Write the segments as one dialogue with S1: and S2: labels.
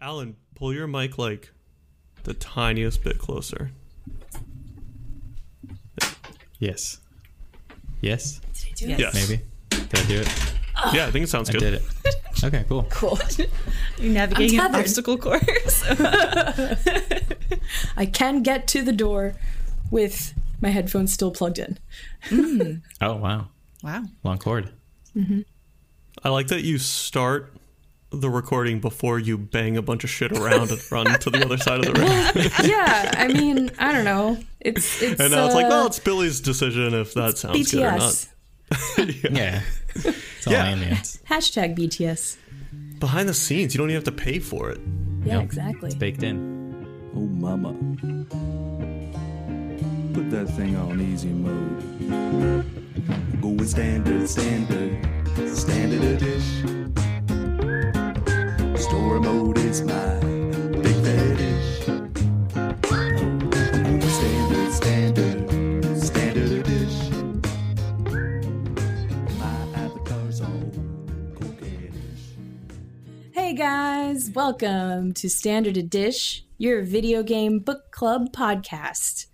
S1: Alan, pull your mic like the tiniest bit closer.
S2: Yes. Yes.
S1: Yes.
S2: Maybe. Did I do it?
S1: Yeah, I think it sounds
S2: I
S1: good.
S2: did it. Okay. Cool.
S3: Cool.
S4: You're navigating an
S3: Untethered.
S4: obstacle course.
S3: I can get to the door with my headphones still plugged in.
S2: Oh wow.
S4: wow.
S2: Long cord.
S1: I like that you start the recording before you bang a bunch of shit around and run to the other side of the room.
S3: yeah, I mean, I don't know. It's it's
S1: And now it's like,
S3: uh,
S1: well, it's Billy's decision if that sounds good or not.
S3: BTS.
S2: Yeah. It's all
S1: Yeah.
S2: ambience.
S3: Hashtag BTS.
S1: Behind the scenes, you don't even have to pay for it.
S3: Yeah,
S2: Yep.
S3: exactly.
S2: It's baked in.
S5: Oh, mama. Put that thing on easy mode. Going standard, standard, standard a dish. Store mode is my big fetish. Going standard, standard, standard a dish. My avatar's on coquettish.
S3: Hey guys, welcome to Standard a Dish, your video game book club podcast,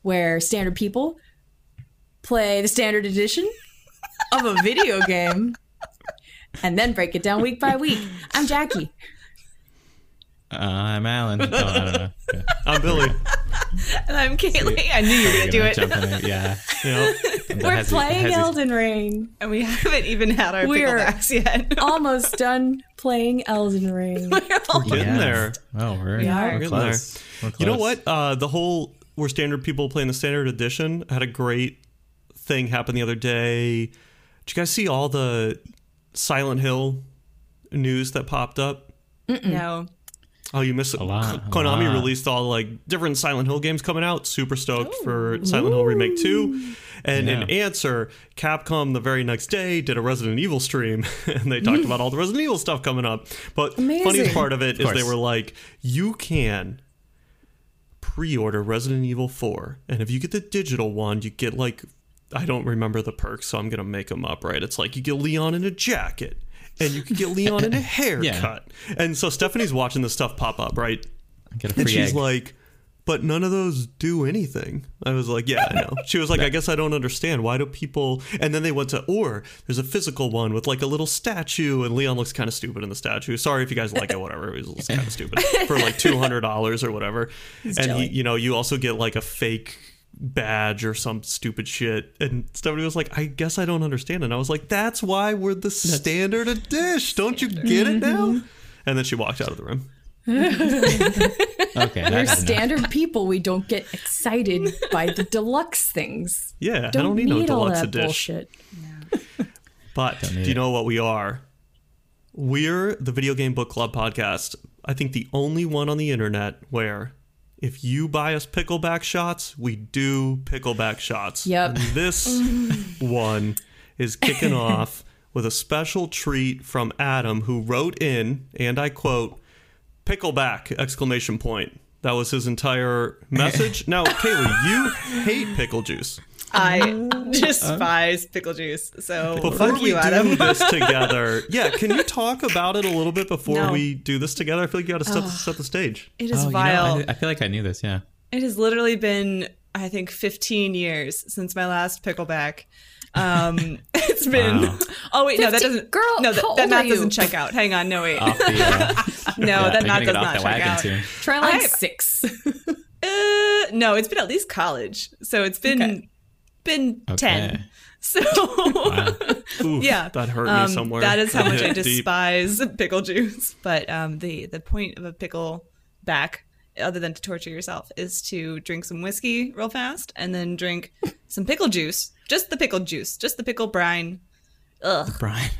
S3: where standard people play the standard edition of a video game and then break it down week by week. I'm Jackie.
S2: Uh, I'm Alan. Oh, I don't know. Okay.
S1: I'm Billy.
S4: And I'm Caitlin. I knew you were going to do
S2: Gonna
S4: it.
S2: jump in there. Yeah.
S1: You know,
S2: That
S3: We're
S2: has-
S3: playing
S2: has-
S3: Elden Ring.
S4: And we haven't even had our
S3: We're-
S4: pickle axe yet.
S3: Almost done playing Elden Ring.
S1: getting
S2: Yeah.
S1: there.
S2: Oh, we're,
S3: are.
S2: we're
S3: We're
S1: getting
S2: close. We're
S1: You know
S2: close.
S1: what? Uh, the whole we're standard people playing the standard edition had a great thing happen the other day. Did you guys see all the Silent Hill news that popped up?
S4: no.
S1: Oh, you missed it.
S2: lot, a
S1: Konami
S2: lot.
S1: released all like different Silent Hill games coming out. Super stoked for Silent Hill Remake 2. And in
S2: Yeah.
S1: answer, Capcom the very next day did a Resident Evil stream and they talked about all the Resident Evil stuff coming up. But funniest
S3: Amazing.
S1: part of it is they
S2: course.
S1: were like, you can pre-order Resident Evil 4 and if you get the digital one, you get like I don't remember the perks, so I'm going to make them up, right? It's like you get Leon in a jacket and you can get Leon in a haircut. And so Stephanie's watching this stuff pop up, right?
S2: Get a free
S1: And she's
S2: egg.
S1: like, but none of those do anything. I was like, yeah, I know. She was like, I guess I don't understand. Why do people. And then they went to, or there's a physical one with like a little statue, and Leon looks kind of stupid in the statue. Sorry if you guys like it, whatever. It was kind of stupid for like $200 or whatever. and, he,
S3: jelly.
S1: you know, you also get like a fake badge or some stupid shit. And Stephanie was like, I guess I don't understand. And I was like, that's Mm-hmm. why we're the standard of dish. Don't you get it now? And then she walked out of the room.
S2: okay.
S3: We're
S2: I gotta know.
S3: standard people. We don't get excited by the deluxe things.
S1: Yeah,
S3: Don't,
S1: I don't need,
S3: need,
S1: no
S3: all
S1: deluxe
S3: that
S1: edition.
S3: bullshit.
S1: But do you
S2: it.
S1: know what we are? We're the Video Game Book Club podcast. I think the only one on the internet where if you buy us pickleback shots, we do pickleback shots.
S3: Yep.
S1: And this one is kicking off with a special treat from Adam who wrote in, and I quote, pickleback exclamation point. That was his entire message. now, Kaylee, you hate pickle juice.
S4: I despise pickle juice. So
S1: Before
S4: fuck
S1: we
S4: you, Adam.
S1: do this together, yeah, can you talk about it a little bit before
S4: No.
S1: we do this together? I feel like you got to set, set the stage.
S4: It
S2: Oh,
S4: is
S2: you know,
S4: vile.
S2: I, I feel like I knew this. Yeah.
S4: It has literally been, I think, 15 years since my last pickleback. Um, it's been.
S2: Wow.
S4: Oh wait, no, that
S3: 15
S4: doesn't.
S3: Girl,
S4: no, that,
S3: how old
S4: that
S3: are
S4: math
S3: you?
S4: doesn't check out. Hang on, no wait,
S2: Off the, uh,
S4: no,
S2: yeah,
S4: that
S2: I'm gonna
S4: math does
S2: get off
S4: not
S2: the
S4: check
S2: wagon
S4: out.
S2: soon.
S3: Try like
S4: I-
S3: six.
S4: Uh, no, it's been at least college, so it's been
S3: Okay.
S4: been
S2: Okay.
S4: ten. So
S1: Oof,
S4: yeah,
S1: that hurt
S4: um,
S1: me somewhere.
S4: That is how much I
S1: Deep.
S4: despise pickle juice. But um, the the point of a pickle back, other than to torture yourself, is to drink some whiskey real fast and then drink some pickle juice, just the pickle juice, just the pickle brine, ugh,
S2: Brian.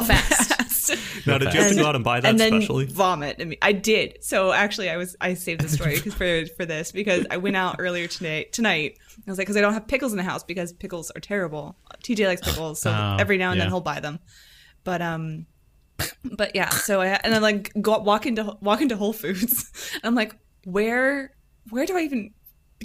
S3: Real fast.
S4: fast.
S1: Now, did you have to
S4: And-
S1: go out and buy that
S4: and then
S1: specially?
S4: vomit. I, mean, I did. So actually, I was I saved the story 'cause for for this because I went out earlier tonight. Tonight, I was like, because I don't have pickles in the house because pickles are terrible. TJ likes pickles, so
S2: Oh,
S4: every now and
S2: yeah.
S4: then he'll buy them. But um, but yeah. So I and I like go walk into walk into Whole Foods. And I'm like, where where do I even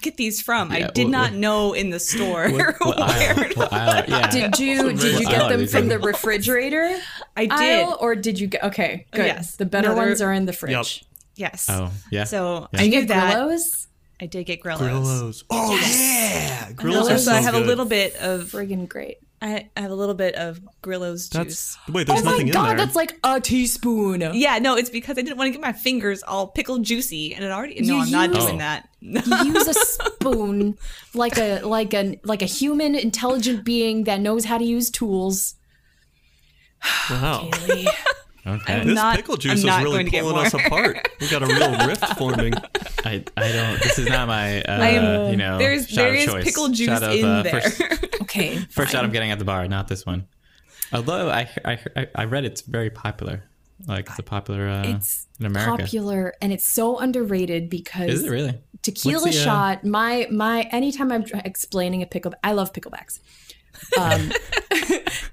S4: get these from? I
S2: Yeah,
S4: did
S2: what-
S4: not
S2: what-
S4: know in the store
S2: What
S4: where.
S2: aisle? What aisle? Yeah.
S3: Did you did you get
S2: Wow,
S3: them
S2: these
S3: from
S2: are-
S3: the refrigerator?
S4: I did.
S3: aisle, or did you get okay? Good.
S4: Yes.
S3: The better
S4: No, they're-
S3: ones are in the fridge.
S4: Yes.
S2: Oh, yeah.
S4: So
S2: Yeah.
S4: I
S3: You
S4: knew
S3: get
S4: that.
S3: Grillos?
S4: I did get Grillos.
S1: Grillos. Oh yeah, Grillos
S4: So,
S1: are
S3: Those
S1: so
S4: I have
S1: good.
S4: a little bit of
S3: Friggin' great.
S4: I I have a little bit of Grillos juice.
S1: That's wait.
S4: Oh
S3: Oh
S1: There's nothing in there.
S3: like a teaspoon. Yeah.
S4: Yeah, no, it's because I didn't want to get my fingers all pickled juicy, and it already. No,
S3: You
S4: I'm not
S3: use-
S4: doing
S2: Oh.
S4: that.
S3: You use a spoon like a like a like a human intelligent being that knows how to use tools.
S1: wow.
S2: Okay.
S1: This
S4: not-
S1: pickle
S4: I'm
S1: juice
S4: not
S1: is
S4: going
S1: really
S4: to get
S1: pulling us
S4: more.
S1: apart. We got a real rift forming.
S2: I, I don't. This is not my. Uh,
S4: am-
S2: you
S1: Oh,
S2: know.
S4: There's
S2: shot
S4: there
S2: of
S4: is
S2: choice.
S4: pickle juice
S2: Shot of,
S4: in
S2: uh,
S4: there.
S2: First,
S3: Okay.
S2: first shot I'm getting at the bar, not this one. Although I I, I, I read it's very popular. Like it's a popular. Uh,
S3: It's
S2: in America.
S3: popular and it's so underrated because
S2: Is it really?
S3: tequila
S2: What's the, uh,
S3: shot my my anytime i'm tr- explaining a pickle i love picklebacks um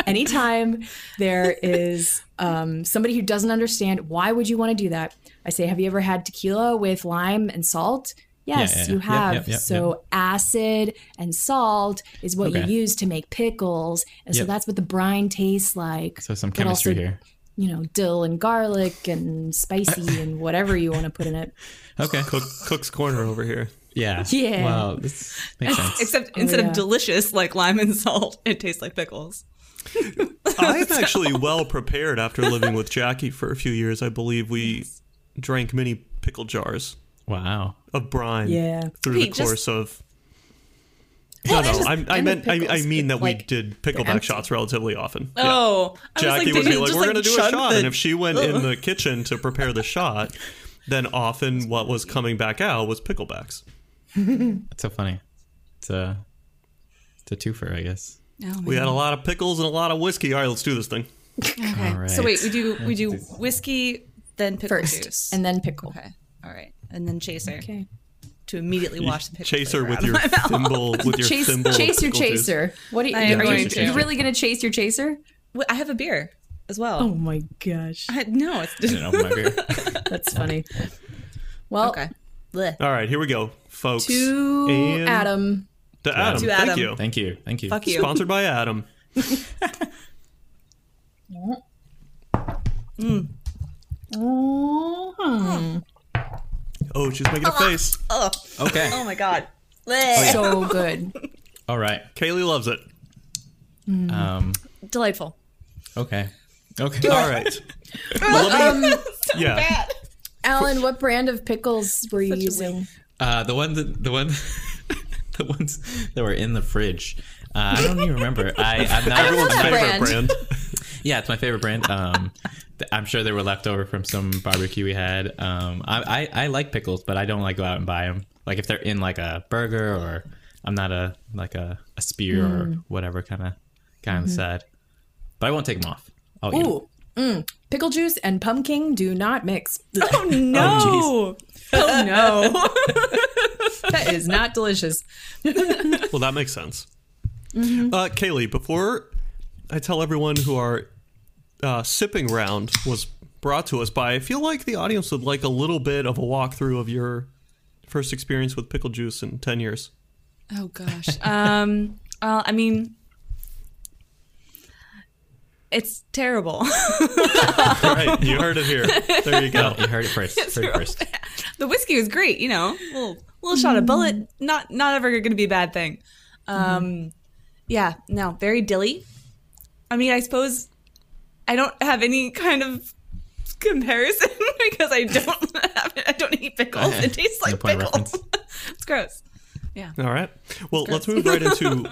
S3: anytime there is um somebody who doesn't understand why would you want to do that i say have you ever had tequila with lime and salt yes
S2: yeah, yeah.
S3: you
S2: Yep,
S3: have
S2: yep, yep,
S3: so acid and salt is what
S2: Okay.
S3: you use to make pickles and so
S2: Yep.
S3: that's what the brine tastes like
S2: So some
S3: but
S2: chemistry
S3: also,
S2: here.
S3: you know dill and garlic and spicy and whatever you want to put in it
S2: Okay.
S1: Cook, Cook's corner over here.
S2: Yeah.
S3: Yeah.
S2: Wow. This makes sense.
S4: Except instead
S3: yeah.
S4: of delicious like lime and salt, it tastes like pickles.
S1: I'm actually well prepared after living with Jackie for a few years. I believe we drank many pickle jars
S2: Wow.
S1: of brine
S3: Yeah.
S1: through
S4: Wait,
S1: the
S4: just-
S1: course of.
S3: Well,
S1: no,
S3: it's
S1: no,
S3: just
S1: I, I
S3: in the
S1: meant I, I
S3: pickles,
S1: mean that
S3: but,
S1: we
S3: like,
S1: did
S3: they're
S1: pickleback
S3: empty.
S1: shots relatively often. Yeah.
S4: Oh, I was
S1: Jackie
S4: like,
S1: would
S4: did
S1: be
S4: you
S1: like,
S4: just
S1: "We're gonna do a
S4: chug
S1: shot,"
S4: the-
S1: and if she went in the kitchen to prepare the shot, then often what was coming back out was picklebacks.
S2: That's so funny. It's a it's a twofer, I guess.
S4: Oh,
S1: We had a lot of pickles and a lot of whiskey. All right, let's do this thing.
S4: Okay.
S2: All
S4: So
S2: right.
S4: wait, we do we do whiskey, then pickle
S3: first
S4: juice,
S3: and then pickle.
S4: okay, all right, and then chaser
S3: Okay.
S4: to immediately wash the pickle.
S1: Chase her
S4: flavor
S1: with
S4: out of
S1: your
S4: my mouth.
S1: thimble. With your
S3: Chase,
S1: thimble. of
S3: chase your
S1: pickle juice.
S3: chaser. What are you,
S4: I am
S3: are you,
S4: going to.
S3: you really going to chase your chaser?
S4: Wait, I have a beer as well.
S3: Oh my gosh,
S4: I, no, it's
S2: I didn't open my beer.
S3: that's funny. Well,
S4: okay. Blech.
S1: All right, here we go, folks.
S3: to
S1: And-
S3: Adam.
S1: To Adam.
S2: To
S1: Thank
S4: Adam.
S1: you.
S2: Thank you. Thank you.
S4: Fuck you.
S1: Sponsored by Adam.
S3: Mhm.
S1: Oh, she's making a face.
S4: Ugh.
S2: Okay.
S4: Oh my god.
S3: So good,
S2: All right.
S1: Kaylee loves it.
S2: Um.
S3: delightful.
S2: Okay. Okay.
S1: All right. Let me- Oh, yeah.
S3: Alan, what brand of pickles were you using?
S2: Uh, the one that the one the ones that were in the fridge. Uh, I don't even remember. I I'm not.
S1: Everyone's
S3: that
S1: favorite
S3: brand.
S1: brand.
S2: Yeah, it's my favorite brand. Um, th- I'm sure they were left over from some barbecue we had. Um, I, I I like pickles, but I don't like go out and buy them. Like if they're in like a burger or I'm not a like a, a spear or whatever kind of guy on the side. But I won't take them off. I'll eat 'em.
S3: Ooh, mm, pickle juice and pumpkin do not mix.
S4: Oh
S3: oh
S4: no.
S3: no, that is not delicious.
S1: Well, that makes sense. Uh, Kaylee, before I tell everyone who our uh, sipping round was brought to us by, I feel like the audience would like a little bit of a walkthrough of your first experience with pickle juice in 10 years.
S4: Oh gosh. Um. Well, I mean, it's terrible.
S1: All right, you heard it here. There you go.
S2: Oh, you heard it first. heard it first.
S4: the whiskey was great, you know, little little shot of bullet, not not ever going to be a bad thing. Um, Yeah, no, very dilly. I mean, I suppose I don't have any kind of comparison because I don't have, I don't eat pickles. It tastes
S2: No
S4: like
S2: point of
S4: pickles.
S2: reference.
S4: it's gross.
S1: All right. Well, let's move right into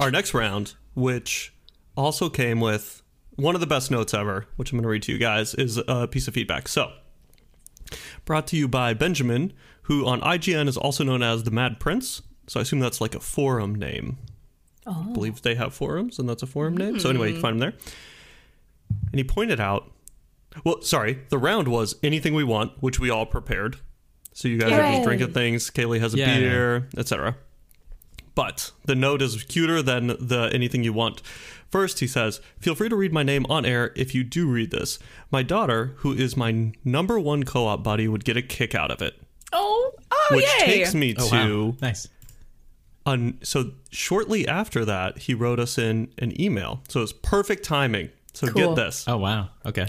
S1: our next round, which also came with one of the best notes ever, which I'm going to read to you guys, is a piece of feedback. So, brought to you by Benjamin, who on IGN is also known as the Mad Prince. So, I assume that's like a forum name. I believe they have forums, and that's a forum name. So, anyway, you can find him there. And he pointed out, well, sorry, the round was anything we want, which we all prepared. So, you guys are
S3: Yay.
S1: just drinking things. Kaylee has a
S2: Yeah.
S1: beer, etc. But the note is cuter than the anything you want. First, he says, Feel free to read my name on air if you do read this. My daughter, who is my n- number one co op buddy, would get a kick out of it.
S4: Oh, oh,
S1: Which
S4: yay!
S1: takes me
S2: Oh
S1: to.
S2: wow. Nice.
S1: an- so, shortly after that, he wrote us in an email. So, it's perfect timing. So,
S3: Cool.
S1: get this.
S2: Oh wow. Okay.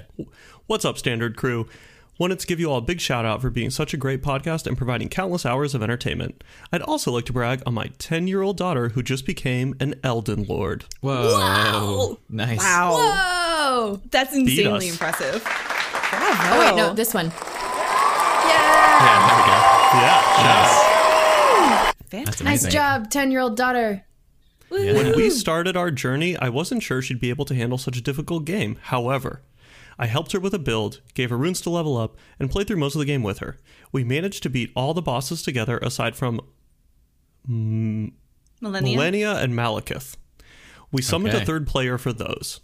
S1: What's up, Standard Crew? Wanted to give you all a big shout out for being such a great podcast and providing countless hours of entertainment. I'd also like to brag on my 10 year old daughter who just became an Elden Lord.
S2: Whoa. Nice.
S4: Wow.
S3: Oh.
S4: That's
S1: us.
S4: insanely impressive.
S3: Oh wait, no, this one.
S2: Yeah, there we go.
S1: Yeah.
S2: That's
S3: Nice
S2: amazing.
S3: job, ten-year-old daughter.
S2: Yeah.
S1: When we started our journey, I wasn't sure she'd be able to handle such a difficult game. However, I helped her with a build, gave her runes to level up, and played through most of the game with her. We managed to beat all the bosses together aside from
S4: Millennium.
S1: Millennia and Malekith. We summoned a
S2: Okay.
S1: third player for those.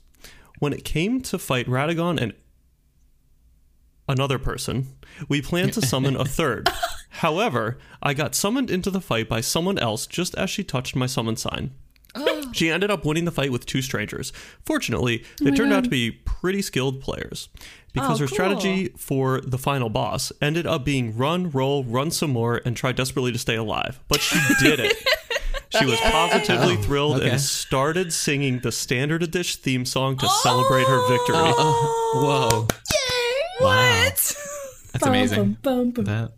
S1: When it came to fight Radagon and another person, we planned to summon a third. However, I got summoned into the fight by someone else just as she touched my summon sign.
S4: Oh.
S1: She ended up winning the fight with two strangers. Fortunately, they turned out to be pretty skilled players because
S4: Oh,
S1: her
S4: cool.
S1: strategy for the final boss ended up being run, roll, run some more, and try desperately to stay alive. But she did it. She was positively thrilled
S2: Oh, okay.
S1: and started singing the standard Dish theme song to celebrate her victory.
S2: Oh,
S4: Oh,
S2: Whoa. Wow. That's amazing.
S3: Bum, bum,
S2: That.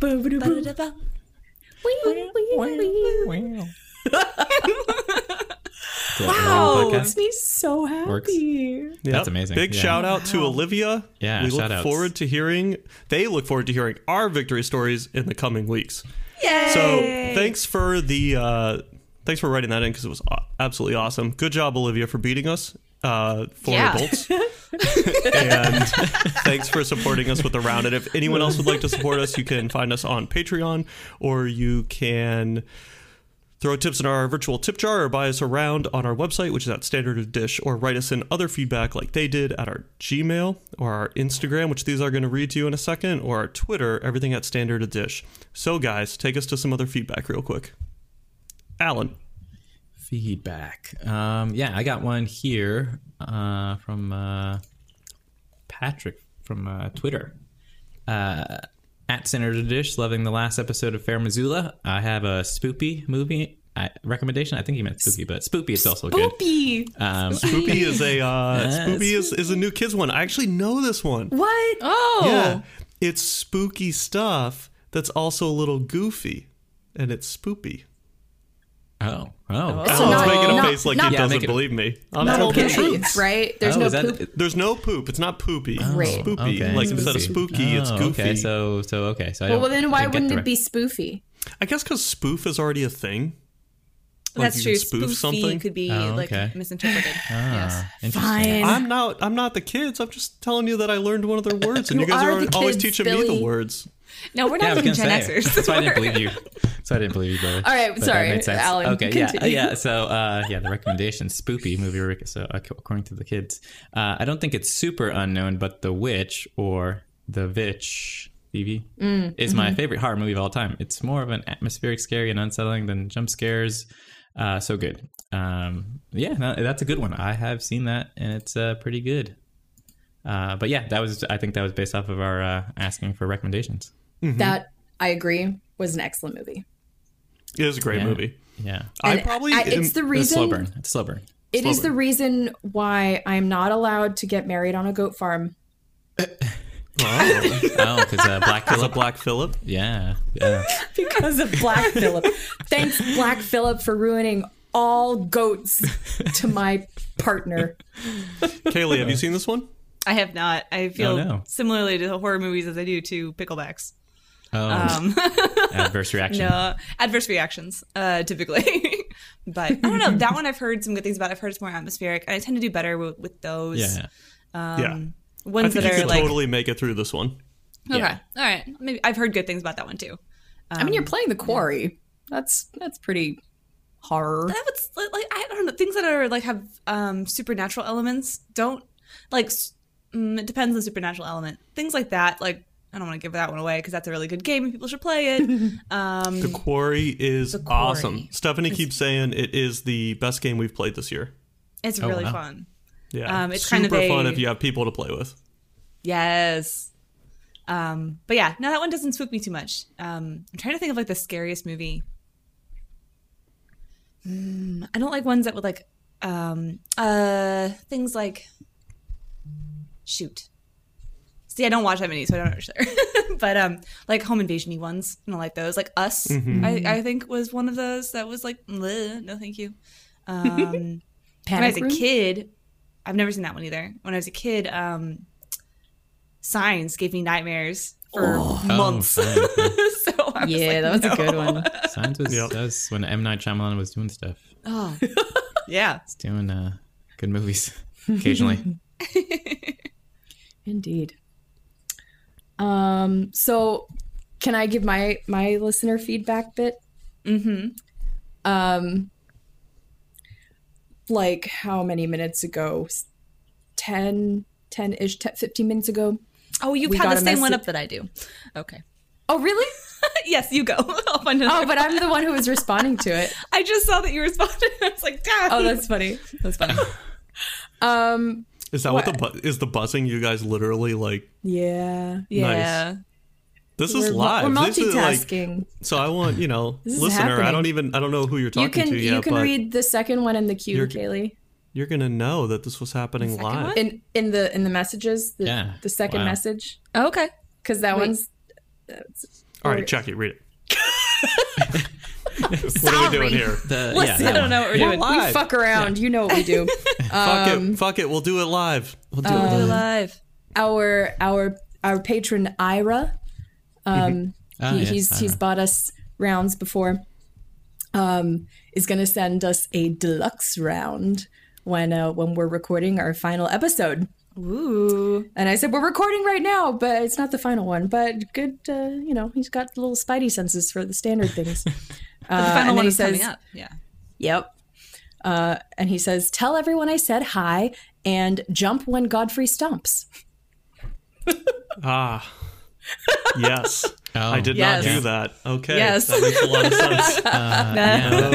S3: bum, bum, bum, bum. Wee, wee, wee.
S2: Wow.
S3: Makes me so
S2: Works.
S3: happy.
S1: Yep.
S2: That's amazing.
S1: Big
S2: Yeah.
S1: shout out to Olivia.
S2: Yeah,
S1: we look
S2: shout outs.
S1: forward to hearing. They look forward to hearing our victory stories in the coming weeks. So thanks for the uh, thanks for writing that in because it was aw- absolutely awesome. Good job, Olivia, for beating us. Uh, for
S4: Yeah.
S1: adults, and thanks for supporting us with the round. And if anyone else would like to support us, you can find us on Patreon, or you can throw tips in our virtual tip jar, or buy us around on our website, which is at Standard of Dish, or write us in other feedback like they did at our Gmail or our Instagram, which these are going to read to you in a second, or our Twitter, everything at Standard of Dish. So, guys, take us to some other feedback real quick. Alan,
S2: feedback. Um, yeah, I got one here uh, from uh, Patrick from uh, Twitter. Uh, at Senator Dish, loving the last episode of Fair Missoula. I have a spoopy movie uh recommendation. I think he meant spooky, but spoopy is also good.
S3: Boopy.
S2: Um,
S1: Spoopy is a uh,
S2: Yes.
S1: Spoopy is, is a new kids one. I actually know this one.
S3: What?
S4: Oh.
S1: Yeah, it's spooky stuff that's also a little goofy, and it's spoopy.
S2: oh, oh,
S3: So
S1: Alan's
S3: not-
S1: making a
S3: not-
S1: face like
S3: not-
S1: he
S2: Yeah,
S1: doesn't
S2: make it-
S1: believe me. I'm
S3: Not
S1: telling the
S3: okay,
S1: truth.
S3: right? There's
S2: Oh,
S3: no
S2: is that-
S3: poop.
S1: There's no poop. It's not poopy.
S3: Right.
S1: It's spoopy.
S2: Oh, okay.
S1: Like instead of
S2: Spoopy.
S1: spooky, it's
S2: Oh,
S1: goofy.
S2: Okay, so so okay, so I
S3: well,
S2: don't-
S3: then
S2: I
S3: why
S2: didn't get
S3: wouldn't
S2: the
S3: it be spoofy?
S1: I guess because spoof is already a thing. Like
S4: That's
S1: you
S4: true.
S1: can spoof
S4: Spoofy
S1: something.
S4: could be
S2: Oh, okay. Ah.
S4: like misinterpreted. yes.
S2: right- Interesting.
S1: I'm not. I'm not the kids. I'm just telling you that I learned one of their words, and you,
S3: You
S1: guys
S3: are
S1: are,
S3: the
S1: always
S3: kids,
S1: teaching me
S3: Billy.
S1: the words.
S4: No, we're not
S2: Yeah, I was
S4: even
S2: gonna
S4: Gen
S2: say.
S4: Xers.
S2: That's why I didn't believe you. That's why I didn't believe you, brother.
S3: All right,
S2: But that
S3: sorry,
S2: made sense.
S3: Alan,
S2: Okay, yeah,
S3: continue.
S2: yeah. So, uh, yeah, the recommendation, spoopy movie, rec- so ac- according to the kids, uh, I don't think it's super unknown, but The Witch or The Vitch, Phoebe, is my favorite horror movie of all time. It's more of an atmospheric, scary, and unsettling than jump scares. Uh, so good. Um, yeah, no, that's a good one. I have seen that, and it's uh, pretty good. Uh, but yeah, that was. I think that was based off of our uh, asking for recommendations.
S3: That I agree was an excellent movie.
S1: It is a great
S2: Yeah.
S1: movie.
S2: Yeah.
S1: I
S3: And
S1: probably.
S3: I- it's the
S1: am-
S2: It's a slow
S3: reason.
S2: burn. It's a slow burn.
S3: It is
S1: slow
S3: the reason why I'm not allowed to get married on a goat farm.
S1: Oh,
S2: Oh, because uh, Black
S1: it's a
S2: Phillip.
S1: Black Phillip.
S2: Yeah. yeah.
S3: because of Black Phillip. Thanks, Black Phillip, for ruining all goats to my partner.
S1: Kaylee, have you seen this one?
S4: I have not. I feel
S2: Oh, no.
S4: similarly to horror movies as I do to picklebacks.
S2: Oh, adverse reaction.
S4: Um. No, adverse reactions, uh, typically. but I don't know. That one I've heard some good things about. I've heard it's more atmospheric, and I tend to do better with, with those
S2: Yeah.
S1: yeah, I
S4: Um, ones
S1: think
S4: that
S1: you
S4: are
S1: could
S4: like.
S1: totally make it through this one.
S4: okay,
S2: Yeah.
S4: all right. Maybe I've heard good things about that one too.
S3: I mean, you're playing the quarry. That's that's pretty horror.
S4: That was like like, I don't know things that are like have um, supernatural elements don't like. s- Mm, it depends on the supernatural element. Things like that, like I don't want to give that one away because that's a really good game and people should play it. Um,
S1: The Quarry is
S4: Quarry.
S1: awesome. Stephanie keeps saying it is the best game we've played this year.
S4: it's really
S2: wow.
S4: fun.
S1: Yeah,
S4: Um, it's
S1: super
S4: kind of a-
S1: fun if you have people to play with.
S4: Yes. Um, but yeah, no, that one doesn't spook me too much. Um, I'm trying to think of like the scariest movie. Mm, I don't like ones that would like um, uh, things like shoot. It's See, I don't watch that many, so I don't know for sure. but um, like home invasion y ones, I don't like those. Like Us, I, I think was one of those that was like, "Bleh, no, thank you. Um, when I was
S3: Panic
S4: a
S3: Room?
S4: kid, I've never seen that one either. When I was a kid, um, Signs gave me nightmares for months.
S2: Oh, yeah.
S4: so I was
S3: Yeah,
S4: like,
S3: that was
S4: no.
S3: a good one.
S2: Signs was,
S1: Yep.
S2: that was when M Night Shyamalan was doing stuff.
S4: Oh, yeah.
S2: He's doing uh, good movies occasionally.
S3: Indeed. Um, so can I give my my listener feedback bit? Mm-hmm. Um like how many minutes ago? 10 10-ish, 10, 15 minutes ago.
S4: Oh, you've
S3: We
S4: had
S3: got
S4: the
S3: a
S4: same one
S3: message-
S4: up that I do. Okay.
S3: Oh, really?
S4: yes, you go. I'll find another.
S3: Oh, but I'm the one who was responding to it.
S4: I just saw that you responded. I was like, damn.
S3: Oh, that's funny.
S4: that's funny.
S3: Um,
S1: Is that what, the bu- is the buzzing? You guys literally like
S3: yeah.
S4: yeah.
S1: this
S3: We're,
S1: is
S3: mu-
S1: live.
S3: we're
S1: This is, like-
S3: multitasking.
S1: so I want you know,
S3: This is
S1: listener. I
S3: happening.
S1: don't even I don't know who you're talking
S3: you can
S1: to yet,
S3: you can
S1: but
S3: read the second one in the queue,
S1: You're-
S3: Kaylee.
S1: you're gonna know that this was happening
S4: Second
S1: live.
S4: one?
S3: In in the in the messages, the,
S2: Yeah.
S3: the second
S2: Wow.
S3: message.
S4: okay.
S3: Because that
S4: Wait.
S3: one's
S1: All right, Jackie, read it. what are we
S4: Oh,
S1: doing here?
S2: The,
S4: Listen,
S2: that
S4: I don't
S2: one.
S4: know what we're doing.
S3: we
S1: Live.
S3: fuck around. You know what we do.
S1: Fuck it. Fuck it. We'll do it live. We'll do it
S4: We're
S1: live.
S4: live.
S3: our our our patron Ira, um,
S2: Ah,
S3: he,
S2: yes,
S3: he's he's
S2: Ira.
S3: bought us rounds before. Um, is going to send us a deluxe round when uh, when we're recording our final episode.
S4: Ooh.
S3: And I said, We're recording right now, but it's not the final one. But good, uh, you know, he's got little spidey senses for the standard things.
S4: But the final
S3: Uh, and then
S4: one
S3: he
S4: is coming
S3: says-
S4: up. Yeah.
S3: yep. Uh, and he says, Tell everyone I said hi and jump when Godfrey stomps.
S1: Ah. Yes.
S2: Oh.
S1: I did
S4: Yes.
S1: not do that. Okay.
S4: Yes.
S1: That makes a lot of sense.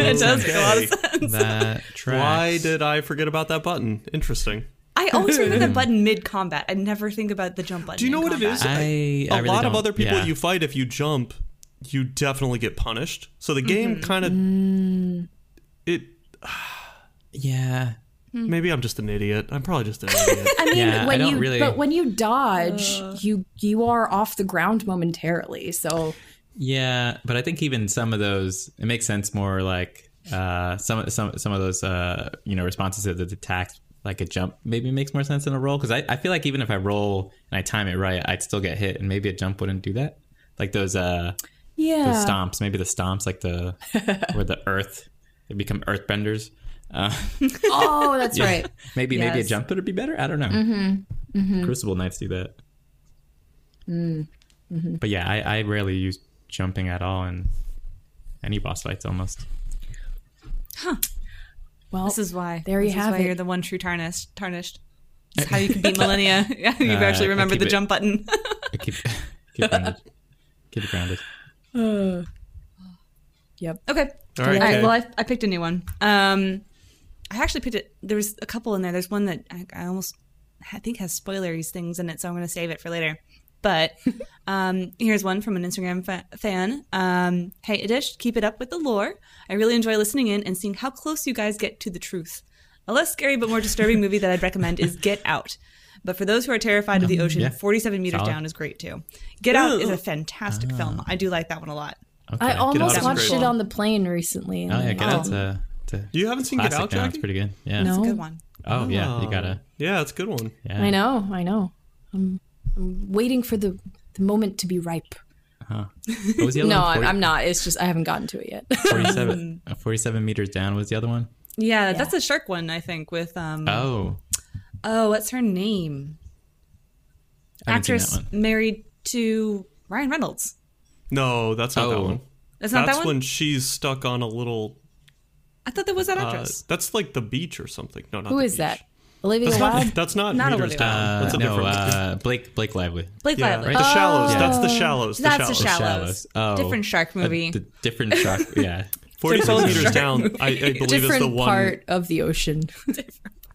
S4: it does make a lot
S1: Okay.
S4: of sense.
S2: That tracks.
S1: Why did I forget about that button? Interesting.
S4: I always remember the button mid combat. I never think about the jump button.
S1: Do you know
S4: in
S1: what it
S4: combat.
S1: is?
S2: I,
S1: A
S2: I really
S1: lot of
S2: don't-
S1: other people
S2: yeah.
S1: you fight, if you jump, you definitely get punished. So the game kind of it.
S2: Yeah.
S1: Maybe I'm just an idiot. I'm probably just an idiot.
S3: I mean,
S2: Yeah, I
S3: when
S2: don't
S3: you
S2: really-
S3: but when you dodge, you you are off the ground momentarily. So
S2: Yeah, but I think even some of those it makes sense more like uh some some some of those uh you know responses to the attacks like a jump maybe makes more sense than a roll because I, I feel like even if I roll and I time it right I'd still get hit and maybe a jump wouldn't do that like those uh
S3: yeah,
S2: those stomps maybe the stomps like the where the earth they become earthbenders uh,
S3: oh, that's right.
S2: maybe maybe a
S4: Yes.
S2: jump would be better I don't know
S3: Mm-hmm.
S2: Crucible Knights do that
S3: Mm. Mm-hmm.
S2: but yeah I, I rarely use jumping at all in any boss fights almost.
S3: Well,
S4: This is why.
S3: There you
S4: This is
S3: have
S4: why
S3: it.
S4: You're the one true tarnished. Tarnished. It's how you can beat Millennia. Yeah, You've
S2: Uh,
S4: actually
S2: I
S4: remembered
S2: keep
S4: the
S2: it-
S4: jump button.
S2: I keep keep grounded. Keep it grounded.
S3: yep.
S4: okay.
S1: All right.
S4: All right.
S1: okay.
S4: Well, I, I picked a new one. Um, I actually picked it. There was a couple in there. There's one that I, I almost I think has spoileries things in it, so I'm going to save it for later. But um, here's one from an Instagram fa- fan. Um, hey, Adish, keep it up with the lore. I really enjoy listening in and seeing how close you guys get to the truth. A less scary but more disturbing movie that I'd recommend is Get Out. But for those who are terrified of the ocean,
S2: yeah.
S4: 47 meters
S2: Solid. Ah.
S4: down is great too. Get Out is a fantastic film. I do like that one a lot.
S2: Okay.
S3: I almost
S1: Out's
S3: watched
S4: great.
S3: it on the plane recently. and
S2: Oh yeah,
S3: then-
S2: Get Out's a, it's a
S1: you haven't seen Get
S2: classic
S1: Out,
S2: now.
S1: Jackie?
S2: It's pretty good. Yeah.
S3: No.
S4: Good one.
S2: Oh yeah, you gotta.
S1: Yeah, it's a good one.
S2: Yeah.
S3: I know, I know. I'm, I'm waiting for the, the moment to be ripe.
S2: What was the other
S3: No,
S2: one?
S3: I'm, I'm not. It's just I haven't gotten to it yet.
S2: 47,
S1: Mm.
S2: uh, 47 meters down was the other one.
S4: Yeah, that's a shark one, I think, with um oh,
S2: Oh,
S4: what's her name?
S2: I haven't seen that
S4: Actress
S2: one.
S4: married to Ryan Reynolds.
S1: No, that's not that
S2: Oh.
S1: one.
S4: That's not
S1: that's
S4: that one?
S1: when she's stuck on a little.
S4: I thought that was that
S1: Uh,
S4: actress.
S1: that's like the beach or something. No, not
S3: Who
S1: the
S3: is
S1: beach.
S3: that? Olivia
S1: That's
S3: Wilde.
S1: not. That's not,
S4: Not
S1: meters
S4: Olivia.
S1: down. that's a
S2: Uh, no,
S1: different.
S2: uh, Blake Blake Lively.
S4: Blake
S1: yeah,
S4: Lively.
S1: the shallows.
S2: Yeah.
S1: That's the shallows. The
S4: That's
S1: shallows.
S4: the shallows.
S2: Shallows. Oh,
S4: Different shark
S2: A
S4: movie.
S2: d- different shark. Yeah.
S1: Forty-seven
S2: Different
S1: meters
S2: shark
S1: down, I, I believe, is the
S3: Different
S1: one.
S3: part of the ocean.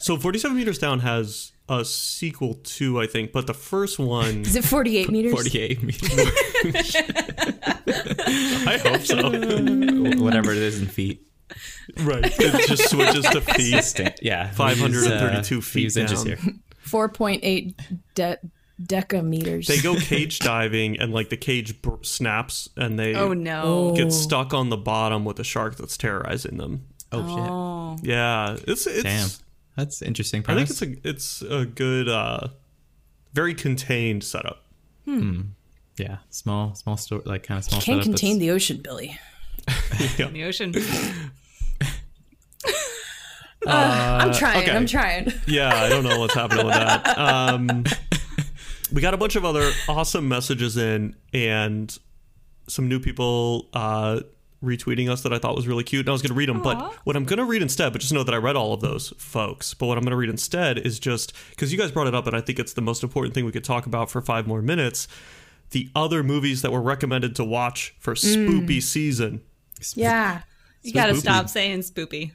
S1: So forty-seven meters down has a sequel to, I think, but the first one.
S3: Is it 48 meters?
S2: Forty-eight meters.
S1: I hope so.
S2: Whatever it is in feet.
S1: right, it just switches to feet.
S2: Yeah. we use, uh,
S1: 532
S2: we
S1: feet
S2: use inches
S1: down.
S2: here.
S3: 4.8 de- decameters.
S1: They go cage diving and like the cage br- snaps and they
S4: Oh no.
S1: get stuck on the bottom with a shark that's terrorizing them.
S2: Oh,
S4: Oh.
S1: Yeah, it's it's.
S2: shit! Damn, that's interesting.
S1: I think it's
S2: Premise.
S1: a it's a good, uh, very contained setup.
S2: yeah, small, small store, like kind of small.
S3: Can't
S2: setup.
S3: contain the ocean, Billy.
S4: In the ocean.
S3: I'm trying.
S1: Uh, okay.
S3: I'm trying.
S1: Yeah, I don't know what's happening with that. Um, we got a bunch of other awesome messages in and some new people uh, retweeting us that I thought was really cute. And I was going to read them, but what I'm going to read instead, but just know that I read all of those folks. But what I'm going to read instead is just because you guys brought it up, and I think it's the most important thing we could talk about for five more minutes the other movies that were recommended to watch for spoopy season.
S3: Yeah.
S4: You gotta
S1: Spoopy.
S4: stop saying spoopy.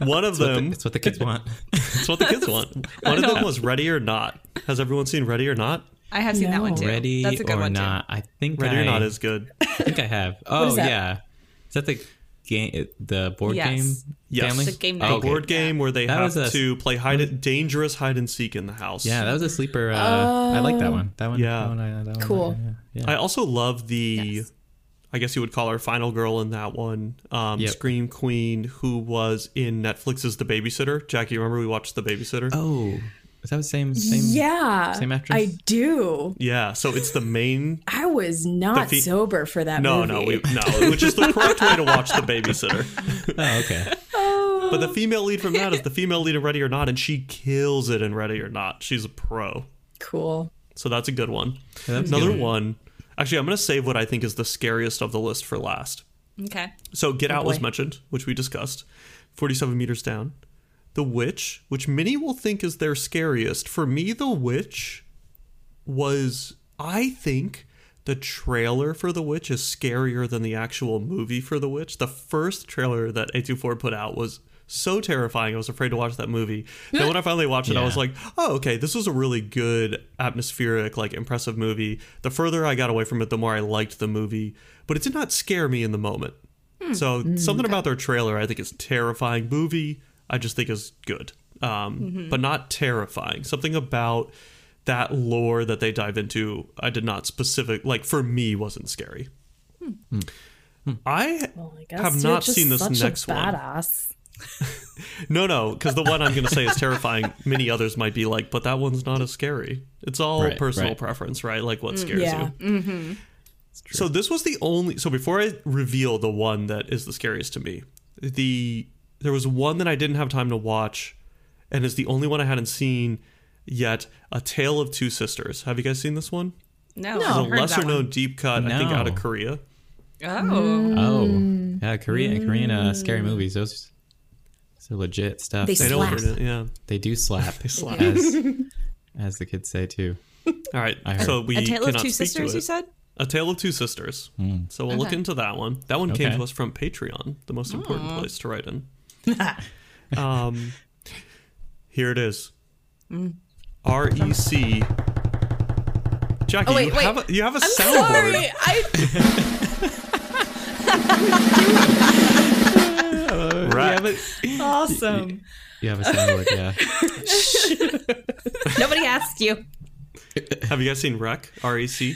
S1: One of
S2: That's
S1: them.
S2: what the kids want.
S1: That's what the kids want. One of them was Ready or Not. Has everyone seen Ready or Not?
S4: I have seen that one
S3: No.
S4: too.
S2: Ready
S4: That's a good
S2: or
S4: one
S2: not? I think
S1: Ready
S2: I,
S1: or Not is good.
S2: I think I have. Oh
S3: is that?
S2: yeah, is that the game? The board
S4: Yes.
S2: game?
S1: Yes.
S2: Family?
S1: The
S4: game
S2: Oh,
S4: night.
S1: The
S2: okay.
S1: board game where they
S2: That
S1: have
S2: was a-
S1: to play hide and, dangerous hide and seek in the house.
S2: Yeah, that was a sleeper. Uh, I like that one. That one.
S1: Yeah.
S2: That one, I- that one,
S3: Oh. Cool.
S2: yeah, yeah.
S1: I also love the, I guess you would call her final girl in that one, um,
S2: Yep.
S1: Scream Queen, who was in Netflix's The Babysitter. Jackie, remember we watched The Babysitter?
S2: Oh, is that the same? Same.
S3: Yeah.
S2: Same actress?
S3: I do.
S1: Yeah, so it's the main.
S3: I was not
S1: fe-
S3: sober for that
S1: No,
S3: movie.
S1: no, we, no, which is the correct way to watch The Babysitter.
S2: Oh, okay.
S1: But the female lead from that is the female lead in Ready or Not, and she kills it in Ready or Not. She's a pro.
S3: Cool.
S1: So that's a good one.
S2: Yeah, that was a
S1: Another
S2: good
S1: one. Actually, I'm going to save what I think is the scariest of the list for last.
S4: Okay.
S1: So Get
S2: Oh,
S1: Out was
S3: boy.
S1: mentioned, which we discussed. 47 meters down. The Witch, which many will think is their scariest. For me, The Witch was, I think, the trailer for The Witch is scarier than the actual movie for The Witch. The first trailer that A24 put out was so terrifying. I was afraid to watch that movie. then when I finally watched it, I was
S2: Yeah.
S1: like, oh, okay, this was a really good, atmospheric, like impressive movie. The further I got away from it, the more I liked the movie. But it did not scare me in the moment.
S3: Hmm.
S1: So
S3: Mm,
S1: something about their trailer, I think, is terrifying. Movie, I just think is good, um,
S3: Mm-hmm.
S1: but not terrifying. Something about that lore that they dive into, I did not specific like for me wasn't scary. I
S3: Hmm. Well, I guess
S1: have
S3: you're
S1: not
S3: just
S1: seen this
S3: such
S1: next
S3: a
S1: one.
S3: badass.
S1: No, no, because the one I'm going to say is terrifying. Many others might be like, but that one's not as scary. It's all
S2: Right,
S1: personal
S2: right.
S1: preference, right? Like
S4: Mm,
S1: what scares
S3: Yeah.
S1: you.
S4: Mm-hmm.
S1: So this was the only. So before I reveal the one that is the scariest to me, the there was one that I didn't have time to watch, and is the only one I hadn't seen yet. A Tale of Two Sisters. Have you guys seen this one?
S4: No.
S1: It's a
S4: Oh, I've heard
S1: lesser
S4: that one.
S1: known deep cut. I think
S2: No.
S1: out of Korea.
S4: Oh.
S2: Oh,
S3: Mm.
S2: yeah, Korean Korean uh, scary movies. Those, those are legit stuff.
S3: They
S1: They
S3: Slap.
S1: don't. Yeah.
S2: They do slap. they
S1: slap.
S2: as, as the kids say too.
S1: All right.
S2: I heard.
S1: So we
S4: A Tale of
S1: cannot
S4: Two
S1: speak
S4: Sisters,
S1: to
S4: you
S1: it.
S4: said?
S1: A Tale of Two Sisters. So we'll look into that one. That one came
S2: Hmm. Okay.
S1: to us from Patreon, the most important place to write in. um, here it is.
S4: Mm.
S1: REC. Jackie,
S4: Oh,
S3: wait,
S1: you,
S3: wait.
S1: Have a, you have a soundboard.
S3: Sorry, I
S1: Right.
S4: Awesome.
S2: You have a soundboard, yeah.
S4: Mm.
S3: nobody asked you.
S1: Have you guys seen Rec? REC?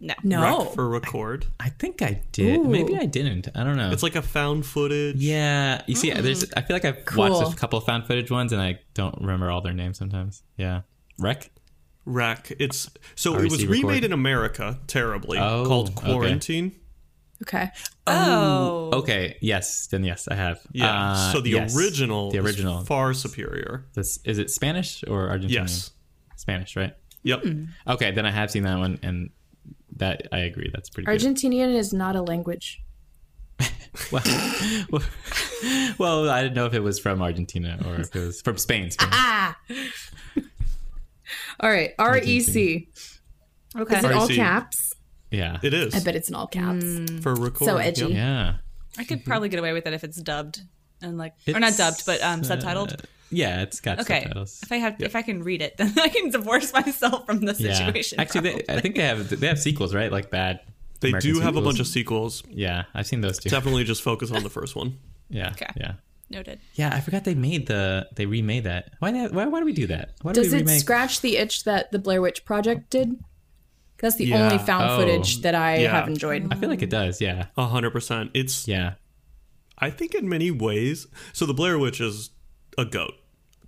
S4: No.
S1: Rec
S3: No,
S1: for record.
S2: I think I did. Maybe
S3: Ooh.
S2: I didn't. I don't know.
S1: It's like a found footage.
S2: yeah, you see, there's. I feel like I've
S3: Mm. Cool.
S2: watched a couple of found footage ones, and I don't remember all their names sometimes. Yeah, wreck.
S1: Rec. It's so
S2: REC
S1: it was
S2: E record.
S1: remade in America terribly
S2: Oh,
S1: called
S2: okay.
S1: Quarantine.
S3: okay.
S2: Um,
S4: Oh.
S2: Okay. Yes. Then yes, I have.
S1: Yeah.
S2: Uh,
S1: so the
S2: yes.
S1: original
S2: The original.
S1: is far superior.
S2: This is it. Spanish or Argentinian?
S1: Yes.
S2: Spanish, right?
S1: Yep.
S3: Hmm.
S2: Okay, then I have seen that one, and that I agree. That's pretty good.
S3: Argentinian is not a language.
S2: Well, well, I didn't know if it was from Argentina or if it was from Spain. Spain.
S3: Ah. All right, R E C.
S4: Okay.
S3: Is it all
S1: REC.
S3: caps?
S2: Yeah.
S1: It is
S3: I bet it's in all caps.
S1: for record.
S3: So edgy.
S1: Yep.
S2: Yeah.
S4: I could probably get away with it if it's dubbed and like or not dubbed, but um
S2: It's, uh,
S4: subtitled.
S2: Yeah, it's got
S4: Okay.
S2: subtitles.
S4: If I have if I can read it, then I can divorce myself from the
S2: Yeah.
S4: situation.
S2: Actually, they, I think they have they have sequels, right? Like bad.
S1: They
S2: American
S1: do have a
S2: sequels.
S1: bunch of sequels.
S2: Yeah, I've seen those too.
S1: Definitely just focus on the first one.
S2: Yeah.
S4: Okay.
S2: Yeah.
S4: Noted.
S2: Yeah, I forgot they made the they remade that. Why that? Why, why do we do that? Why do
S3: Does
S2: we
S3: it
S2: remake?
S3: scratch the itch that the Blair Witch Project did? That's the
S1: Yeah.
S3: only found
S2: Oh.
S3: footage that I
S1: Yeah.
S3: have enjoyed.
S2: I feel like it does. Yeah,
S1: A hundred percent. It's
S2: yeah.
S1: I think in many ways. So the Blair Witch is a goat.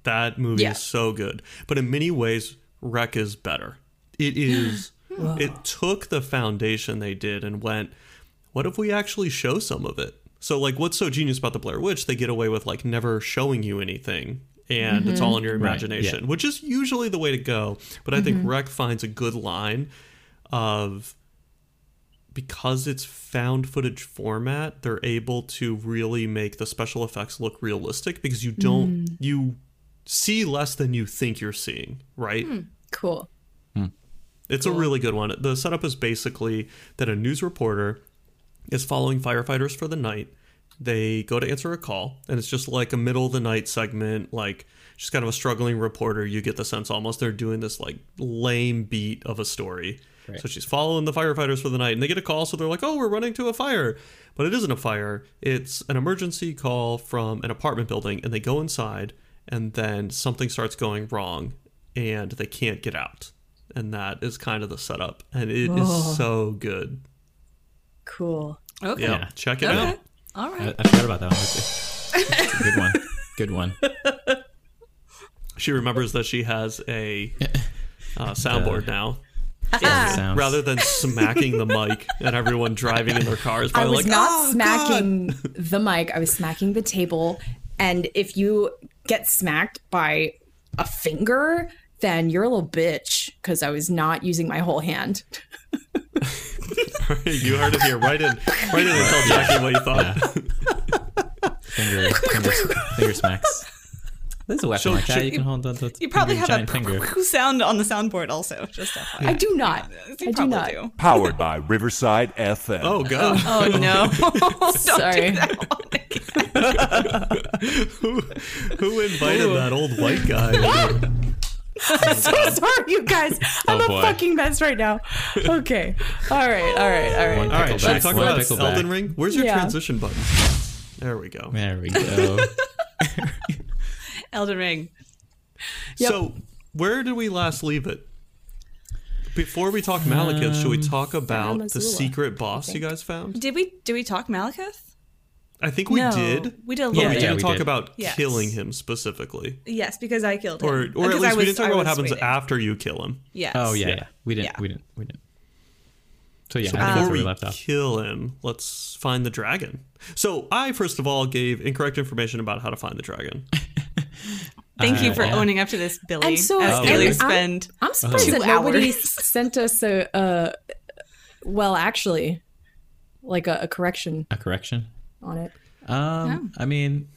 S1: That movie
S3: Yeah.
S1: is so good. But in many ways, Wreck is better. It is. it took the foundation they did and went. What if we actually show some of it? So like, what's so genius about the Blair Witch? They get away with like never showing you anything. And it's all in your
S2: Right, yeah.
S1: imagination, which is usually the way to go. But I think Wreck finds a good line of because it's found footage format, they're able to really make the special effects look realistic because you don't you see less than you think you're seeing, right?
S3: Cool.
S1: It's a really good one. The setup is basically that a news reporter is following firefighters for the night. They go to answer a call, and it's just like a middle of the night segment. Like she's kind of a struggling reporter. You get the sense almost they're doing this like lame beat of a story. So she's following the firefighters for the night, and they get a call. So they're like, "Oh, we're running to a fire," but it isn't a fire. It's an emergency call from an apartment building, and they go inside, and then something starts going wrong, and they can't get out. And that is kind of the setup, and it is so good.
S3: Cool.
S4: Okay.
S1: Yeah,
S2: Yeah.
S1: check it
S4: Okay.
S1: out.
S4: All right.
S2: I, I forgot about that one. That's a good one. Good one.
S1: She remembers that she has a uh, soundboard now,
S4: Ah.
S2: Yeah, sounds-
S1: rather than smacking the mic and everyone driving in their cars.
S3: I
S1: Probably
S3: was
S1: like,
S3: not
S1: "Oh,
S3: smacking the mic. I was smacking the table. And if you get smacked by a finger, then you're a little bitch because I was not using my whole hand.
S1: God." you heard it here. Right in, right in, and tell Jackie what you thought.
S2: finger, finger, finger smacks. There's a weapon
S1: So
S2: like that.
S1: should-
S2: You can hold on to it.
S4: You probably
S2: your
S4: have a
S2: giant finger.
S4: sound on the soundboard also. Just FYI.
S3: I do not.
S4: You
S3: I do
S4: probably
S3: not.
S4: do.
S5: Powered by Riverside FM.
S1: Oh god.
S4: Oh no! Don't do
S3: Sorry.
S4: that one again.
S1: who, who invited that old white guy?
S3: so sorry, you guys. I'm
S2: Oh,
S3: a
S2: boy.
S3: fucking mess right now. Okay. All right. All right. All right.
S2: One
S1: All right, should we
S2: pickleback.
S1: talk
S2: One
S1: about
S2: pickleback.
S1: Elden Ring? Where's your
S3: Yeah.
S1: transition button? There we go.
S2: There we go.
S4: Elden Ring.
S1: So, where did we last leave it? Before we talk Malekith, should
S3: Um,
S1: we talk about the
S3: Amazula,
S1: secret boss you guys found?
S4: Did we did we talk Malekith?
S1: I think we
S4: no,
S1: did.
S4: We did
S1: But
S4: a little
S1: we
S2: yeah,
S4: bit.
S1: didn't
S2: we
S1: talk
S2: did.
S1: about
S4: Yes.
S1: killing him specifically.
S4: Yes, because I killed him.
S1: Or, or at
S4: Because I
S1: least we
S4: was-
S1: didn't
S4: I
S1: talk about what
S4: was
S1: happens
S4: waiting.
S1: after you kill him.
S4: Yes.
S2: Oh yeah,
S1: Yeah.
S2: yeah. We didn't.
S4: Yeah.
S2: We didn't. We didn't. So yeah, I think that's
S1: Before
S2: where we
S1: we
S2: left off.
S1: kill him, let's find the dragon. So, I first of all gave incorrect information about how to find the dragon.
S4: Thank you
S2: Uh,
S4: for
S2: yeah.
S4: owning up to this, Billy.
S3: And so
S4: as
S3: and
S4: Billy
S3: I'm-
S4: spend.
S3: I'm surprised
S4: Oh. Two
S3: that nobody
S4: hours.
S3: sent us a, a well, actually, like a, a correction
S2: A correction.
S3: on it.
S2: Um, I mean,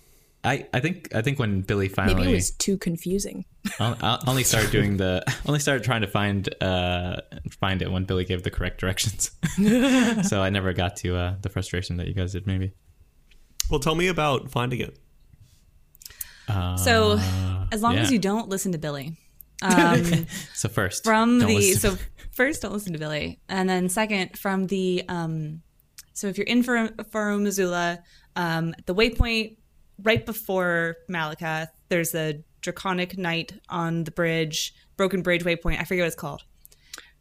S2: I I think I think when Billy
S3: Maybe
S2: finally
S3: it was too confusing.
S2: I- I only started doing the only started trying to find uh find it when Billy gave the correct directions. so I never got to uh the frustration that you guys did maybe.
S1: Well, tell me about finding it.
S2: Uh,
S1: Oh,
S4: So as long
S2: yeah.
S4: as you don't listen to Billy. Um,
S2: so first
S4: from
S2: don't
S4: the
S2: listen-
S4: so first don't listen to Billy, and then second from the um, so if you're in for for Missoula, um, at the waypoint right before Malakath, there's a draconic knight on the bridge, broken bridge waypoint. I forget what it's called.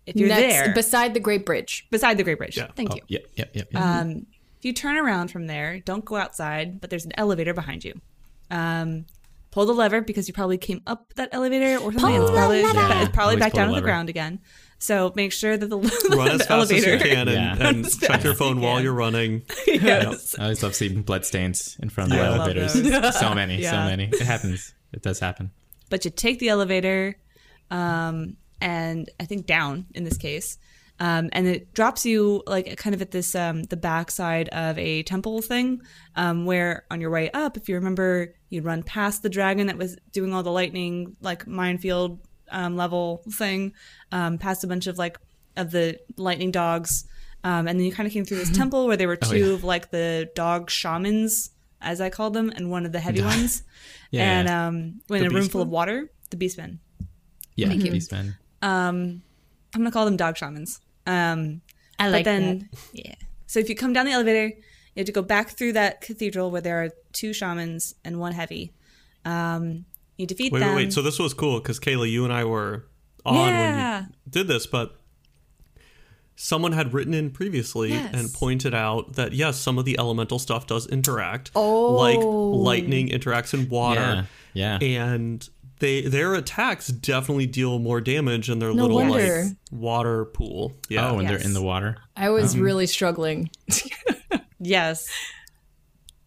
S4: If you're
S3: Next,
S4: there,
S3: beside the Great Bridge.
S4: beside the Great Bridge,
S1: Yeah.
S4: thank
S2: oh,
S4: you.
S2: yeah, yeah, yeah, yeah.
S4: Um, if you turn around from there, don't go outside, but there's an elevator behind you. Um, pull the lever because you probably came up that elevator or something.
S3: Pull
S4: it's
S3: the
S4: probably,
S3: lever.
S4: but it's probably
S2: Always
S4: back
S2: pull
S4: down
S2: the
S4: to the
S2: lever.
S4: ground again. So make sure that the,
S1: Run as
S4: the
S1: fast
S4: elevator.
S1: as you can and,
S2: Yeah.
S1: and check your phone while you're running.
S4: yes.
S2: I always love seeing bloodstains in front of
S1: Yeah. I
S2: the
S1: love
S2: elevators. so many,
S4: Yeah.
S2: so many. It happens. It does happen.
S4: But you take the elevator, um, and I think down in this case, um, and it drops you like kind of at this um, the backside of a temple thing, um, where on your way up, if you remember, you'd run past the dragon that was doing all the lightning like minefield um, level thing, um, past a bunch of like of the lightning dogs, um, and then you kind of came through this temple where there were two
S2: Oh, yeah.
S4: of like the dog shamans, as I called them, and one of the heavy ones
S2: Yeah.
S4: and
S2: yeah.
S4: um, when
S1: The
S4: in a room
S1: beast
S4: full of
S1: men?
S4: water, the beastmen.
S2: yeah, Beastman.
S4: I'm gonna call them dog shamans. Um,
S3: I
S4: but then, yeah. So if you come down the elevator, You have to go back through that cathedral where there are two shamans and one heavy. Um, you defeat
S1: Wait,
S4: them.
S1: wait, wait. So this was cool because Kayla, you and I were on
S4: Yeah.
S1: when you did this, but someone had written in previously
S4: Yes.
S1: and pointed out that yes, some of the elemental stuff does interact,
S3: Oh.
S1: like lightning interacts in water,
S2: Yeah, yeah.
S1: and they their attacks definitely deal more damage in their
S3: No
S1: little like
S3: wonder.
S1: water pool. Yeah,
S2: Oh, and
S4: Yes.
S2: they're in the water.
S3: I was really struggling.
S4: Yes.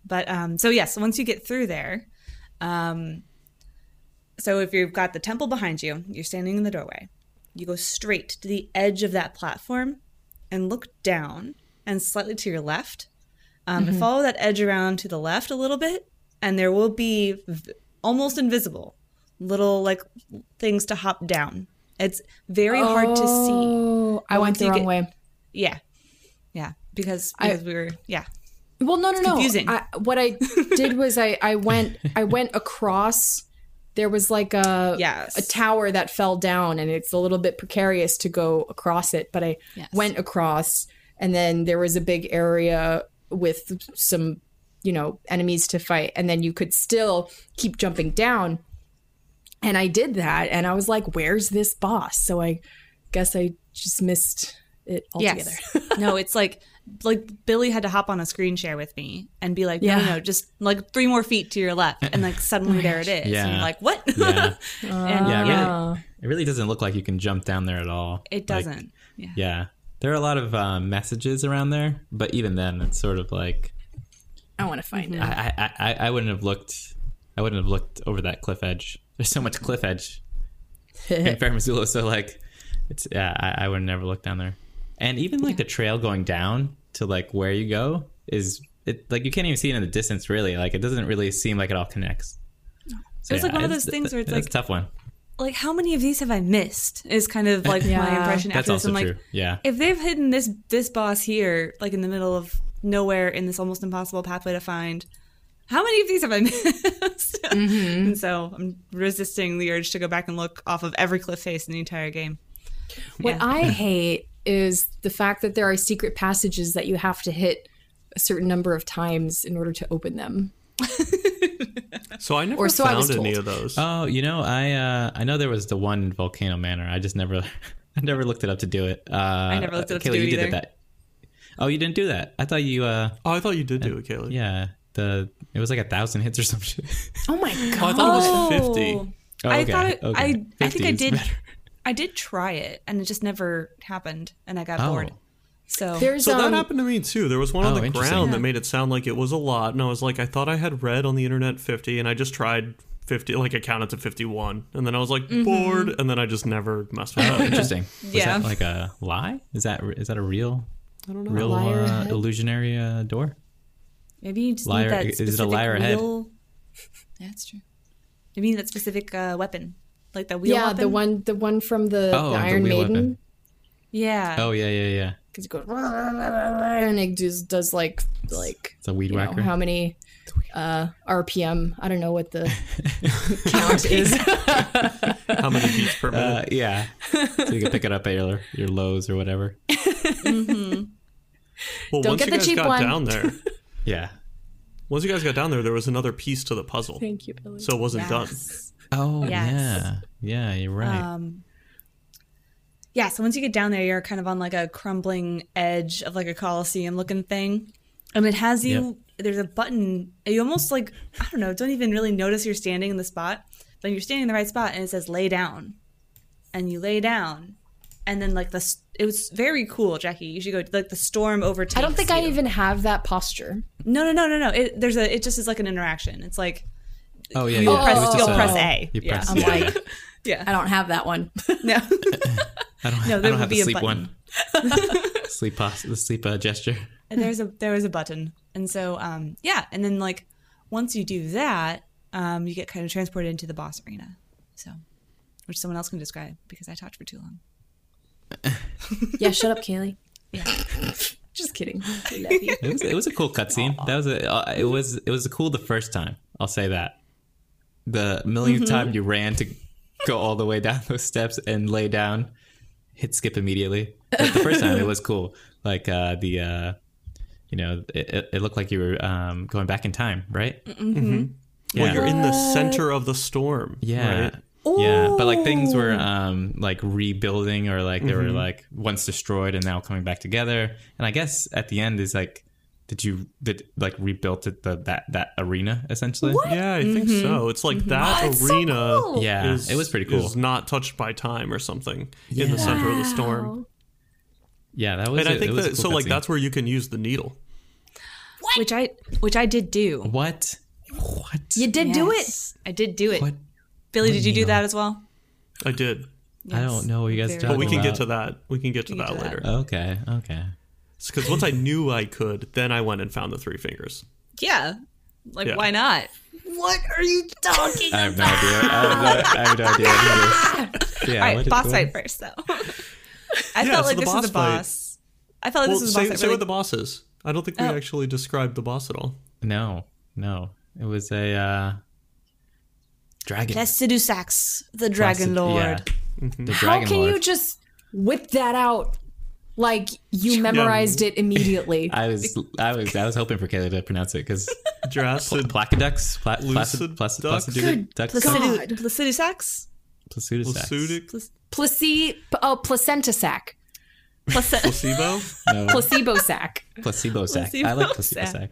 S4: But um, so yes, once you get through there, um, so if you've got the temple behind you, you're standing in the doorway. You go straight to the edge of that platform and look down and slightly to your left, um,
S3: Mm-hmm.
S4: and follow that edge around to the left a little bit, and there will be v- almost invisible little like things to hop down. It's very hard to see.
S3: Oh, I went
S4: Once
S3: the
S4: you
S3: wrong
S4: get-
S3: way.
S4: Yeah, yeah, because
S3: I-
S4: because we were yeah.
S3: Well, no, no, no.
S4: confusing.
S3: I, what I did was I, I went I went across. There was like a
S4: Yes.
S3: a tower that fell down, and it's a little bit precarious to go across it. But I
S4: Yes.
S3: went across, and then there was a big area with some you know enemies to fight, and then you could still keep jumping down. And I did that, and I was like, "Where's this boss?" So I guess I just missed it altogether.
S4: no, it's like like Billy had to hop on a screen share with me and be like, no,
S3: Yeah. Oh
S4: no, just like three more feet to your left, and like suddenly there it is. And
S2: Yeah.
S4: you're like, what?
S2: Yeah.
S4: and
S3: Uh,
S2: Yeah,
S4: yeah,
S2: really. It really doesn't look like you can jump down there at all.
S4: Oh. it
S2: Like,
S4: doesn't. yeah.
S2: yeah, there are a lot of um, messages around there, but even then, it's sort of like
S3: I want to
S4: Mm-hmm.
S3: find it.
S2: I, I, I, I wouldn't have looked. I wouldn't have looked over that cliff edge. There's so much cliff edge in Farmazulo, so like, it's yeah. I, I would never look down there. And even like the trail going down to like where you go is it like you can't even see it in the distance really. Like it doesn't really seem like it all connects. So,
S4: It's like one of those things where it's
S2: that's
S4: like-
S2: a tough one.
S4: Like, how many of these have I missed? Is kind of like my
S3: Yeah.
S4: impression
S2: That's
S4: after this.
S2: also
S4: I'm like,
S2: true. Yeah.
S4: if they've hidden this this boss here, like in the middle of nowhere in this almost impossible pathway to find, how many of these have I missed?
S3: Mm-hmm.
S4: and so I'm resisting the urge to go back and look off of every cliff face in the entire game.
S3: What
S4: Yeah.
S3: I hate is the fact that there are secret passages that you have to hit a certain number of times in order to open them.
S1: so I never
S3: Or so I
S1: found
S3: was
S1: any
S3: told.
S1: of those.
S2: Oh, you know, I uh, I know there was the one in Volcano Manor. I just never I never looked it up to do it. Uh, I
S4: never looked it up to do
S2: you
S4: it
S2: did
S4: either.
S2: that. Oh, you didn't do that. I thought you uh
S1: oh, I thought you did do it, Kayla.
S2: yeah, the it was like a thousand hits or some shit.
S3: Oh my god!
S1: Oh, I thought it was fifty.
S2: Oh,
S4: I
S2: okay,
S4: thought it,
S2: okay.
S4: I
S2: 50
S4: I think I
S2: is
S4: did
S2: better.
S4: I did try it and it just never happened and I got
S2: Oh.
S4: bored. So
S3: There's
S1: So
S3: um,
S1: that happened to me too. There was one
S2: Oh,
S1: on the
S2: interesting.
S1: ground that made it sound like it was a lot, and I was like, I thought I had read on the internet fifty, and I just tried fifty, like I counted to fifty-one, and then I was like
S3: Mm-hmm.
S1: bored, and then I just never messed with it.
S2: Interesting. Was
S4: Yeah.
S2: that like a lie? Is that is that a real
S1: I don't know.
S2: real
S3: Liar
S2: uh,
S3: ahead?
S2: illusionary uh, door?
S4: maybe you just
S2: Liar-
S4: need that
S2: is it a
S4: specific
S2: liar ahead?
S4: wheel. That's true. Maybe you need that specific uh, weapon, like that wheel.
S3: yeah, the
S4: weapon?
S3: one, the one from the,
S2: Oh,
S3: the
S2: the
S3: Iron
S2: wheel
S3: Maiden,
S2: weapon.
S4: Yeah.
S2: Oh yeah, yeah, yeah.
S3: because it goes and it just does like like
S2: It's a weed
S3: you know,
S2: whacker.
S3: how many uh, RPM? I don't know what the count is.
S1: How many beats per minute?
S2: uh, yeah. so you can pick it up at your, your lows or whatever.
S1: well,
S3: don't
S1: once
S3: get
S1: you
S3: the
S1: guys
S3: cheap
S1: got
S3: one.
S1: down there,
S2: Yeah.
S1: once you guys got down there, there was another piece to the puzzle,
S3: Thank you, Billy.
S1: so it wasn't done.
S2: Oh
S4: Yes.
S2: yeah, yeah. You're right.
S4: Um, yeah, so once you get down there, you're kind of on like a crumbling edge of like a coliseum looking thing, and it has you. There's a button. You almost like I don't know. Don't even really notice you're standing in the spot, but you're standing in the right spot, and it says lay down, and you lay down, and then like the s- it was very cool, Jackie. You should go. Like the storm overtakes.
S3: I don't think
S4: you.
S3: I even have that posture.
S4: No, no, no, no, no. It, there's a. It just is like an interaction. It's like
S2: oh yeah,
S4: you'll
S2: yeah.
S4: press.
S2: It was just
S4: you'll
S2: a-
S4: press A.
S2: You
S4: yeah.
S2: press.
S3: I'm
S2: yeah,
S3: like,
S2: yeah.
S4: yeah.
S3: I don't have that one.
S4: No.
S2: I don't,
S4: No,
S2: I
S4: there
S2: don't
S4: would
S2: have
S4: be
S2: the
S4: a
S2: sleep
S4: button.
S2: one. sleep pos- the sleep uh, gesture.
S4: and there's a there was a button and so um yeah and then like once you do that um you get kind of transported into the boss arena so which someone else can describe because i talked for too long
S3: Yeah, shut up, Kaylee.
S4: Yeah.
S3: Just kidding. We love you.
S2: It was, it was a cool cutscene. That was a. Uh, it was it was cool the first time. I'll say that. The 1000000th
S4: Mm-hmm.
S2: time you ran to go all the way down those steps and lay down, hit skip immediately. But the first time it was cool. Like uh, the uh, you know, it, it, it looked like you were um, going back in time, right?
S1: Well, you're in the center of the storm.
S2: Yeah.
S1: right?
S2: Yeah, but like things were um like rebuilding or like they were
S4: Mm-hmm.
S2: like once destroyed and now coming back together. And I guess at the end is like did you did like rebuilt it the that that arena essentially?
S1: Yeah, I think so. It's like that
S3: Oh, it's so
S1: arena.
S3: cool.
S2: Yeah,
S1: is-
S2: it was pretty cool.
S1: Is not touched by time or something in the center of the storm.
S3: Wow.
S2: yeah, that was.
S1: And
S2: it-
S1: I
S2: it
S1: think
S2: was a
S1: that
S2: cool
S1: so like
S2: cutscene.
S1: that's where you can use the needle.
S4: Which I which I did do.
S2: what what
S3: You did do it.
S4: Yes, I did do it.
S2: What?
S4: Billy, did you do that as well?
S1: I did,
S2: I don't know what you guys. are
S4: Very
S1: but we
S2: talking
S1: can get to
S2: about.
S1: that. We can get to that
S4: to that.
S1: later.
S2: Okay, okay.
S1: Because once I knew I could, then I went and found the three fingers.
S4: Yeah. Like
S1: Yeah.
S4: why not?
S3: What are you talking
S2: I have no idea. I have no, I have no idea. what it is. Yeah,
S4: All
S2: what
S4: right,
S2: it-
S4: boss
S2: what-
S4: fight first though. I
S1: Yeah,
S4: felt
S1: so
S4: like
S1: the
S4: this
S1: boss
S4: was a
S1: fight-
S4: boss. I Oh. felt like
S1: Well,
S4: this was a
S1: say,
S4: boss fight.
S1: say
S4: really-
S1: what the boss is. I don't think we actually described the boss at all.
S2: No, no. It was a uh, dragon.
S4: Placidusax, the Dragon
S2: Placid-
S4: Lord.
S2: Yeah. The
S3: How
S2: dragon
S3: can
S2: lord.
S3: you just whip that out like you memorized it immediately?
S2: I was, I was, I was hoping for Kayla to pronounce it because
S1: Jurassic.
S2: placiducts, pla- placid,
S1: Lucid
S2: placid,
S1: ducks?
S2: placid, ducks,
S3: Placidu- God.
S4: Placidusax?
S2: placiducts.
S1: Placidic
S3: Placi- oh, placenta sac.
S4: Placidusax.
S1: placebo.
S2: No,
S3: Placebo sac.
S2: placebo sack. I
S4: Placebo
S2: like placebo
S4: sack.
S2: sack.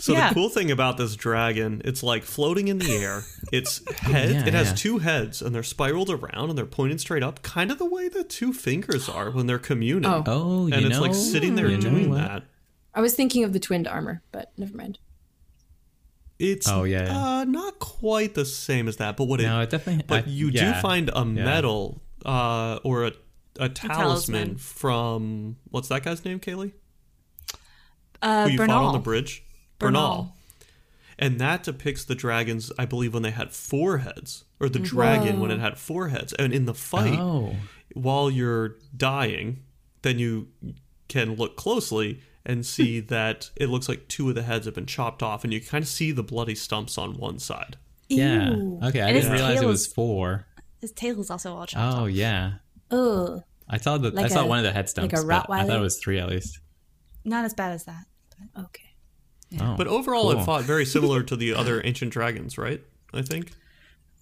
S1: So
S4: Yeah.
S1: the cool thing about this dragon, it's like floating in the air. Its head,
S2: yeah,
S1: it has
S2: yeah.
S1: two heads, and they're spiraled around, and they're pointed straight up, kind of the way the two fingers are when they're communing.
S3: Oh.
S2: Oh, you
S1: and it's
S2: know,
S1: like sitting there
S2: you know
S1: doing
S2: what?
S1: that.
S3: I was thinking of the twinned armor, but never mind.
S1: It's
S2: Oh, yeah, yeah.
S1: uh, not quite the same as that, but what
S2: No,
S1: it,
S2: it definitely.
S1: but
S2: I-
S1: you
S2: yeah.
S1: do find a medal uh, or a, a, talisman
S4: talisman.
S1: from what's that guy's name, Kaylee?
S4: Uh,
S1: Who you
S4: Bernal.
S1: fought on the bridge,
S4: Bernal.
S1: And that depicts the dragons, I believe, when they had four heads, or
S4: Mm-hmm.
S1: the dragon when it had four heads. And in the fight,
S2: Oh,
S1: while you're dying, then you can look closely and see that it looks like two of the heads have been chopped off, and you kind of see the bloody stumps on one side.
S2: yeah.
S3: Ew.
S2: Okay, I
S4: And his
S2: didn't realize it
S4: tail
S2: was
S4: is-
S2: four.
S4: His tail is also all chopped
S2: Oh, yeah.
S3: Ugh.
S2: I saw the I
S3: Like
S2: saw
S3: a-
S2: one of the head
S3: like
S2: stumps.
S3: a
S2: but I thought
S3: Rottweiler?
S2: it was three at least.
S4: Not as bad as that.
S3: Okay.
S2: Oh,
S1: But overall,
S2: Cool.
S1: it fought very similar to the other ancient dragons, right? I think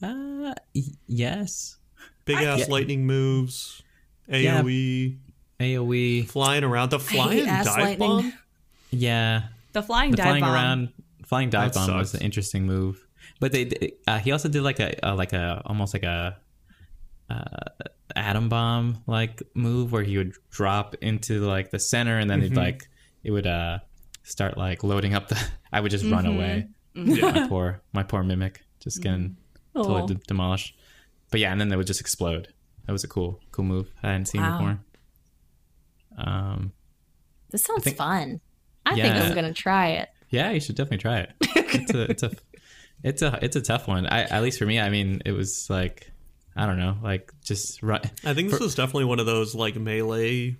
S2: uh, y- yes.
S1: big ass lightning moves,
S2: Yeah.
S1: AOE,
S2: AOE.
S1: flying around the flying
S3: ass
S1: dive
S3: lightning.
S1: bomb.
S2: Yeah,
S4: The flying
S2: the
S4: dive
S2: flying
S4: bomb.
S2: around, flying dive
S1: That
S2: bomb was
S1: sucked.
S2: an interesting move. But they, they- uh, he also did like a, uh like a almost like a uh, atom bomb like move where he would drop into like the center and then
S1: Mm-hmm.
S2: he'd like it would uh start like loading up the. I would just run away.
S4: Mm-hmm.
S1: Mm-hmm.
S2: My poor my poor mimic just getting
S4: Oh.
S3: Aw.
S2: totally de- demolished. But yeah, and then they would just explode. That was a cool cool move I hadn't seen
S3: Wow.
S2: before. Um,
S3: This sounds
S2: think-
S3: fun. I think
S2: Yeah.
S3: I'm going to try it.
S2: Yeah, you should definitely try it. It's a it's a it's a it's a tough one. I at least for me, I mean, it was like I don't know, like just run.
S1: I think this was definitely one of those like melee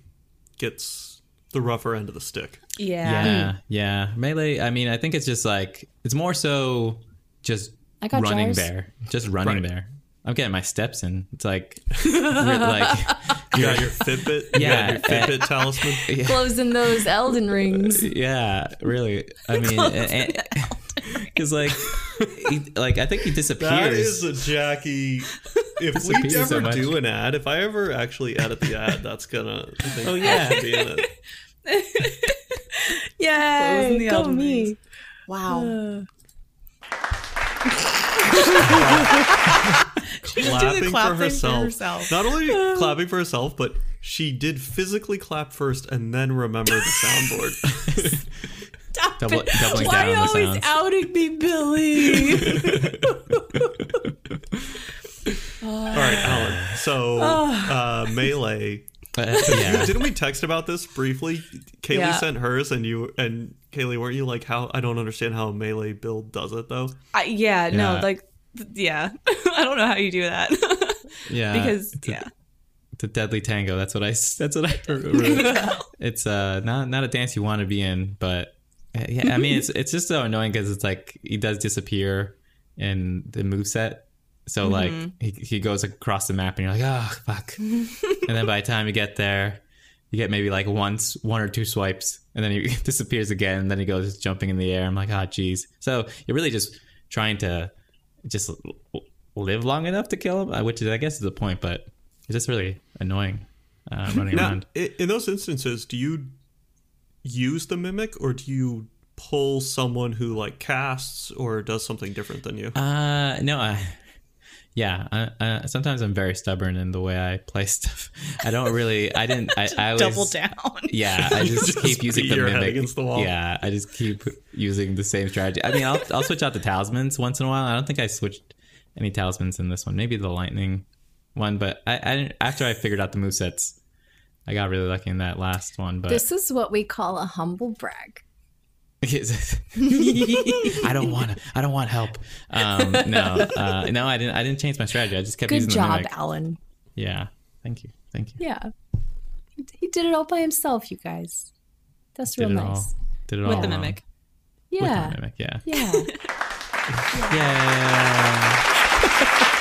S1: gets the rougher end of the stick.
S4: Yeah.
S2: Yeah, yeah. Melee. I mean, I think it's just like it's more so just
S3: I got
S2: running
S3: jars.
S2: there, just running
S1: Right.
S2: there. I'm getting my steps in. It's like re- like
S1: You got your Fitbit,
S2: Yeah.
S1: you got your Fitbit talisman.
S3: Closing those Elden Rings.
S2: yeah, really. I mean, because like he, like I think he disappears.
S1: That is a Jackie. If we
S2: Disappears so
S1: ever
S2: much.
S1: do an ad, if I ever actually edit the ad, that's gonna. I think oh
S2: yeah.
S1: be in it.
S3: Yay.
S4: Closing the
S3: Go
S4: Elden
S3: me.
S4: Rings. Wow.
S1: clapping for
S4: clapping for
S1: herself.
S4: herself.
S1: Not only clapping for herself, but she did physically clap first and then remember the soundboard.
S4: Stop
S2: Double-
S4: it.
S2: doubling
S4: Why
S2: down on the
S4: always
S2: sounds.
S4: outing me, Billy?
S1: All right, Alan. So uh, melee.
S2: Uh, yeah.
S1: Didn't we text about this briefly? Kaylee
S3: Yeah.
S1: sent hers, and you and Kaylee, weren't you like, "How I don't understand how a melee build does it though."
S4: I, yeah, no,
S2: Yeah.
S4: like, th- yeah. I don't know how you do that.
S2: Yeah,
S4: because,
S2: Uh, it's a-
S4: yeah.
S2: The Deadly Tango. That's what I. That's what I remember. it's uh not not a dance you want to be in, but uh, yeah, I mean it's it's just so annoying because it's like he does disappear in the moveset. So like he, he goes across the map and you're like oh fuck, and then by the time you get there, You get maybe like once, one or two swipes, and then he disappears again. And then he goes jumping in the air. I'm like, ah, geez. So you're really just trying to just l- l- live long enough to kill him, uh, which is, I guess is the point. But it's just really annoying uh, running
S1: Now,
S2: around.
S1: i- in those instances, do you use the mimic or do you pull someone who like casts or does something different than you?
S2: Uh, no, I, yeah. I, I, sometimes I'm very stubborn in the way I play stuff. I don't really. I didn't. I, I was
S4: Double down.
S2: Yeah, I just,
S1: just
S2: keep using
S1: beat
S2: the
S1: your head
S2: mimic.
S1: against the wall.
S2: Yeah, I just keep using the same strategy. I mean, I'll I'll switch out the talismans once in a while. I don't think I switched any talismans in this one. Maybe the lightning one, but I, I didn't, after I figured out the movesets, I got really lucky in that last one. But
S6: This is what we call a humble brag.
S2: I don't want to. I don't want help. Um, no, uh, no, I didn't. I didn't change my strategy. I just kept
S3: Good
S2: using the
S3: job,
S2: mimic.
S3: Alan.
S2: Yeah, thank you, thank you.
S3: Yeah.
S6: He- He did it all by himself, you guys. That's real
S2: Did it
S6: nice.
S2: all. Did it all
S4: With the
S2: alone.
S4: mimic.
S2: With
S6: Yeah.
S2: the mimic. Yeah.
S6: Yeah.
S2: Yeah.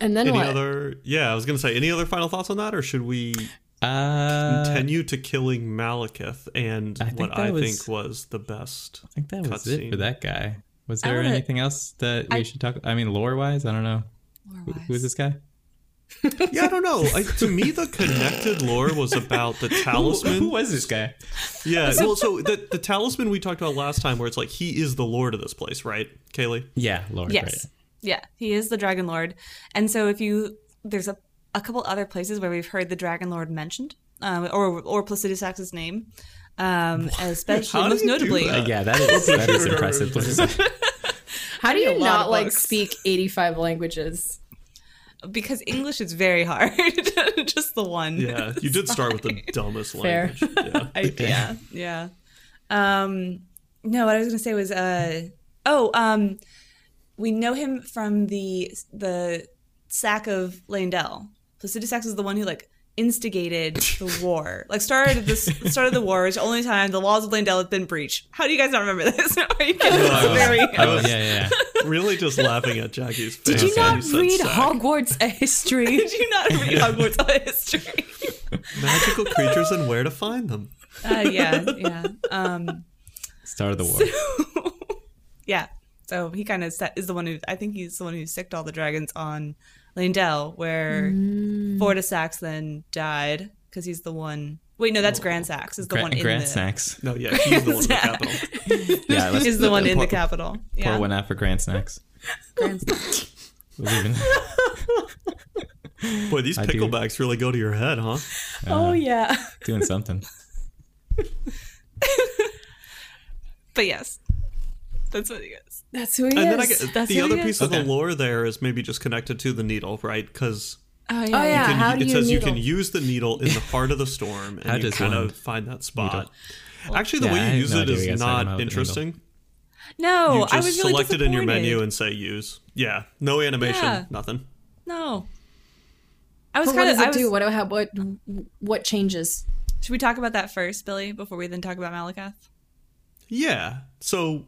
S6: And then
S1: any
S6: what?
S1: other? Yeah, I was gonna say. Any other final thoughts on that, or should we
S2: Uh,
S1: continue to killing Malekith and
S2: I think
S1: what
S2: that
S1: I
S2: was-
S1: think was the best?
S2: I think that was it
S1: cutscene.
S2: for that guy. Was there
S3: wanna-
S2: anything else that we should talk? I mean, lore wise, I don't know. Who, who is this guy?
S1: Yeah, I don't know. I, to me, the connected lore was about the talisman.
S2: was this guy?
S1: Yeah, well, so the, the talisman we talked about last time, where it's like he is the lord of this place, right, Kaylee?
S2: Yeah, lore.
S4: Yes.
S2: Right.
S4: Yeah, he is the Dragon Lord. And so if you there's a a couple other places where we've heard the Dragon Lord mentioned, um, or or Placidus Axe's name, um, especially
S1: How do
S4: most
S1: you do
S4: notably.
S1: that?
S2: Uh, yeah, that is that is
S1: Sure.
S2: impressive. Oh,
S6: How do
S4: read
S6: you
S4: a lot
S6: not
S4: of
S6: like
S4: books.
S6: speak 85 languages?
S4: because English is very hard. Just the one.
S1: Yeah, you did start with the dumbest
S6: Fair.
S1: language. Yeah.
S4: I, yeah. Yeah. Um, no, what I was gonna say was, uh, oh, um, we know him from the the sack of Landell. Placidus Sax is the one who like instigated the war, like started this started the war. It's the only time the laws of Landell have been breached. How do you guys not remember this? Are you kidding? This is very.
S2: oh, yeah, yeah.
S1: Really, just laughing at Jackie's face.
S3: Did you
S1: when
S3: not
S1: said
S3: read
S1: sack.
S3: Hogwarts a history?
S4: Did you not read Hogwarts history?
S1: magical creatures and where to find them?
S4: Uh, yeah, yeah. Um,
S2: Start of the war.
S4: yeah. So he kind of set, is the one who I think he's the one who sicked all the dragons on Landell, where Forta Sax then died because he's the one. Wait, no, that's Grand Sax is the
S2: Gra-
S4: one in
S2: Grand
S4: the
S2: snacks.
S1: No, yeah, he's the one in the
S4: Yeah.
S1: capital.
S2: Yeah, let's
S4: is the one in
S2: pour,
S4: the capital.
S2: Pour
S4: Yeah,
S2: one out for Grand snacks.
S4: Grand Sax.
S2: We'll leave it-
S1: Boy, these
S2: I do.
S1: picklebacks really go to your head, huh?
S3: oh yeah.
S2: doing something.
S4: But yes, that's what he is.
S3: That's who he
S1: And then I
S3: is.
S1: get,
S3: That's
S1: the
S3: who
S1: other
S3: he is.
S1: piece of
S2: Okay.
S1: the lore there is maybe just connected to the needle, right? Because
S4: Oh
S6: Oh, yeah. How do
S1: it
S6: you
S1: says you
S6: needle?
S1: can use the needle in the heart of the storm
S2: How
S1: and you
S2: does
S1: kind
S2: one
S1: of find that spot. Actually, the
S2: Yeah, I
S1: way
S2: had
S1: you use
S2: no
S1: it
S2: idea you
S1: is
S2: guys talked about
S1: not
S2: the needle.
S1: interesting.
S4: No,
S1: you just
S4: Oh, I was really
S1: select it in your menu
S4: disappointed.
S1: and say use. Yeah, no animation,
S4: Yeah.
S1: nothing.
S4: No, I was
S6: But what
S4: kind
S6: does
S4: of.
S6: it
S4: I was,
S6: do? What, do- how- what, what changes?
S4: Should we talk about that first, Billy, before we then talk about Malakath?
S1: Yeah. So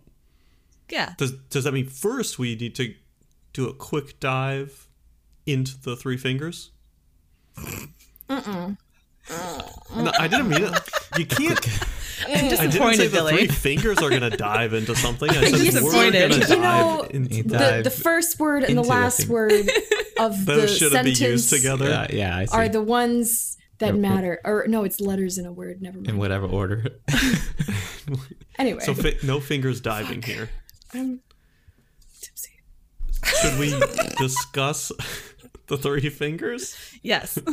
S4: Yeah.
S1: does does that mean first we need to do a quick dive into the three fingers? No, I didn't mean it. You can't.
S4: I'm
S1: I didn't say
S4: disappointed,
S1: the
S4: Billy.
S1: three fingers are going to dive into something. I said we're
S4: disappointed.
S1: going to
S4: You
S1: dive
S6: know,
S1: into
S6: The,
S2: Dive
S6: the first word and the
S2: into the
S6: last
S2: thing.
S6: word of the
S1: Those shouldn't be used
S6: sentence
S1: together.
S2: Uh, yeah, I see.
S6: are the ones that
S2: Yep.
S6: matter. Or no, it's letters in a word. Never
S2: in
S6: mind.
S2: whatever order.
S6: Anyway, um,
S1: So fi- no fingers diving here.
S6: I'm tipsy.
S1: Should we discuss the three fingers?
S4: Yes.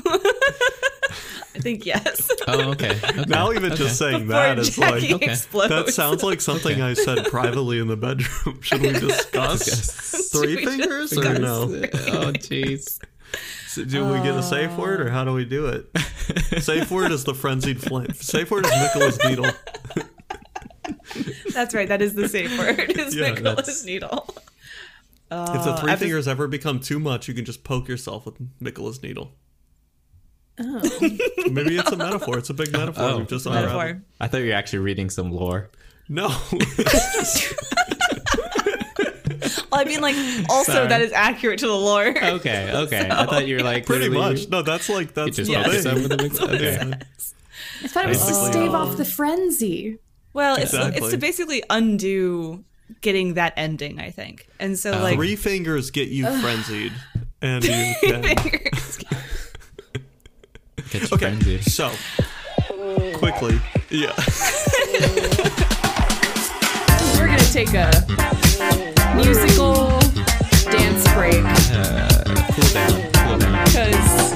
S4: I think yes.
S2: oh, okay. okay.
S1: Now even just saying that is
S4: Before Jackie
S1: like
S4: explodes.
S1: that sounds like something I said privately in the bedroom. Should we discuss three
S4: Should we
S1: fingers or no?
S2: oh, jeez.
S1: So do we get a
S4: Uh.
S1: safe word or how do we do it? safe word is the frenzied flame. Safe word is Nicholas Needle.
S4: That's right. That is the safe word. Is
S1: Yeah,
S4: Nicholas
S2: that's-
S4: Needle.
S1: if the three
S4: I've-
S1: fingers ever become too much, you can just poke yourself with Nicholas Needle. Oh. Maybe it's a metaphor. It's a big metaphor.
S2: Oh.
S1: We've just
S4: Metaphor.
S1: unraveled.
S2: I thought you were actually reading some lore.
S1: No.
S4: All I mean, like, also
S2: Sorry.
S4: that is accurate to the lore.
S2: Okay, okay. I thought you were like
S1: Pretty
S2: literally-
S1: much. No, that's like
S2: You
S1: that's
S2: just
S1: the
S2: fucked this
S1: thing.
S2: up with a big. Okay.
S6: I thought it was to
S1: Basically,
S6: stave
S1: uh,
S6: off the frenzy.
S4: Well, it's, it's
S1: Exactly.
S4: to basically undo getting that ending, I think. And so, like,
S1: Three fingers get you frenzied, and you can.
S2: Gets
S1: Okay,
S2: frenzied.
S1: so quickly, yeah.
S3: We're gonna take a musical dance break
S2: Uh, cool down. Cool down.
S3: because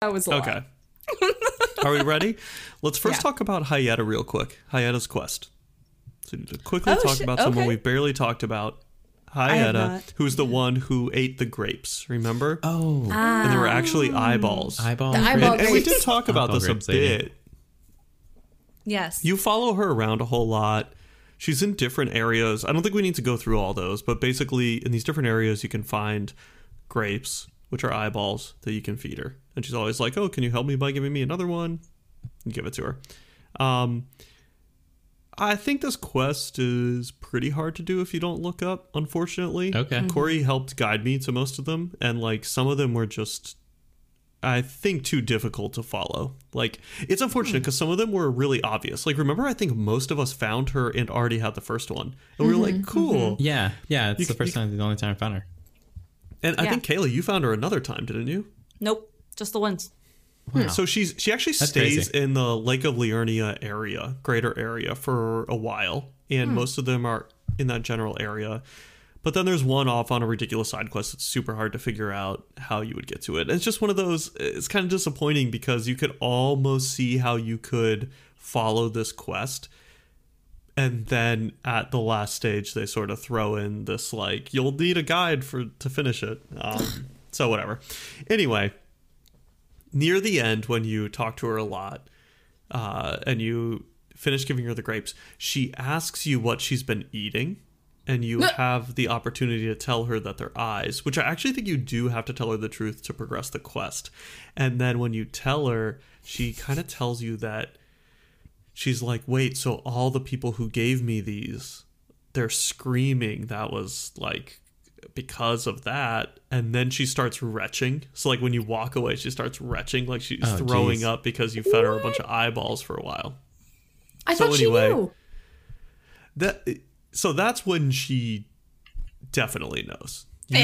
S3: that was a lot.
S1: Okay. Are we ready? Let's first talk about Hayata real quick. Hayata's quest. So to quickly
S4: Oh,
S1: talk
S4: shit,
S1: about someone
S4: okay.
S1: we've barely talked about.
S4: have
S1: Hayata,
S4: not.
S1: who's the one who ate the grapes, remember?
S2: Oh,
S1: and they were actually
S4: Ah.
S1: eyeballs.
S2: eyeball.
S3: The
S1: and,
S3: eyeball
S1: and we
S3: grapes.
S1: did talk about
S2: Eyeball
S1: this a
S2: grapes, they did.
S1: bit.
S4: yes.
S1: You follow her around a whole lot. She's in different areas. I don't think we need to go through all those, but basically, in these different areas, you can find grapes, which are eyeballs that you can feed her. And she's always like, Oh, can you help me by giving me another one? And give it to her. Um, I think this quest is pretty hard to do if you don't look up, unfortunately.
S2: Okay.
S1: Corey helped guide me to most of them, and like some of them were just I think too difficult to follow. Like it's unfortunate because some of them were really obvious. Like remember, I think most of us found her and already had the first one, and we were like, "Cool."
S2: Yeah, yeah. It's
S1: You
S2: the
S1: can-
S2: first time, the only time I found her.
S1: And I think Kayla, you found her another time, didn't you?
S4: Nope. Just the once.
S1: So she's she actually
S2: That's
S1: stays
S2: crazy.
S1: in the Lake of Liurnia area, greater area, for a while,
S2: Hmm.
S1: and most of them are in that general area. But then there's one off on a ridiculous side quest that's super hard to figure out how you would get to it. And it's just one of those. It's kind of disappointing because you could almost see how you could follow this quest, and then at the last stage they sort of throw in this like you'll need a guide for to finish it. Um, so whatever. Anyway near the end when you talk to her a lot uh, and you finish giving her the grapes she asks you what she's been eating and you have the opportunity to tell her that they're eyes which i actually think you do have to tell her the truth to progress the quest and then when you tell her she kind of tells you that she's like wait so all the people who gave me these they're screaming that was like because of that and then she starts retching so like when you walk away she starts retching like she's
S2: Oh,
S1: throwing
S2: geez.
S1: up because you fed her a bunch of eyeballs for a while
S3: I
S1: So
S3: thought
S1: anyway,
S3: she knew.
S1: that so that's when she definitely knows you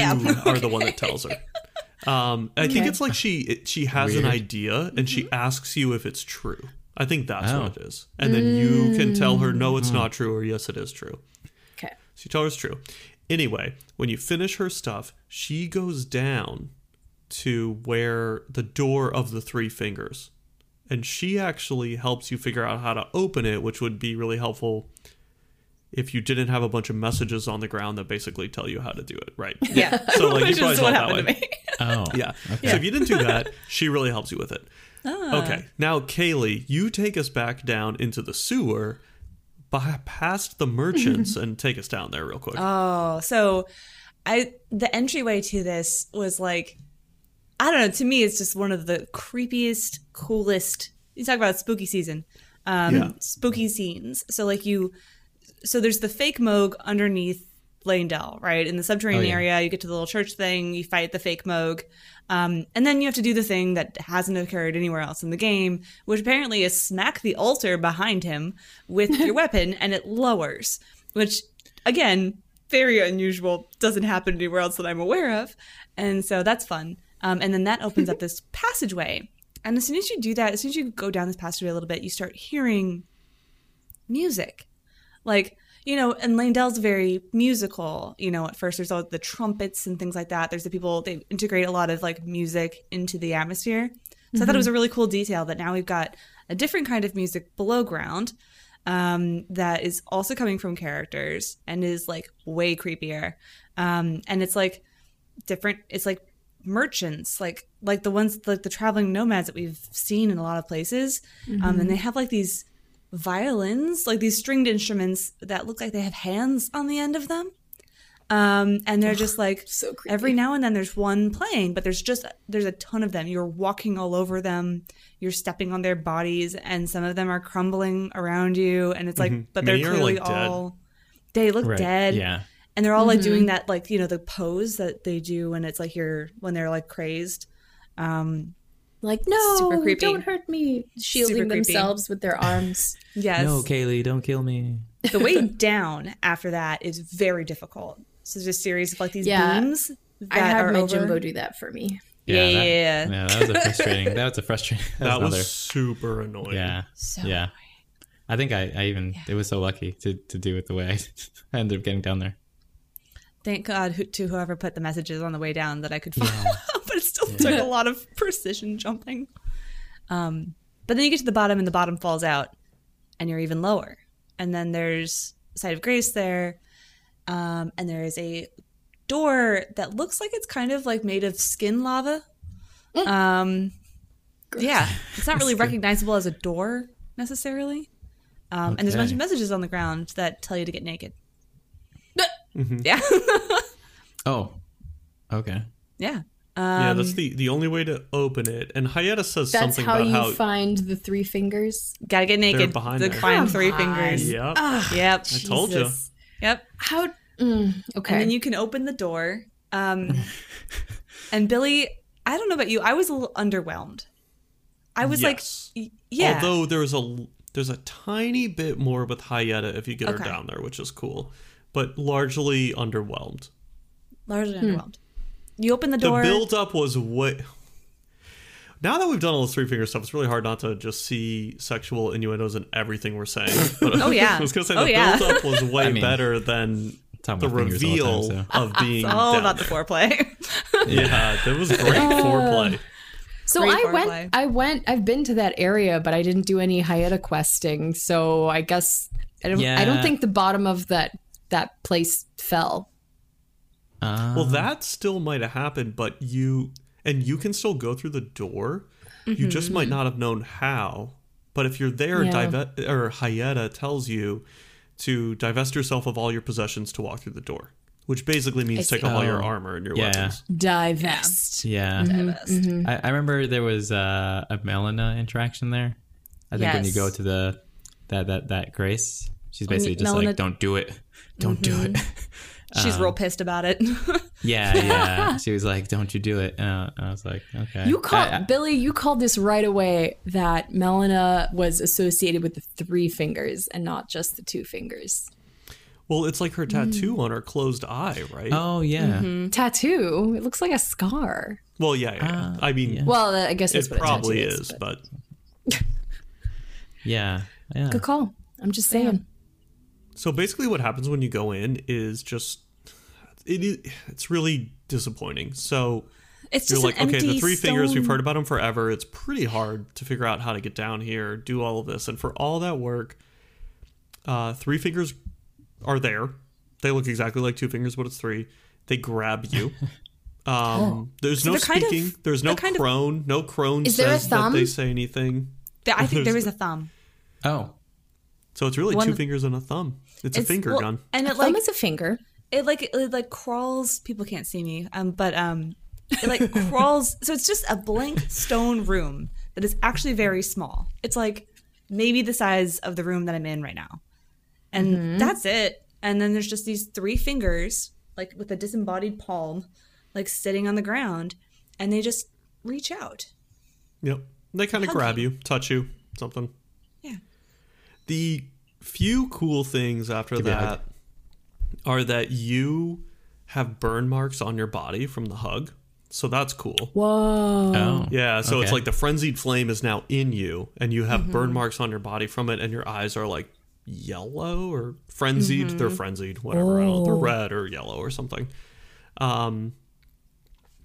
S1: are the one that tells her um i think it's like she it, she has an
S2: Weird.
S1: idea and she
S4: Mm-hmm.
S1: asks you if it's true i think that's
S2: Oh. Mm.
S1: what it is and then you can tell her no it's not true or yes it is true
S3: Okay.
S1: so you tell her it's true. Anyway, when you finish her stuff, she goes down to where the door of the three fingers. And she actually helps you figure out how to open it, which would be really helpful if you didn't have a bunch of messages on the ground that basically tell you how to do it, right?
S4: Yeah.
S1: So like you
S4: Which
S1: probably
S4: is
S1: saw it
S4: what
S1: that
S4: happened
S1: way.
S4: to me.
S2: Oh,
S1: Yeah. So if you didn't do that, she really helps you with it.
S4: Ah.
S1: Okay. Now, Kaylee, you take us back down into the sewer, by, past the merchants, and take us down there real quick.
S4: Oh, so I the entryway to this was like I don't know, to me it's just one of the creepiest, coolest you talk about spooky season. Um
S1: Yeah.
S4: spooky scenes. So like you so there's the fake Moog underneath Lanedale, right? In the subterranean
S2: Oh, yeah.
S4: area, you get to the little church thing, you fight the fake Moog. Um, and then you have to do the thing that hasn't occurred anywhere else in the game, which apparently is smack the altar behind him with your weapon and it lowers, which again very unusual. Doesn't happen anywhere else that I'm aware of. And so that's fun. Um, and then that opens up this passageway. And as soon as you do that, as soon as you go down this passageway a little bit, you start hearing music. Like, you know, and Landell's very musical. You know, at first there's all the trumpets and things like that. There's the people, they integrate a lot of like music into the atmosphere. So I thought it was a really cool detail that now we've got a different kind of music below ground um, that is also coming from characters and is like way creepier. Um, and it's like different, it's like merchants, like like the ones like the traveling nomads that we've seen in a lot of places. Um, and they have like these violins, like these stringed instruments that look like they have hands on the end of them. Um, and they're just like every now and then there's one playing, but there's just there's a ton of them. You're walking all over them, you're stepping on their bodies, and some of them are crumbling around you. And it's like, but they're
S1: Many are,
S4: clearly
S1: like, dead.
S4: all they look dead,
S2: Yeah.
S4: and they're all like
S3: Mm-hmm.
S4: doing that like you know the pose that they do when it's like you're when they're like crazed. Um,
S3: Like, no,
S4: Super creepy.
S3: don't hurt me. Shielding
S4: Super creepy.
S3: themselves with their arms.
S4: yes,
S2: No, Kaylee, don't kill me.
S4: the way down after that is very difficult. So there's a series of like these
S3: Yeah.
S4: beams. That
S3: I had
S4: are
S3: my
S4: over.
S3: Jimbo do that for me.
S2: Yeah.
S4: Yeah.
S2: That, yeah. That was a frustrating. That was a frustrating.
S1: That
S2: another-
S1: was super annoying.
S2: Yeah. yeah. I think I, I even it was so lucky to, to do it the way I, ended up getting down there.
S4: Thank God who, to whoever put the messages on the way down that I could follow, but it still took a lot of precision jumping. Um, but then you get to the bottom, and the bottom falls out, and you're even lower. And then there's Side of Grace there, um, and there is a door that looks like it's kind of like made of skin lava. Um, yeah, it's not really recognizable as a door necessarily. Um, And there's a bunch of
S2: Okay.
S4: messages on the ground that tell you to get naked. Yeah.
S2: Oh. Okay.
S4: Yeah.
S1: yeah,
S4: Um,
S1: that's the the only way to open it. And Hayata says
S3: That's
S1: something
S3: how
S1: about
S3: you
S1: how.
S3: find the three fingers.
S4: Gotta get naked.
S1: behind
S4: the
S1: there.
S4: climb three fingers.
S1: yeah,
S4: Yep.
S1: I told you.
S4: Yep.
S3: How? Mm, okay.
S4: And then you can open the door. Um, and Billy, I don't know about you. I was a little underwhelmed. I was
S1: Yes.
S4: like, y- yeah.
S1: Although there's a there's a tiny bit more with Hayata if you get her
S4: Okay.
S1: down there, which is cool, but largely underwhelmed.
S4: largely underwhelmed. You open the
S1: The
S4: door.
S1: build up was what. Now that we've done all the three finger stuff, it's really hard not to just see sexual innuendos in everything we're saying. But
S4: Oh, yeah.
S1: I was gonna say
S4: Oh,
S1: the
S4: yeah.
S1: build up was way
S2: I mean,
S1: better than
S2: talking
S1: the
S2: about fingers all the time,
S1: reveal
S2: so.
S1: of being
S4: all
S1: down
S4: about the foreplay.
S1: there. Yeah, that was great foreplay.
S3: So
S4: Great
S3: I went.
S4: foreplay.
S3: I went. I've been to that area, but I didn't do any Hayata questing. So I guess I don't. I don't
S2: Yeah.
S3: think the bottom of that that place fell.
S2: Uh,
S1: Well, that still might have happened, but you and you can still go through the door. You just might not have known how. But if you're there,
S3: Yeah.
S1: Dive- or Hayata tells you to divest yourself of all your possessions to walk through the door, which basically means take off all your
S2: Oh.
S1: armor and your
S2: Yeah.
S1: weapons.
S3: Divest.
S2: yeah.
S3: Mm-hmm.
S2: I, I remember there was uh, a Melina interaction there. I think when you
S4: Yes.
S2: go to the that that that Grace, she's
S4: you-
S2: basically just
S4: Melina-
S2: like, "Don't do it, don't do it."
S4: She's
S1: Um,
S4: real pissed about it.
S2: yeah, yeah. She was like, "Don't you do it?" Uh, I was like, "Okay."
S3: You called
S2: I- I-
S3: Billy. You called this right away that Melina was associated with the three fingers and not just the two fingers.
S1: Well, it's like her tattoo on her closed eye, right?
S2: oh yeah.
S3: Mm-hmm. Tattoo. It looks like a scar.
S1: well, yeah, yeah, yeah. I mean,
S3: Well, uh, I guess that's
S1: it
S3: what a tattoo
S1: probably is,
S3: but-
S1: but
S2: Yeah. Yeah.
S3: Good call. I'm just saying.
S1: So basically, what happens when you go in is just it is it's really disappointing. So
S4: It's
S1: you're
S4: just
S1: like,
S4: an
S1: okay, the
S4: empty
S1: three fingers we've
S4: stone.
S1: heard about them forever. It's pretty hard to figure out how to get down here, do all of this, and for all that work, uh, three fingers are there. They look exactly like two fingers, but it's three. They grab you. Um, There's no
S4: Oh. they're kind of-
S1: speaking. there's no
S4: they're kind of-
S1: crone. no crone
S6: Is there a
S1: says that they
S6: thumb?
S1: say anything.
S4: I think there is a thumb.
S2: Oh.
S1: So it's really
S4: One-
S1: two fingers and a thumb. It's, a
S4: It's-
S1: finger
S4: well,
S1: gun.
S4: And it
S3: Thumb
S4: like
S3: is a finger.
S4: it like it like crawls people can't see me um but um it like crawls so it's just a blank stone room that is actually very small it's like maybe the size of the room that i'm in right now and that's it and then there's just these three fingers like with a disembodied palm like sitting on the ground and they just reach out
S1: Yep. They kind of grab you, touch you, something.
S4: Yeah.
S1: The few cool things after
S2: me a hug.
S1: that are that you have burn marks on your body from the hug. So that's cool.
S3: Whoa.
S2: Oh.
S1: Yeah, so it's
S2: Okay.
S1: like the frenzied flame is now in you, and you have burn marks on your body from it, and your eyes are like yellow or frenzied. They're frenzied, whatever. I don't know.
S2: Oh.
S1: They're red or yellow or something. Um,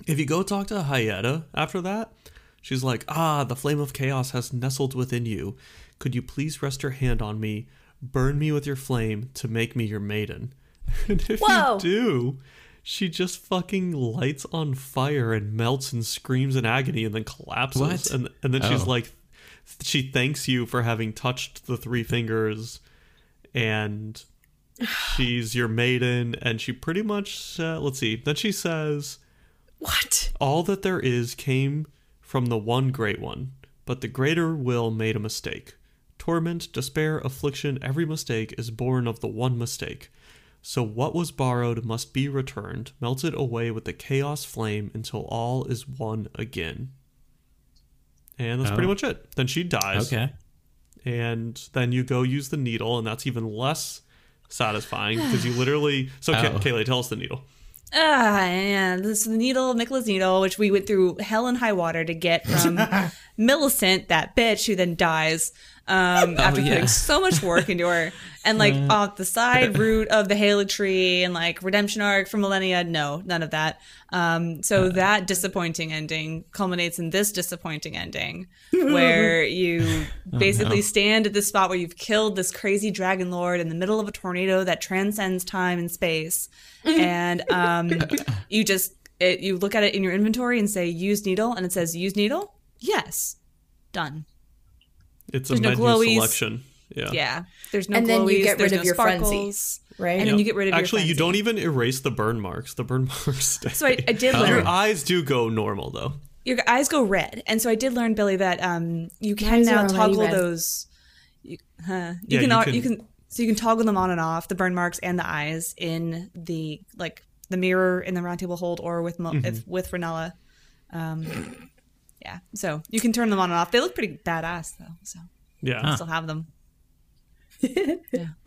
S1: if you go talk to Hayata after that, she's like, Ah, the flame of chaos has nestled within you. Could you please rest your hand on me? Burn me with your flame to make me your maiden. And if
S3: Whoa.
S1: you do, she just fucking lights on fire and melts and screams in agony and then collapses.
S2: What?
S1: And, and then she's
S2: Oh.
S1: like, She thanks you for having touched the three fingers and she's your maiden. And she pretty much, uh, let's see, then she says,
S3: What?
S1: all that there is came from the one great one, but the greater will made a mistake. Torment, despair, affliction, every mistake is born of the one mistake. So what was borrowed must be returned, melted away with the chaos flame until all is one again. And that's pretty much it. Then she dies.
S2: Oh. Okay.
S1: And then you go use the needle, and that's even less satisfying because you literally. So, Kay-
S2: Oh.
S1: Kaylee, tell us the needle.
S4: Ah, yeah, this is the needle, Nicholas Needle, which we went through hell and high water to get from Millicent, that bitch who then dies um, after
S2: yeah.
S4: putting so much work into her. And like off the side root of the Halo tree and like redemption arc for millennia. No, none of that. Um, so that disappointing ending culminates in this disappointing ending where you basically stand at the spot where you've killed this crazy dragon lord in the middle of a tornado that transcends time and space. and um, you just it, you look at it in your inventory and say use needle and it says use needle yes done
S1: It's
S4: There's
S1: a
S4: no
S1: menu
S4: glowies.
S1: selection.
S4: yeah there's no
S3: And then you
S4: glowies,
S3: get
S4: there's
S3: rid
S4: no
S3: of your
S4: sparkles.
S3: frenzies, right?
S4: and then you get rid of
S1: Actually,
S4: your
S1: you
S4: frenzy.
S1: don't even erase the burn marks. The burn marks stay.
S4: so I, I did learn
S1: Your eyes do go normal though.
S4: your eyes go red and so i did learn billy that um you can
S3: Mine's
S4: now
S3: already
S4: toggle
S3: red.
S4: those you, huh, you,
S1: Yeah,
S4: can,
S1: you
S4: al-
S1: can-
S4: you can so you can toggle them on and off the burn marks and the eyes in the like the mirror in the round table hold or with
S1: Mm-hmm.
S4: Mo- if, with ranella um yeah so you can turn them on and off they look pretty badass though so
S1: Yeah.
S4: still have them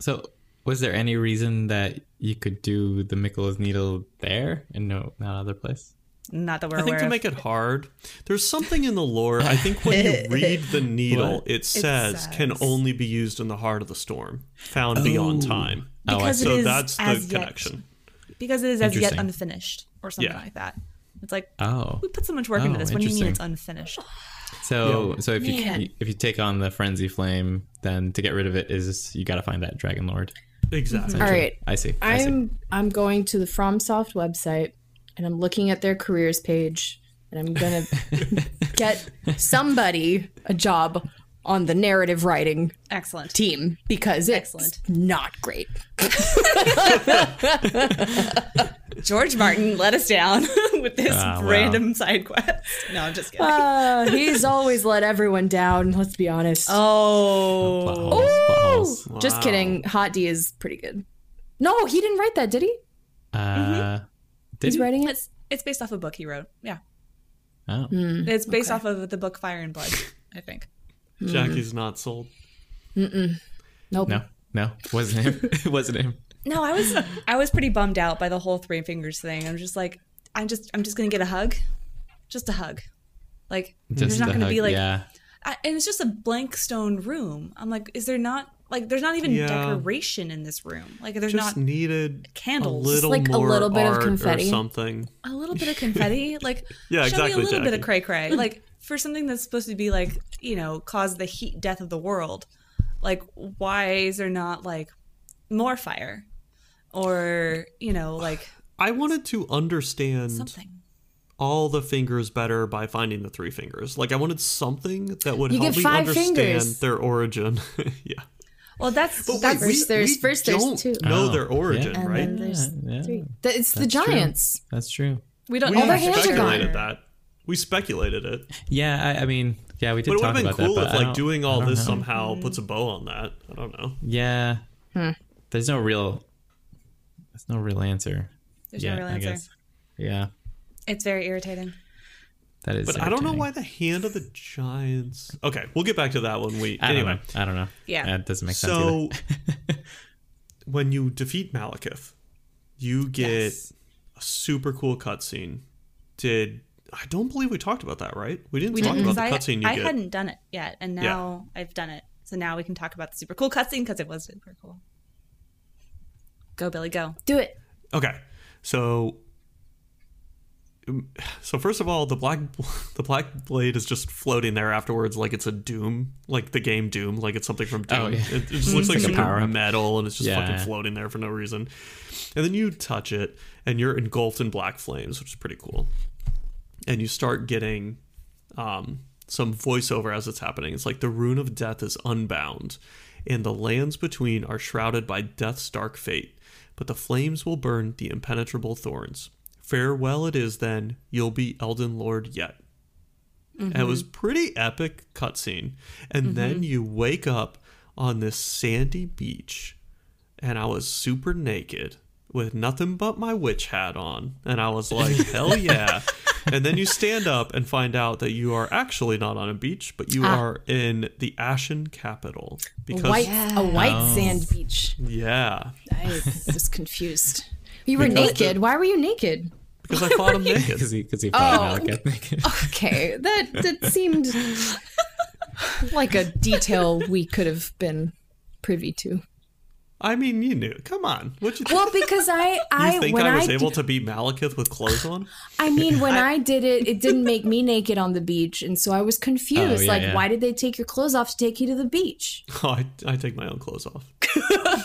S2: So, was there any reason that you could do the Mikola's needle there and no, not other place?
S4: not that we're
S1: I think
S4: aware
S1: to
S4: of.
S1: make it hard, there's something in the lore. I think when you read the needle,
S2: What?
S1: it says,
S4: says-
S1: can only be used in the heart of the storm, found beyond time.
S2: Oh, I
S4: Because
S2: see.
S4: it
S1: So
S4: is
S1: that's the
S4: as yet.
S1: connection.
S4: because it is as yet
S2: Interesting.
S4: unfinished or something
S1: Yeah. Uh,
S4: like that it's like
S2: Oh,
S4: we put so much work
S2: Oh,
S4: into this what do you mean it's
S2: interesting.
S4: unfinished
S2: so so if you
S3: Man.
S2: if you take on the frenzy flame, then to get rid of it is you got to find that dragon lord.
S1: Exactly.
S4: Mm-hmm.
S3: All right.
S2: I see. I see.
S3: I'm I'm going to the FromSoft website and I'm looking at their careers page and I'm gonna get somebody a job on the narrative writing
S4: excellent
S3: team because it's
S4: Excellent.
S3: not great.
S4: George Martin let us down with this
S2: Ah, wow.
S4: random side quest. No, I'm just kidding.
S3: Uh, he's always let everyone down. Let's be honest.
S4: oh,
S2: Plot holes, plot holes.
S3: Just kidding. Hot D is pretty good. No, he didn't write that, did he?
S2: Uh,
S4: Mm-hmm.
S2: did
S3: He's
S2: you?
S3: writing it.
S4: it's it's based off a book he wrote. Yeah,
S2: Oh.
S4: it's based off of the book Fire and Blood. I think.
S1: Jackie's not sold.
S3: Nope.
S2: No, no, wasn't him. it wasn't him.
S4: No, I was I was pretty bummed out by the whole three fingers thing. I'm just like, I'm just I'm just gonna get a hug, just a hug. Like
S2: Just
S4: there's not
S2: the
S4: gonna
S2: hug.
S4: be like,
S2: yeah.
S4: I, and it's just a blank stone room. I'm like, is there not like there's not even
S1: Yeah.
S4: decoration in this room? Like there's
S1: Just
S4: not
S1: needed
S4: candles.
S1: a
S4: Just
S1: little
S3: like a
S1: more
S3: little bit of
S1: art
S3: confetti.
S1: or something.
S4: a little bit of confetti, like
S1: Yeah,
S4: show me
S1: exactly,
S4: a little bit of
S1: Jackie.
S4: cray cray, like for something that's supposed to be like you know cause the heat death of the world. Like, why is there not like more fire, or you know like
S1: I wanted to understand
S4: something?
S1: all the fingers better by finding the three fingers. Like I wanted something that would
S3: You
S1: help
S3: get
S1: me
S3: five
S1: understand
S3: fingers.
S1: their origin. yeah.
S4: Well, that's that's
S3: wait, First there's- first there's
S1: don't
S3: two.
S1: Know
S2: Oh,
S1: their origin,
S2: yeah.
S1: right?
S3: And there's
S2: yeah,
S3: Th- it's the Giants.
S2: that's true.
S4: we don't.
S1: we
S3: their hands are
S1: speculated
S3: gone.
S1: that. We speculated it,
S2: Yeah, I, I mean, yeah, we did
S1: but it would
S2: talk
S1: have been
S2: about
S1: cool
S2: that. but
S1: if
S2: I
S1: like
S2: don't-
S1: doing
S2: I
S1: all
S2: don't
S1: this
S2: know.
S3: Mm-hmm.
S1: somehow puts a bow on that. I don't know.
S2: Yeah. There's no real. There's no real answer.
S4: There's
S2: yet,
S4: no real
S2: I
S4: answer.
S2: guess. Yeah,
S4: It's very irritating.
S2: that is.
S1: But I don't know
S2: irritating.
S1: why the hand of the giants. Okay, we'll get back to that when we.
S2: I don't
S1: anyway,
S2: know. I don't know.
S4: Yeah.
S2: that doesn't make sense.
S1: so when you defeat Malekith, You get a super cool cutscene. Did I don't believe we talked about that, right? We didn't
S4: We
S1: talk
S4: didn't
S1: about
S4: because
S1: the
S4: I,
S1: cutscene you
S4: I
S1: get.
S4: hadn't done it yet, and now I've done it. So now we can talk about the super cool cutscene because it was super cool. Go Billy, go!
S3: Do it.
S1: Okay, so um, so first of all, the black the black blade is just floating there afterwards, like it's a Doom, like the game Doom, like it's something from Doom.
S2: Oh, yeah.
S1: it, it just looks like,
S2: like a
S1: super
S2: power-up.
S1: metal, and it's just
S2: Yeah.
S1: fucking floating there for no reason. And then you touch it, and you're engulfed in black flames, which is pretty cool. And you start getting um, some voiceover as it's happening. It's like the rune of death is unbound, and the lands between are shrouded by death's dark fate. But the flames will burn the impenetrable thorns. Farewell, it is then. You'll be Elden Lord yet. And It was
S6: Mm-hmm.
S1: pretty epic cutscene, and then you wake up on this sandy beach, and I was super naked with nothing but my witch hat on, and I was like, hell yeah! And then you stand up and find out that you are actually not on a beach, but
S6: Ah.
S1: you are in the Ashen Capital because
S3: White, a white
S1: Oh.
S3: sand beach.
S1: yeah,
S3: I was confused. You were
S1: Because
S3: naked. Why were you naked?
S1: because I fought him naked.
S2: Because he, because he probably oh. got naked.
S3: Okay, that that seemed like a detail we could have been privy to.
S1: I mean, you knew. Come on, what you think?
S6: Well, because I, I
S1: you think
S6: when
S1: I was
S6: I,
S1: able to beat Malekith with clothes on?
S6: I mean, when I, did it, it didn't make me naked on the beach, and so I was confused.
S2: yeah,
S6: like,
S2: yeah.
S6: why did they take your clothes off to take you to the beach?
S1: Oh, I, I take my own clothes off.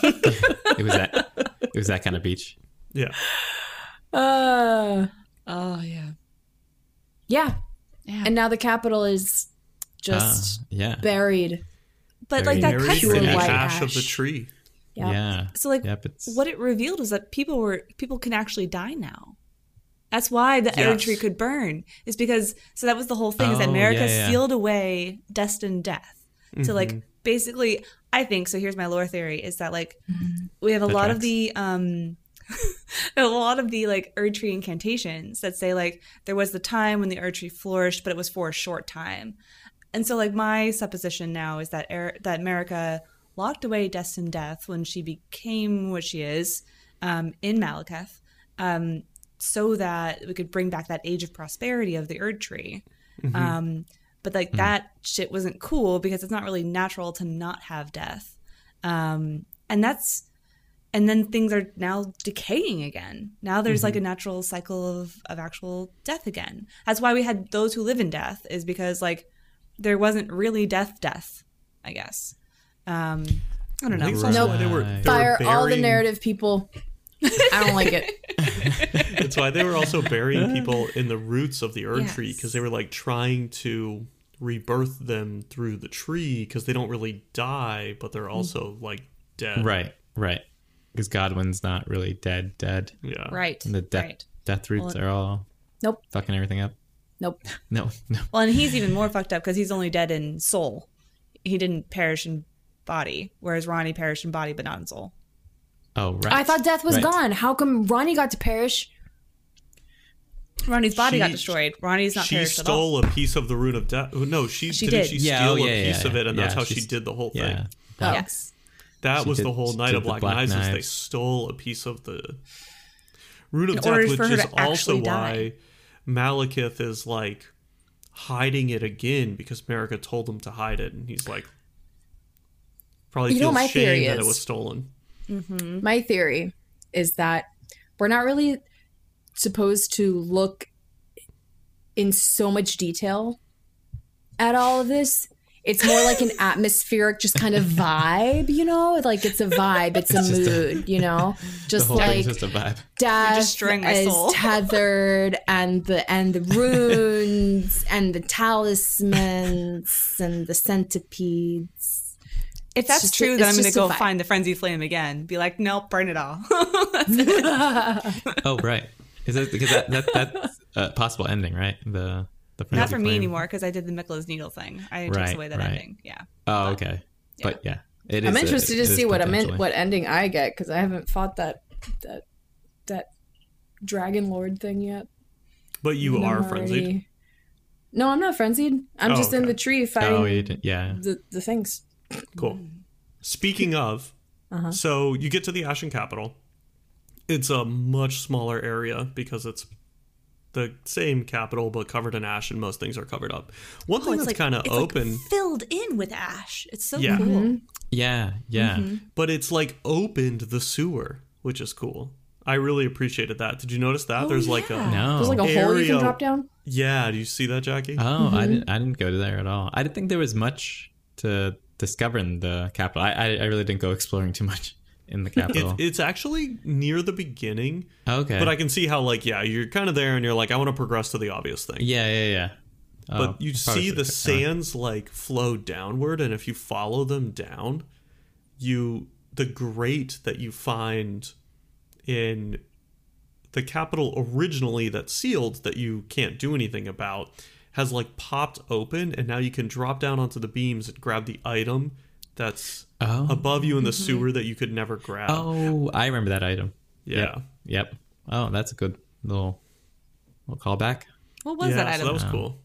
S2: It was that. It was that kind of beach.
S1: Yeah.
S6: Uh,
S4: Oh yeah,
S6: yeah. And now the capital is just
S2: Ah, yeah.
S6: buried.
S4: but
S2: Very
S4: like that
S1: Buried
S6: Pure
S1: in the
S6: white
S4: cutscene.
S1: ash of the
S6: ash.
S1: tree.
S6: Yeah.
S2: Yeah.
S4: So like,
S2: Yep, it's-
S4: what it revealed was that people were people can actually die now. That's why the
S1: Yes.
S4: yes. tree could burn. Is because so that was the whole thing. is that
S2: Oh,
S4: America
S2: yeah, Mm-hmm. yeah.
S4: sealed away destined death to like basically. I think so. Here's my lore theory: is that like we have a
S2: That
S4: lot
S2: tracks.
S4: of the um a lot of the like Erd tree incantations that say like there was the time when the Erd tree flourished, but it was for a short time. And so like my supposition now is that er- that America locked away destined death when she became what she is um, in Malaketh, um, so that we could bring back that age of prosperity of the Erd tree. Um, but
S1: Mm-hmm.
S4: like that shit wasn't cool because it's not really natural to not have death. Um, and that's and then things are now decaying again. Now there's
S1: Mm-hmm.
S4: like a natural cycle of, of actual death again. That's why we had those who live in death is because like there wasn't really death death, I guess. Um I don't
S1: I
S4: know.
S1: think it's also why they were, they
S6: Fire
S1: were
S6: all the
S1: burying-
S6: narrative people. I don't like it.
S1: It's why they were also burying people in the roots of the Erd tree because they were like trying to rebirth them through the tree because they don't really die, but they're also like dead.
S2: Right. Right. Because Godwin's not really dead. Dead.
S1: Yeah.
S4: Right.
S2: And the death
S4: Right.
S2: death roots are all
S6: Nope.
S2: fucking everything up.
S6: Nope.
S2: No. No.
S4: Well, and he's even more fucked up because he's only dead in soul. He didn't perish in body, whereas Ronnie perished in body but not in soul.
S2: Oh right.
S6: I thought death was
S2: Right.
S6: gone. How come Ronnie got to perish?
S4: Ronnie's body got
S1: She-
S4: destroyed. Ronnie's not
S1: She
S4: perished at all.
S1: stole a piece of the rune of death. No, she,
S4: She
S1: didn't.
S4: did.
S1: She
S2: Yeah,
S1: steal
S2: oh, yeah,
S1: a
S2: yeah,
S1: piece of it, and
S2: yeah,
S1: that's how
S2: she
S1: she
S2: s-
S1: did the whole
S2: Yeah.
S1: thing.
S6: Oh.
S4: Yes.
S1: That
S2: She
S1: was
S2: did-
S1: the whole
S2: she
S1: Night
S2: did
S1: of
S2: the
S1: Black,
S2: Black
S1: Knives. Is they
S2: Knives.
S1: stole a piece of the Rune of
S4: In order
S1: Death,
S4: for
S1: which
S4: her
S1: is
S4: to
S1: also
S4: actually
S1: why Malekith is like hiding it again because Marika told him to hide it, and he's like probably
S6: You know,
S1: feels
S6: my
S1: shame
S6: theory
S1: that it
S6: is-
S1: was stolen.
S6: My theory is that we're not really supposed to look in so much detail at all of this. It's more like an atmospheric, just kind of vibe, you know? Like it's a vibe, it's, a mood, you know?
S2: the
S6: Just
S3: uh,
S2: whole
S6: like
S2: thing's just a vibe.
S6: death
S4: destroying my
S6: is
S4: soul.
S6: tethered and the and the runes and the talismans and the centipedes.
S4: If that's
S6: just a-
S4: true,
S6: it's
S4: then I'm going to
S6: just a
S4: go
S6: vibe.
S4: find the frenzy flame again. Be like, nope, burn it all.
S2: Oh right. Is that because that, that that's a possible ending, right? The the
S4: Not
S2: frenzy
S4: for me
S2: flame.
S4: anymore because I did the Miklos needle thing. I
S2: Right,
S4: takes away that
S2: right.
S4: ending. Yeah.
S2: Oh okay. But yeah. It is
S6: I'm
S2: a-
S6: interested
S2: it
S6: to
S2: is
S6: see what I'm in,
S2: potentially-
S6: what ending I get because I haven't fought that that that dragon lord thing yet.
S1: But you
S6: And I'm
S1: are frenzied.
S6: already- No, I'm not frenzied. I'm
S1: Oh,
S6: just in
S1: okay.
S6: the tree fighting
S2: Oh you didn't- yeah.
S6: the, the things.
S4: Uh-huh.
S1: Cool. Speaking of, so you get to the Ashen Capital, It's a much smaller area because it's the same capital but covered in ash and most things are covered up. One thing that's kind of
S4: Oh, it's like
S1: open,
S4: filled in with ash. It's so
S1: Yeah.
S4: cool.
S6: Mm-hmm.
S2: Yeah, yeah.
S1: but it's like opened the sewer, which is cool. I really appreciated that. Did you notice
S4: Oh,
S1: that? There's like a
S2: No.
S6: There's like a hole you
S1: Area.
S6: can drop down.
S1: Yeah, do you see that, Jackie?
S2: oh, I
S1: Mm-hmm.
S2: didn't. I didn't go to there at all. I didn't think there was much to discover in the capital. I, I, I really didn't go exploring too much in the capital.
S1: It, it's actually near the beginning,
S2: okay,
S1: but I can see how like yeah, you're kind of there and you're like I want to progress to the obvious thing.
S2: yeah, yeah, yeah.
S1: but
S2: Oh,
S1: you
S2: I probably
S1: see
S2: should've
S1: the
S2: checked.
S1: sands like flow downward and if you follow them down you the grate that you find in the capital originally that's sealed that you can't do anything about has like popped open and now you can drop down onto the beams and grab the item that's
S2: Oh.
S1: above you in
S4: Mm-hmm.
S1: the sewer that you could never grab
S2: Oh, I remember that item.
S1: yeah
S2: Yep. Oh, that's a good little little callback.
S4: What was
S1: yeah
S4: that
S1: so
S4: item?
S1: that was cool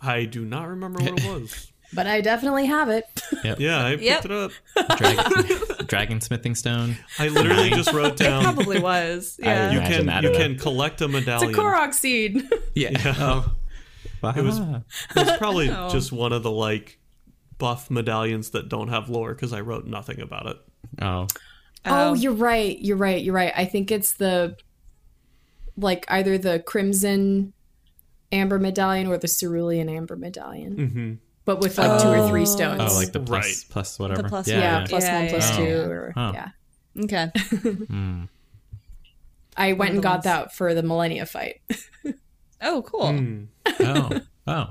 S2: Oh.
S1: i do not remember what it was
S6: But I definitely have it.
S1: yeah i picked
S4: Yep.
S1: it up
S2: Dragon, dragon smithing stone.
S1: i literally just wrote down
S4: Probably was. Yeah.
S2: I
S1: you
S2: imagine
S1: can
S2: that
S1: you
S2: in a-
S1: can collect a
S6: It's a
S1: medallion.
S6: Korok seed.
S2: Yeah. Oh. Wow. Oh.
S1: was- It's probably just one of the like buff medallions that don't have lore because I wrote nothing about it.
S2: oh.
S6: oh, you're right. You're right. You're right. I think it's the like either the crimson amber medallion or the cerulean amber medallion,
S1: Mm-hmm.
S6: but with like two or three stones.
S2: Hmm. Oh, like the plus
S1: Right.
S2: plus whatever.
S4: The plus
S2: yeah.
S6: yeah,
S2: yeah.
S6: plus
S4: Yeah,
S6: one, plus
S2: yeah, yeah.
S6: two, or
S2: Huh.
S6: yeah.
S4: Okay.
S2: Mm.
S6: I went and got that for the millennia fight.
S4: Oh, cool.
S2: Oh. Oh.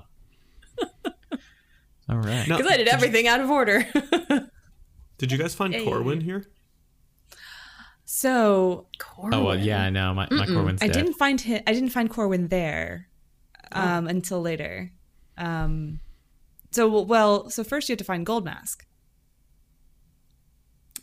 S2: All right.
S1: Now,
S6: Because I did everything out of order.
S1: did you guys find Corwin here?
S4: So
S2: Oh well, yeah, I know. My my Corwin's
S4: I
S2: dead.
S4: didn't find him. I didn't find Corwin there
S6: Oh.
S4: um, until later. Um, so well, so first you have to find Gold Mask.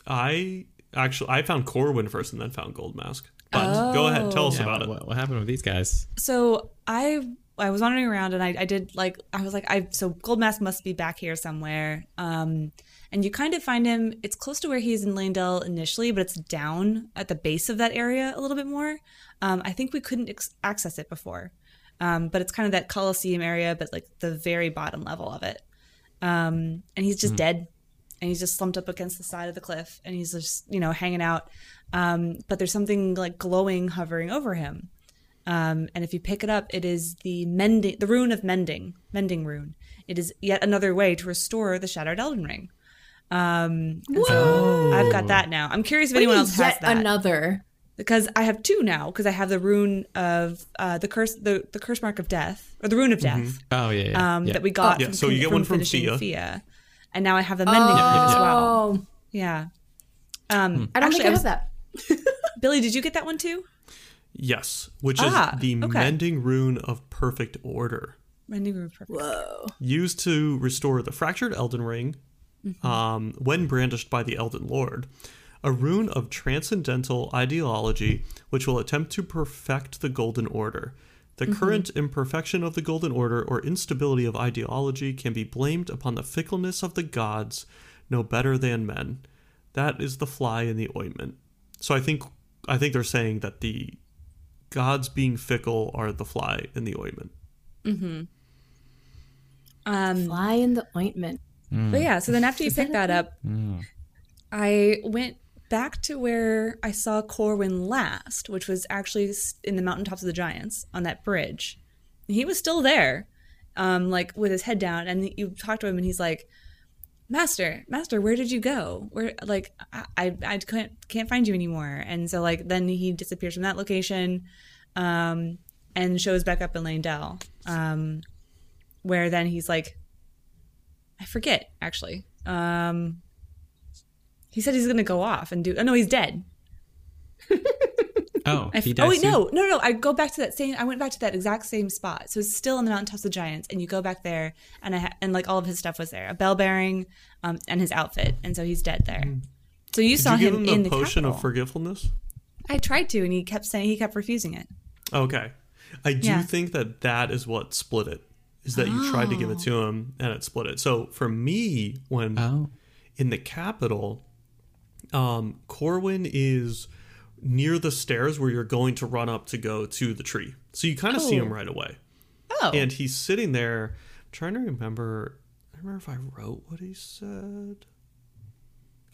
S1: I actually I found Corwin first and then found Gold Mask. But go ahead, tell us
S2: Yeah,
S1: about
S2: what,
S1: it.
S2: what, what happened with these guys?
S4: So I I was wandering around and I, I did like I was like I so Gold Mask must be back here somewhere. Um, and you kind of find him. It's close to where he is in Landell initially, but it's down at the base of that area a little bit more. Um, I think we couldn't ex- access it before, um, but it's kind of that Coliseum area, but like the very bottom level of it. Um, and he's just dead, and he's just slumped up against the side of the cliff, and he's just you know hanging out. Um, but there's something like glowing hovering over him. Um, and if you pick it up, it is the mending, the rune of mending, mending rune. It is yet another way to restore the shattered Elden Ring. Um, and so I've got that now. I'm curious if anyone else has
S6: Yet
S4: that
S6: another.
S4: because I have two now. Because I have the rune of uh, the curse, the, the curse mark of death, or the rune of death
S2: Oh yeah, yeah,
S4: um,
S2: yeah.
S4: that we got.
S1: Mm-hmm. Yeah,
S4: from,
S1: so you get one from
S4: finishing
S1: Fia.
S4: and now I have the mending rune as well.
S6: Oh,
S4: Yeah.
S1: Hmm.
S4: Um,
S6: I don't
S4: actually,
S6: think I
S4: I was,
S6: have that.
S4: Billy, did you get that one too?
S1: Yes, which
S4: Ah,
S1: is the
S4: okay.
S1: mending rune of perfect order.
S4: Mending rune, perfect.
S1: used to restore the fractured Elden Ring
S4: Mm-hmm.
S1: um, when brandished by the Elden Lord, a rune of transcendental ideology which will attempt to perfect the Golden Order. The
S4: Mm-hmm.
S1: current imperfection of the Golden Order or instability of ideology can be blamed upon the fickleness of the gods, no better than men. That is the fly in the ointment. So I think I think they're saying that the gods being fickle are the fly in the ointment.
S6: Fly in the ointment.
S4: But yeah, so then after you pick that up, I went back to where I saw Corwin last, which was actually s- in the mountaintops of the Giants on that bridge. And he was still there, um, like with his head down. And you talk to him, and he's like, "Master, master, where did you go? Where like I I, I can't can't find you anymore." And so like then he disappears from that location, um, and shows back up in Landell, um, where then he's like I forget actually. Um, he said he's gonna go off and do. Oh no, he's dead.
S2: oh,
S4: I f-
S2: he died
S4: oh wait,
S2: soon?
S4: no, no, no. I go back to that same. I went back to that exact same spot. So it's still in the mountaintops of giants, and you go back there, and I ha- and like all of his stuff was there, a bell bearing, um, and his outfit, and so he's dead there. So you
S1: Hmm. Did
S4: saw
S1: you give
S4: him,
S1: him
S4: in
S1: the
S4: the
S1: potion
S4: capital.
S1: of forgetfulness?
S4: I tried to, and he kept saying he kept refusing it.
S1: Okay. I do
S4: Yeah.
S1: think that that is what split it. Is that you tried to give it
S4: Oh.
S1: to him and it split it. So for me, when
S2: Oh.
S1: in the capital, um, Corwin is near the stairs where you're going to run up to go to the tree. So you kind of see him right away.
S4: Oh,
S1: And he's sitting there I'm trying to remember I don't remember if I wrote what he said.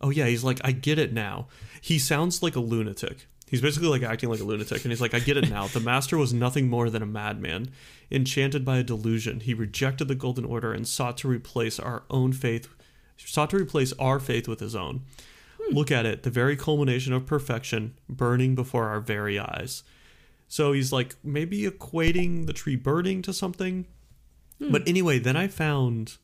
S1: Oh yeah, he's like, I get it now. He sounds like a lunatic. He's basically like acting like a lunatic, and he's like, I get it now. The master was nothing more than a madman, enchanted by a delusion. He rejected the golden order and sought to replace our own faith sought to replace our faith with his own. Look at it, the very culmination of perfection, burning before our very eyes. So he's like maybe equating the tree burning to something.
S4: Hmm.
S1: But anyway, then I found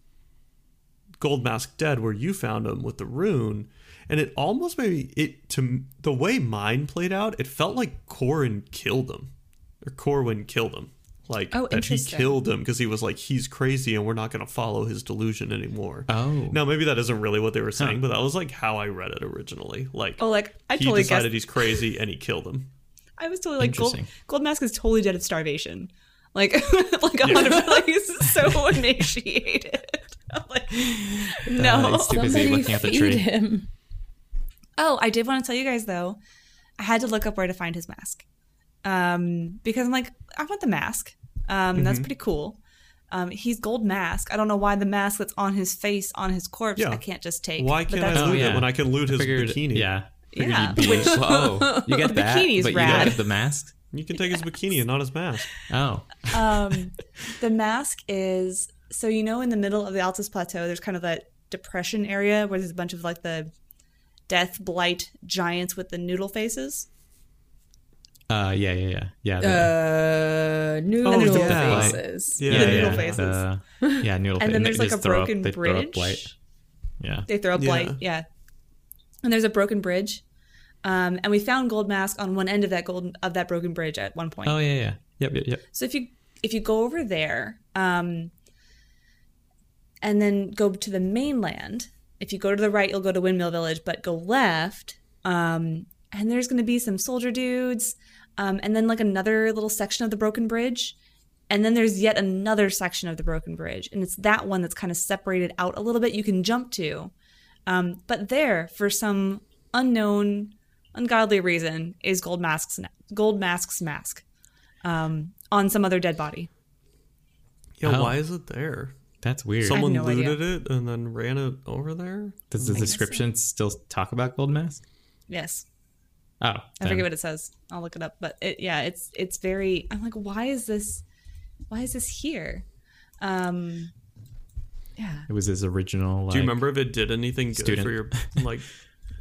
S1: Gold Mask dead where you found him with the rune, and it almost maybe it to m- the way mine played out, it felt like Corin killed him, or Corwin killed him, like
S4: Oh,
S1: that he
S4: interesting.
S1: killed him because he was like he's crazy and we're not going to follow his delusion anymore.
S2: Oh.
S1: now maybe that isn't really what they were saying, but that was like how I read it originally. Like,
S4: Oh, like, I
S1: he
S4: totally
S1: decided
S4: guessed-
S1: he's crazy and he killed him.
S4: I was totally like gold,
S2: Interesting.
S4: gold mask is totally dead of starvation. Like like a hundred like he's so emaciated. I'm like, no.
S2: it's Oh, too busy looking at the tree.
S6: him.
S4: Oh, I did want to tell you guys though, I had to look up where to find his mask, um, because I'm like, I want the mask. Um, That's
S1: Mm-hmm.
S4: pretty cool. Um, he's gold mask. I don't know why the mask that's on his face on his corpse.
S1: Yeah.
S4: I can't just take.
S1: Why
S4: but
S1: can't
S4: that's-
S1: I loot it when I can loot his
S2: Figured-
S1: bikini?
S2: Yeah. Figured
S4: Yeah.
S2: you'd be, oh, you get that,
S4: Bikini's
S2: but you
S4: rad.
S2: don't get the mask.
S1: You can take his bikini and not his mask.
S2: Oh,
S4: um, the mask is so you know in the middle of the Altus Plateau, there's kind of that depression area where there's a bunch of like the death blight giants with the noodle faces.
S2: uh, yeah, yeah, yeah, yeah. the-
S6: Uh, noodle
S1: Oh, yeah.
S6: faces.
S1: Yeah,
S2: yeah,
S4: the
S2: yeah,
S4: noodle faces.
S2: the- yeah, noodle.
S4: And
S2: fa-
S4: then there's
S2: they
S4: like a
S2: just throw up-
S4: broken
S2: they throw up
S4: bridge.
S2: light. Yeah.
S4: They throw up
S1: Yeah.
S4: light, yeah. And there's a broken bridge, um, and we found gold mask on one end of that golden of that broken bridge at one point.
S2: Oh yeah, yeah. Yep, yep, yep.
S4: So if you if you go over there, um, and then go to the mainland, if you go to the right, you'll go to Windmill Village, but go left, um, and there's going to be some soldier dudes, um, and then like another little section of the broken bridge. And then there's yet another section of the broken bridge, and it's that one that's kind of separated out a little bit. You can jump to, um, but there, for some unknown, ungodly reason, is Gold Mask's Gold Mask's mask um, on some other dead body.
S1: Yeah,
S2: Oh.
S1: why is it there?
S2: That's weird.
S1: Someone
S4: no idea.
S1: looted it and then ran it over there.
S2: Does the description still talk about gold mask?
S4: Yes,
S2: Oh,
S4: I forget what it says. I'll look it up. But it, yeah, it's it's very. I'm like, why is this? Why is this here? Um,
S2: It was his original. Like,
S1: Do you remember if it did anything good
S2: student.
S1: for your like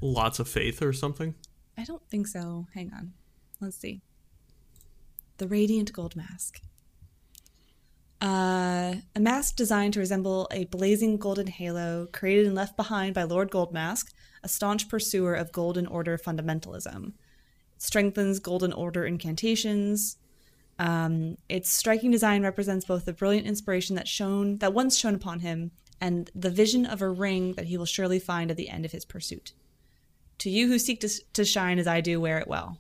S1: lots of faith or something?
S4: I don't think so. Hang on, let's see. The radiant gold mask. Uh, a mask designed to resemble a blazing golden halo, created and left behind by Lord Goldmask, a staunch pursuer of Golden Order fundamentalism. It strengthens Golden Order incantations. Um, its striking design represents both the brilliant inspiration that shone that once shone upon him, and the vision of a ring that he will surely find at the end of his pursuit. To you who seek to, s- to shine as I do, wear it well.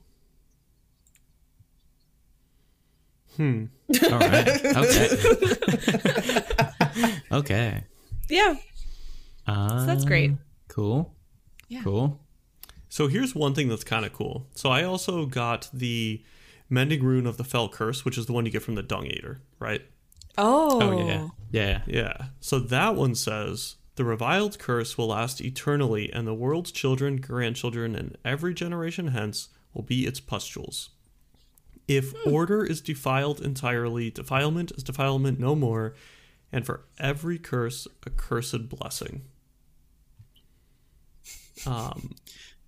S2: All right. Okay. okay.
S4: Yeah,
S1: Ah.
S2: Uh,
S4: that's great.
S2: Cool. Cool.
S1: So here's one thing that's kind of cool. So I also got the Mending Rune of the Fell Curse, which is the one you get from the Dung Eater, right?
S6: Oh,
S2: Oh yeah. Yeah. yeah.
S1: Yeah. So that one says the reviled curse will last eternally, and the world's children, grandchildren, and every generation hence will be its pustules. If
S6: Hmm.
S1: order is defiled entirely, defilement is defilement no more, and for every curse, a cursed blessing. Um,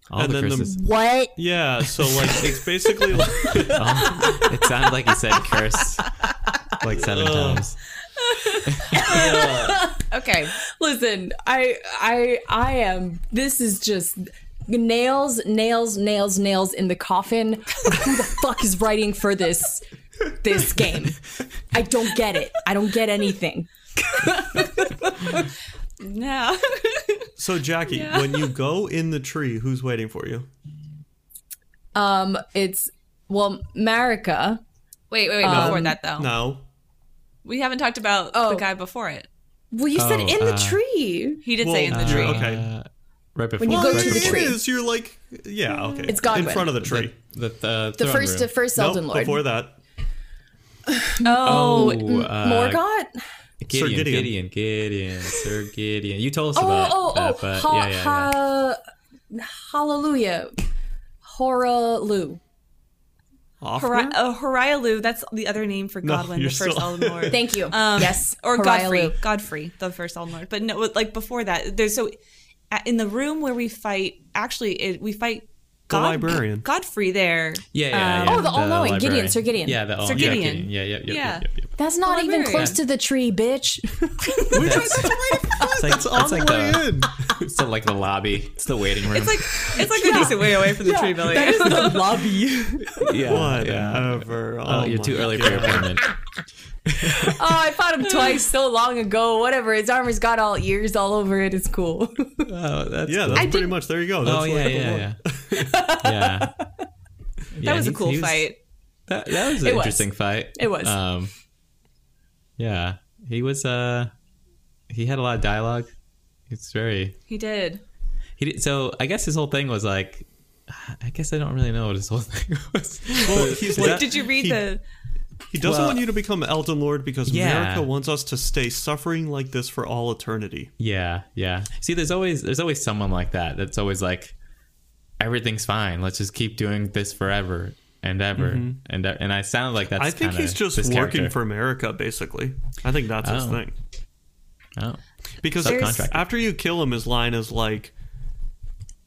S2: All
S1: And
S2: the
S1: then the-
S2: curses.
S6: what?
S1: yeah, so like it's basically like
S2: It sounded like you said curse like seven times.
S6: Okay, listen, I, I, I am. This is just nails, nails, nails, nails in the coffin. Of who the fuck is writing for this, this game? I don't get it. I don't get anything.
S4: No.
S1: so Jackie, when you go in the tree, who's waiting for you?
S6: Um, it's well, Marika.
S4: wait, wait, wait. before that, though,
S1: No.
S4: we haven't talked about
S6: Oh.
S4: the guy before it.
S6: Well, you said
S2: Oh,
S6: in the
S2: uh,
S6: tree.
S4: He did
S1: Well,
S4: say in the
S1: uh,
S4: tree.
S1: Okay.
S2: Uh, right before.
S6: When you
S2: right
S6: go to the
S2: before-
S6: tree.
S1: is you're like yeah okay.
S6: It's Godwin.
S1: in front of the tree.
S2: The, the, uh,
S6: The
S2: throne
S6: first, the
S2: room.
S6: first
S1: No,
S6: Elden Lord.
S1: before that,
S2: Oh, uh,
S6: Morgoth.
S2: Gideon,
S1: Sir Gideon.
S2: Gideon, Gideon, Sir Gideon. You told us
S6: Oh,
S2: about
S6: oh,
S2: that,
S6: oh!
S2: but
S6: ha-
S2: yeah, yeah, yeah.
S6: ha- Hallelujah, Horalu.
S1: Hoffner?
S4: Hori- oh, Horialu, that's the other name for
S1: No,
S4: Godwin,
S1: you're
S4: the first
S1: still-
S4: Elden Lord.
S6: Thank you.
S4: Um,
S6: yes,
S4: or Godfrey,
S6: Horialu.
S4: Godfrey, the first Elden Lord. But no, like before that, there's so a- in the room where we fight. Actually, it, we fight
S1: The librarian.
S4: Godfrey there.
S2: Yeah, yeah, yeah.
S6: Oh, the all-knowing. Gideon,
S2: librarian.
S6: Sir Gideon.
S2: Yeah, the all
S4: Sir
S2: yeah,
S4: Gideon.
S2: Yeah, yeah, yeah,
S4: Yeah.
S2: yeah. yeah, yeah.
S6: That's not even
S4: librarian.
S6: close to the tree, bitch.
S2: That's, it's like, it's like the,
S1: in.
S2: it's the, like the lobby. It's the waiting room.
S4: It's like it's like a decent way away from the tree belly.
S2: yeah,
S1: Whatever.
S2: Oh, you're too
S1: my
S2: early
S1: God.
S2: for your appointment.
S6: oh, I fought him twice so long ago. Whatever. His armor's got all ears all over it. It's cool.
S2: Oh, that's
S1: Yeah, that's pretty much. There you go. That's
S2: Oh yeah,
S1: like the one.
S2: yeah, yeah. yeah.
S4: that was a cool fight.
S2: That, that was an
S6: It was.
S2: interesting fight.
S6: It was.
S2: Um, yeah, he was. Uh, he had a lot of dialogue. It's very.
S4: He did.
S2: He did, so I guess his whole thing was like. I guess I don't really know what his whole thing was.
S1: Well, he's
S2: Is
S1: like,
S2: that-
S4: Did you read
S1: he-
S4: the?
S1: He doesn't
S2: Well-
S1: want you to become Elden Lord because
S2: Yeah.
S1: America wants us to stay suffering like this for all eternity.
S2: Yeah, yeah. See, there's always there's always someone like that. That's always like, everything's fine. Let's just keep doing this forever and ever and e- and I sound like that's.
S1: Mm-hmm. I think
S2: kinda
S1: he's just
S2: this
S1: working
S2: character.
S1: for America, basically. I think that's his
S2: Oh.
S1: thing.
S2: Oh.
S1: Because
S2: Subcontractor.
S1: after you kill him, his line is like,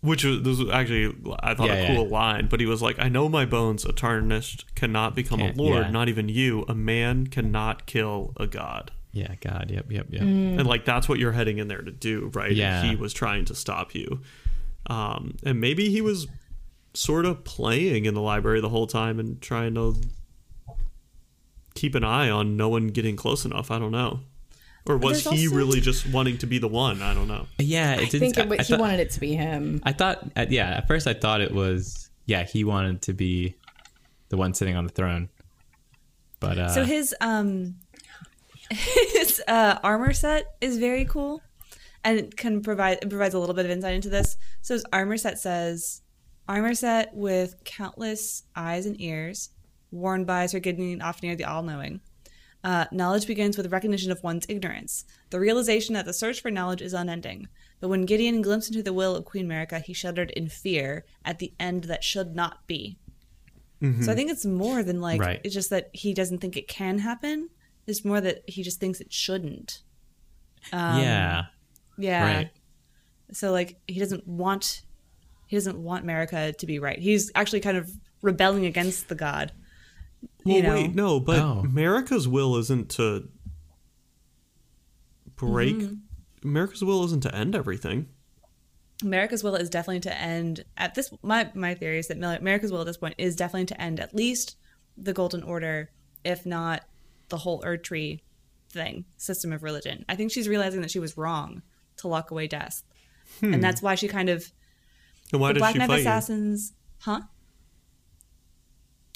S1: which was, this was actually I thought
S2: Yeah,
S1: a
S2: yeah.
S1: cool line, but he was like, "I know my bones, a tarnished cannot become
S2: Can't-
S1: a lord,
S2: yeah.
S1: not even you. A man cannot kill a god."
S2: Yeah. God. Yep. Yep. Yep.
S6: Mm.
S1: and like that's what you're heading in there to do right And
S2: Yeah.
S1: he was trying to stop you um and maybe he was sort of playing in the library the whole time and trying to keep an eye on no one getting close enough i don't know or was
S6: There's
S1: he
S6: also-
S1: really just wanting to be the one i don't know
S2: Yeah. It
S6: I
S2: didn't,
S6: think it,
S2: I,
S6: wa-
S2: I
S6: he
S2: thought,
S6: wanted it to be him.
S2: I thought. At, yeah. At first, I thought it was. Yeah. He wanted to be the one sitting on the throne. But uh,
S4: So his um his uh, armor set is very cool, and it can provide it provides a little bit of insight into this. So his armor set says, "Armor set with countless eyes and ears, worn by Sir Gideon Ofnir the All-Knowing." Uh, knowledge begins with recognition of one's ignorance, the realization that the search for knowledge is unending. But when Gideon glimpsed into the will of Queen Merica, he shuddered in fear at the end that should not be. So I think it's more than like
S2: Mm-hmm. Right.
S4: it's just that he doesn't think it can happen. It's more that he just thinks it shouldn't.
S2: yeah.
S4: Yeah.
S2: Right.
S4: So like he doesn't want he doesn't want Merica to be right. He's actually kind of rebelling against the god.
S1: well
S4: you know.
S1: wait no but
S2: Oh.
S1: america's will isn't to break america's will isn't to end everything
S4: America's will is definitely to end at this. My my theory is that Mil- America's will at this point is definitely to end at least the Golden Order, if not the whole Erd Tree thing system of religion. I think she's realizing that she was wrong to lock away death, and that's why she kind of
S1: then Hmm. why
S4: the
S1: does
S4: Black
S1: she
S4: Knight
S1: fight you?
S4: assassins, huh?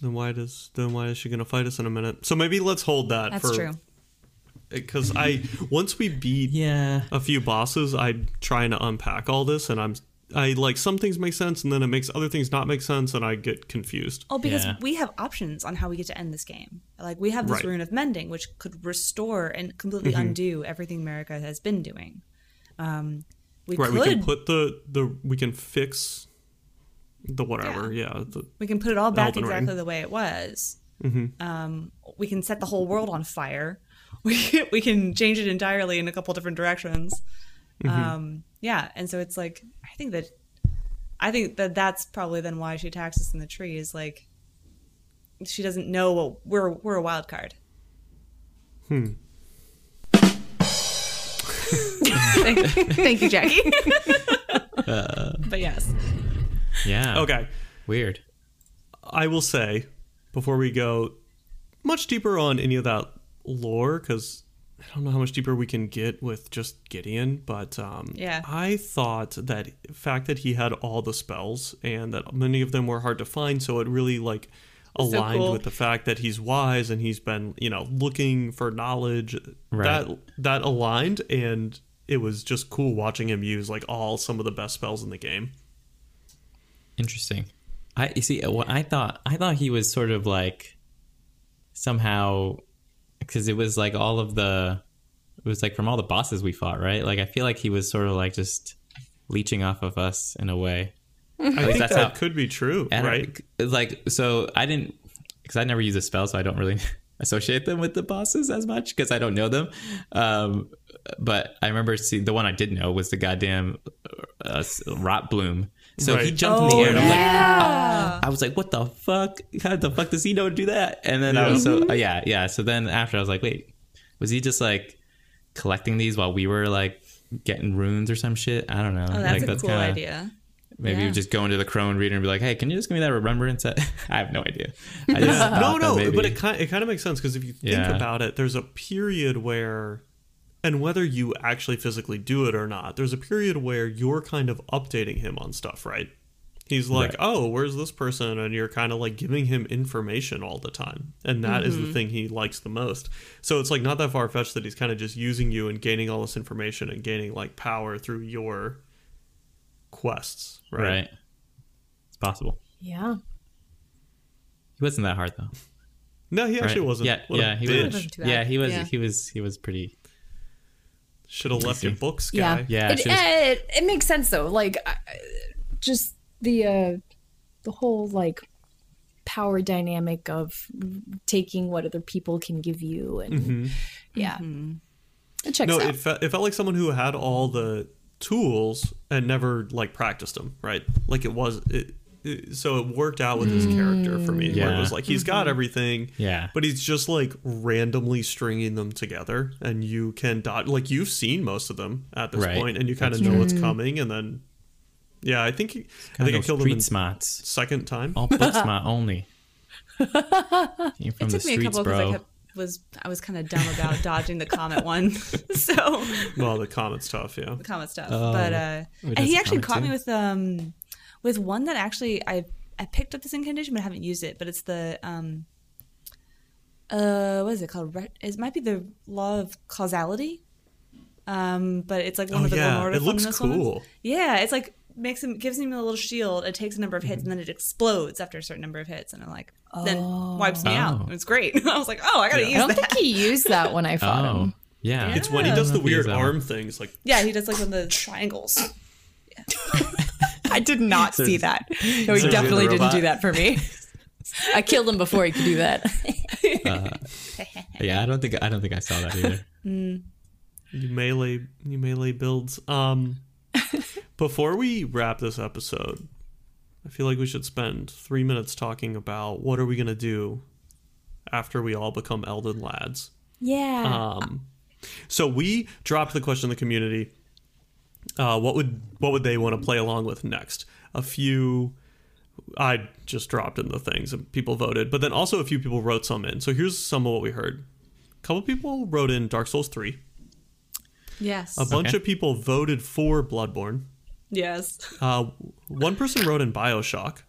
S1: then why does then why is she gonna fight us in a minute so maybe let's hold that
S4: That's
S1: for
S4: true.
S1: because I once we beat
S2: Yeah.
S1: a few bosses, I'm trying to unpack all this, and I'm I like some things make sense, and then it makes other things not make sense, and I get confused.
S4: Oh, because
S2: Yeah.
S4: we have options on how we get to end this game. Like we have this
S1: Right. Mm-hmm.
S4: rune of mending, which could restore and completely undo everything America has been doing. Um, we
S1: right,
S4: could
S1: we can put the the we can fix the whatever. Yeah, the,
S4: We can put it all back
S1: Elden Ring.
S4: exactly the way it was. Um, we can set the whole world on fire. We we can change it entirely in a couple different directions. Um, yeah, and so it's like I think that I think that that's probably then why she attacks us in the tree is like she doesn't know what we're we're a wild card. Hmm. thank, thank you, Jackie. but yes,
S2: Yeah.
S1: okay.
S2: Weird.
S1: I will say before we go much deeper on any of that lore because I don't know how much deeper we can get with just Gideon, but um,
S4: Yeah.
S1: I thought that the fact that he had all the spells and that many of them were hard to find, so it really like aligned
S4: cool.
S1: with the fact that he's wise and he's been you know looking for knowledge
S2: Right.
S1: that that aligned and it was just cool watching him use like all some of the best spells in the game.
S2: Interesting. I you see. What I thought, I thought he was sort of like somehow because it was like all of the it was like from all the bosses we fought, right? Like I feel like he was sort of like just leeching off of us in a way.
S1: I think
S2: that's
S1: that
S2: how-
S1: could be true,
S2: And I-
S1: right?
S2: it's like so, I didn't because I never use a spell, so I don't really associate them with the bosses as much because I don't know them. Um, but I remember seeing the one I did know was the goddamn uh, rot bloom. So he
S1: Right.
S2: jumped in the air. And I'm like,
S4: Oh,
S2: "Oh."
S4: Yeah.
S2: I was like, "What the fuck? How the fuck does he know to do that?" And then I
S1: Yeah.
S2: was so
S4: Mm-hmm.
S2: uh, yeah, yeah. So then after I was like, "Wait, was he just like collecting these while we were like getting runes or some shit?" I don't know.
S4: Oh, that's
S2: like,
S4: a cool
S2: kinda-
S4: idea.
S2: Maybe
S4: Yeah.
S2: just go into the crone reader and be like, "Hey, can you just give me that remembrance?" That I have no idea. I just
S1: no,
S2: thought that
S1: no,
S2: maybe-
S1: but it kind it kind of makes sense because if you think
S2: Yeah.
S1: about it, there's a period where, and whether you actually physically do it or not, there's a period where you're kind of updating him on stuff, right? He's like,
S2: Right.
S1: oh, where's this person? And you're kind of like giving him information all the time. And that is the thing he likes the most. So it's like not that far fetched that he's kind of just using you and gaining all this information and gaining like power through your quests,
S2: right. It's possible.
S3: Yeah.
S2: He wasn't that hard though.
S1: No, he actually
S2: right?
S1: wasn't.
S2: Yeah,
S1: What a
S2: yeah, he
S1: bitch.
S2: was.
S4: Wasn't too bad.
S2: Yeah, he was.
S4: Yeah.
S2: He was. He was pretty.
S1: Should have left your books,
S3: Yeah.
S1: guy.
S2: Yeah,
S6: it,
S2: she was-
S6: eh, it, it makes sense though. Like, I- just the uh, the whole like power dynamic of taking what other people can give you, and
S2: Mm-hmm.
S6: yeah,
S3: Mm-hmm.
S6: it checks
S1: no
S6: out.
S1: it, fe- it felt like someone who had all the tools and never like practiced them right like it was it, it- so it worked out with his character for me where it
S2: Yeah. Mm-hmm.
S1: was like he's got everything
S2: Yeah.
S1: but he's just like randomly stringing them together and you can dot like you've seen most of them at this
S2: Right. Mm-hmm.
S1: point, and you kind of know what's coming and then yeah i think he, i think i
S2: those
S1: killed him
S2: street
S1: in
S2: smarts.
S1: second time
S2: All books, my only. Came from
S4: It
S2: the
S4: took me a
S2: streets,
S4: couple because I
S2: bro. Oh,
S4: kept was I was kind of dumb about dodging the comet one, so
S1: well the comet's tough yeah
S4: the comet stuff.
S1: Oh,
S4: but uh,
S2: we did
S4: and he
S2: some
S4: actually
S2: comet
S4: caught me
S2: too.
S4: with um with one that actually I I picked up this in condition but I haven't used it. But it's the um uh what is it called? Re- it might be the law of causality. Um, but it's like one
S1: Oh,
S4: of the
S1: yeah.
S4: more
S1: It looks
S4: famous ones.
S1: cool.
S4: Yeah, it's like makes him gives him a little shield. It takes a number of hits
S1: Mm-hmm.
S4: and then it explodes after a certain number of hits, and I'm like, then wipes me
S2: Oh.
S4: out. It's great. I was like, oh, I gotta
S1: Yeah.
S4: use
S6: I don't
S4: that.
S6: think he used that when I fought
S2: Oh,
S6: him.
S2: yeah.
S1: it's when he
S2: I
S1: does the
S2: don't know if he
S1: weird
S2: used that one.
S1: arm things like
S4: Yeah, he does like one of the triangles.
S3: I did not see that. No, he
S2: a
S3: definitely didn't
S2: robot.
S3: do that for me.
S6: I killed him before he could do that.
S2: Yeah, I don't think I don't think I saw that either.
S1: you melee you melee builds um before we wrap this episode i feel like we should spend three minutes talking about what are we going to do after we all become elden lads
S3: Yeah.
S2: uh,
S1: um so we dropped the question in the community uh what would what would they want to play along with next a few i just dropped in the things and people voted but then also a few people wrote some in so here's some of what we heard a couple people wrote in dark souls 3
S4: Yes.
S1: a bunch of people voted for Bloodborne.
S4: yes.
S1: Uh, one person wrote in Bioshock.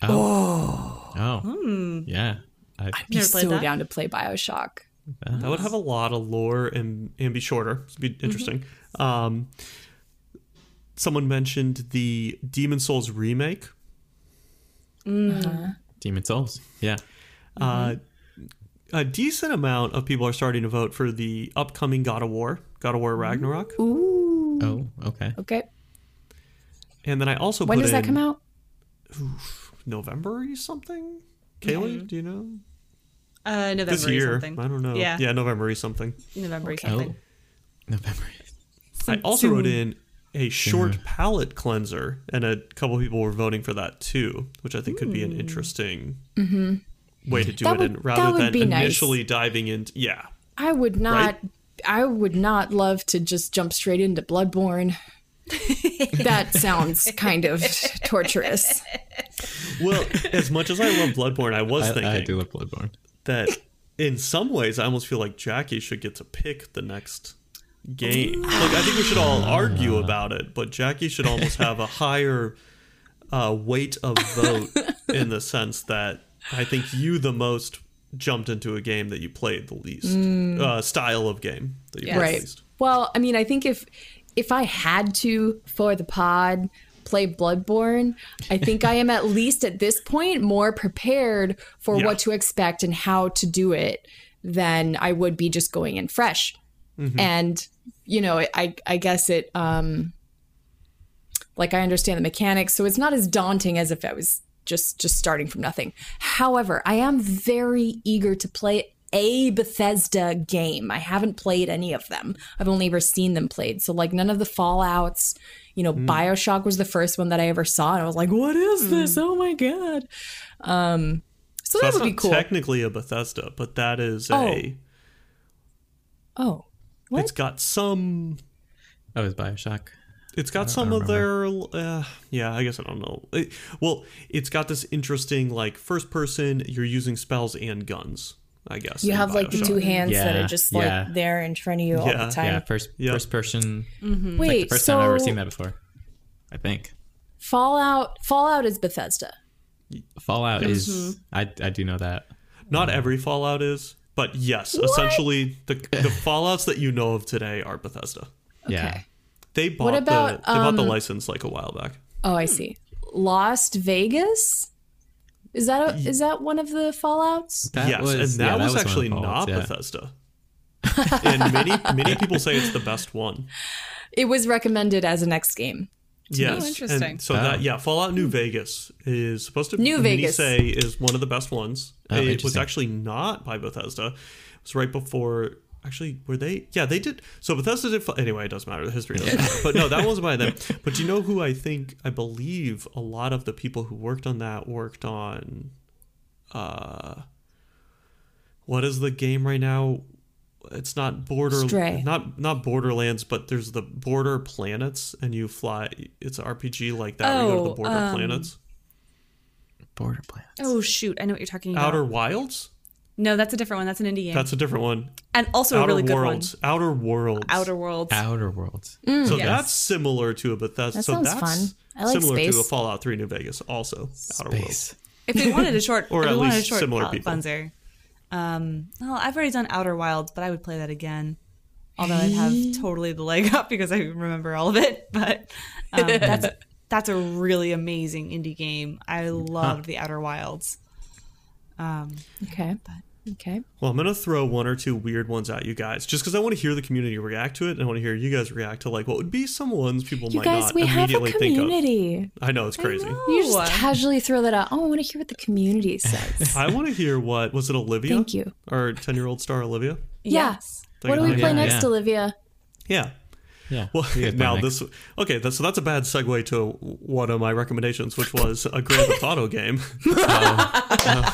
S2: Oh,
S4: Hmm.
S2: yeah. I,
S6: He's
S4: Never played
S6: so
S4: that.
S6: down to play Bioshock.
S1: That
S6: Oh.
S1: would have a lot of lore and and be shorter. It'd
S6: Mm-hmm.
S1: be interesting. Um, someone mentioned the Demon Souls remake.
S2: Demon Souls. Yeah.
S6: Mm-hmm.
S1: Uh, a decent amount of people are starting to vote for the upcoming God of War, God of War Ragnarok.
S2: Oh, okay.
S6: Okay,
S1: And then I also
S6: when
S1: put
S6: does that
S1: in
S6: come out?
S1: November or something. Kaylee, do you know?
S4: Uh, November
S1: This year,
S4: or
S1: I
S4: something.
S1: don't know.
S4: Yeah,
S1: yeah November or something.
S4: November or
S2: Oh,
S4: something.
S2: November.
S1: I also wrote in a short palate cleanser, and a couple people were voting for that too, which I think could be an interesting way to do
S6: Hmm. Mm-hmm. That
S1: it.
S6: would-
S1: in,
S6: that
S1: rather
S6: would
S1: than
S6: be nice.
S1: initially diving into, yeah,
S6: I would not. I would not love to just jump straight into Bloodborne. that sounds kind of torturous.
S1: well, as much as I love Bloodborne, I was
S2: I,
S1: thinking
S2: I do love Bloodborne.
S1: that in some ways I almost feel like Jackie should get to pick the next game. Like I think we should all argue
S6: Ah.
S1: about it, but Jackie should almost have a higher uh, weight of vote in the sense that I think you the most jumped into a game that you played the least,
S6: Mm.
S1: uh, style of game that you played the
S6: Right.
S1: least.
S6: Well, I mean, I think if if I had to for the pod play Bloodborne, I think I am at least at this point more prepared for
S1: Yeah.
S6: what to expect and how to do it than I would be just going in fresh. And you know, I I guess it um like I understand the mechanics, so it's not as daunting as if I was just just starting from nothing. However, I am very eager to play a Bethesda game. I haven't played any of them. I've only ever seen them played. So like none of the Fallout's, you
S1: Hmm.
S6: know, BioShock was the first one that I ever saw and I was like, "What is this? Oh my god." Um so, that
S1: That's
S6: would be
S1: not
S6: cool.
S1: technically a Bethesda, but that is a.
S6: oh.
S1: It's got some
S2: Oh, it's Bioshock.
S1: It's got some of their, uh, yeah. I guess I don't know. It- well, it's got this interesting like first person. You're using spells and guns. I guess
S6: You
S1: in
S6: have like the
S1: Bioshock.
S3: Mm.
S6: two hands that
S2: Yeah,
S6: are just like
S2: yeah.
S6: there in front of you all
S1: Yeah,
S6: the time.
S2: Yeah, first
S1: Yeah.
S2: first person.
S6: Wait,
S2: the first
S6: so
S2: time I've ever seen that before. I think
S6: Fallout Fallout is Bethesda.
S2: Fallout
S4: Mm-hmm.
S2: is. I I do know that.
S1: Not every Fallout is, but yes, essentially the the Fallout's that you know of today are Bethesda.
S2: Yeah.
S1: They bought
S6: about, um,
S1: the they bought the license like a while back.
S6: Oh, I see. Lost Vegas? Is that a, is that one of the Fallouts?
S2: That
S1: yes, and that,
S2: yeah,
S1: was,
S2: one of
S1: actually not
S2: Fallout's, yeah.
S1: Bethesda. and many many people say it's the best one.
S6: It was recommended as a next game.
S1: Yes.
S4: interesting.
S1: And so that yeah, Fallout New Vegas is supposed to
S6: Hmm. New
S1: many
S6: Vegas.
S1: say is one of the best ones.
S2: Oh,
S1: it was
S2: interesting.
S1: actually not by Bethesda. It was right before actually were they yeah they did so bethesda did Fa- anyway it doesn't matter the history doesn't matter but no that wasn't by them but do you know who i think i believe a lot of the people who worked on that worked on uh what is the game right now it's not border
S6: Stray.
S1: not not borderlands but there's the border planets and you fly it's an rpg like that where you go to
S6: Oh,
S1: the border planets
S2: Border Planet.
S4: Oh shoot, I know what you're talking about.
S1: outer wilds
S4: No, that's a different one. That's an indie game.
S1: that's a different one
S4: and also
S1: outer
S4: a really
S1: worlds
S4: good
S1: outer worlds
S4: one. Outer Worlds.
S2: Outer Worlds.
S4: Mm.
S1: so that's similar to a bethesda
S6: That
S1: so
S6: sounds
S1: that's
S6: fun. I like
S1: similar to a
S6: space.
S1: fallout 3 new vegas also outer worlds
S2: Space.
S4: If we wanted a short,
S1: Or
S4: if
S1: at
S4: we wanted
S1: least
S4: a short
S1: similar
S4: pal-
S1: people.
S4: Funzer. Um, well, I've already done Outer Wilds, but I would play that again. Although I'd have totally the leg up because I remember all of it. But um, that's that's a really amazing indie game. I loved the Outer Wilds.
S6: Okay. Okay.
S1: Well, I'm gonna throw one or two weird ones at you guys, just because I want to hear the community react to it, and I want to hear you guys react to like what would be some ones people
S6: You
S1: might
S6: guys,
S1: not
S6: we have a
S1: immediately think of.
S6: community.
S1: I know it's crazy. I,
S6: You just casually throw that out. Oh, I want to hear what the community says.
S1: want to hear what was it, Olivia?
S6: Thank you.
S1: Our ten-year-old star Olivia.
S6: Yeah. What do we
S1: Thank you.
S6: play
S2: Yeah,
S6: next,
S2: yeah.
S6: Olivia?
S1: Yeah.
S2: Yeah.
S1: Well,
S2: we could go
S1: now
S2: next.
S1: this okay. That's, so that's a bad segue to one of my recommendations, which was a Grand Theft Auto game. Uh,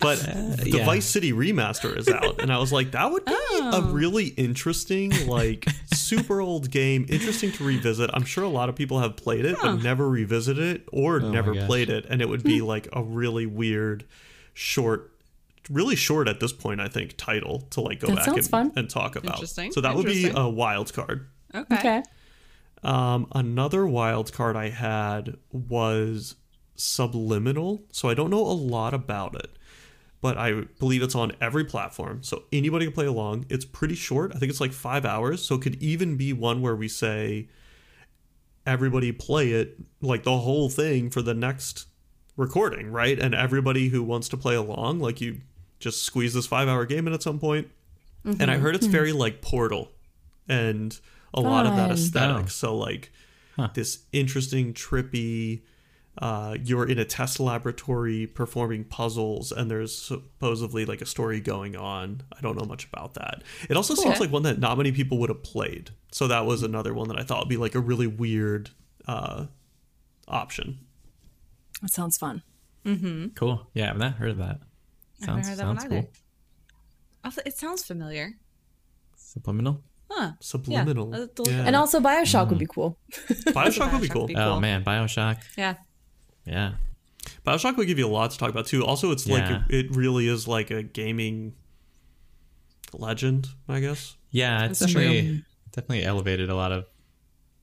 S1: but uh, the
S2: Uh, yeah.
S1: Vice City remaster is out, and I was like, that would be
S2: Oh.
S1: a really interesting, like super old game, interesting to revisit. I'm sure a lot of people have played it, but never revisited it or never
S2: Oh gosh. Hmm.
S1: played it, and it would be like a really weird, short. Really short at this point, I think. Title to like go
S6: That
S1: back
S6: sounds
S1: and,
S6: fun.
S1: and talk about.
S4: Interesting,
S1: So that would be
S4: interesting.
S1: a wild card.
S4: Okay.
S6: Okay.
S1: Um, another wild card I had was Subliminal. So I don't know a lot about it, but I believe it's on every platform. So anybody can play along. It's pretty short. I think it's like five hours. So it could even be one where we say everybody play it, like the whole thing for the next recording, right? And everybody who wants to play along, like you just squeeze this five hour game in at some point. And I heard it's very like Portal and a lot of that
S6: Fun.
S1: aesthetic. So like this interesting, trippy. Uh, you're in a test laboratory performing puzzles, and there's supposedly like a story going on. I don't know much about that. It also seems like one that not many people would have played. So that was another one that I thought would be like a really weird uh, option.
S6: That sounds fun.
S2: Cool. Yeah, I've not heard of that. Sounds,
S4: heard that one
S2: sounds
S4: either.
S2: cool.
S4: Also, It sounds familiar.
S2: Subliminal.
S4: Huh.
S1: Subliminal.
S4: Yeah,
S1: Yeah,
S4: uh, the-
S6: And also Bioshock
S1: Mm.
S6: would be cool.
S1: Bioshock would be
S4: Bioshock
S1: cool.
S4: would be
S2: Oh
S4: Cool.
S2: man, Bioshock.
S4: Yeah.
S2: Yeah.
S1: Bioshock would give you a lot to talk about too. Also, it's
S2: Yeah.
S1: like it, it really is like a gaming legend, I guess.
S2: Yeah, it's definitely definitely elevated a lot of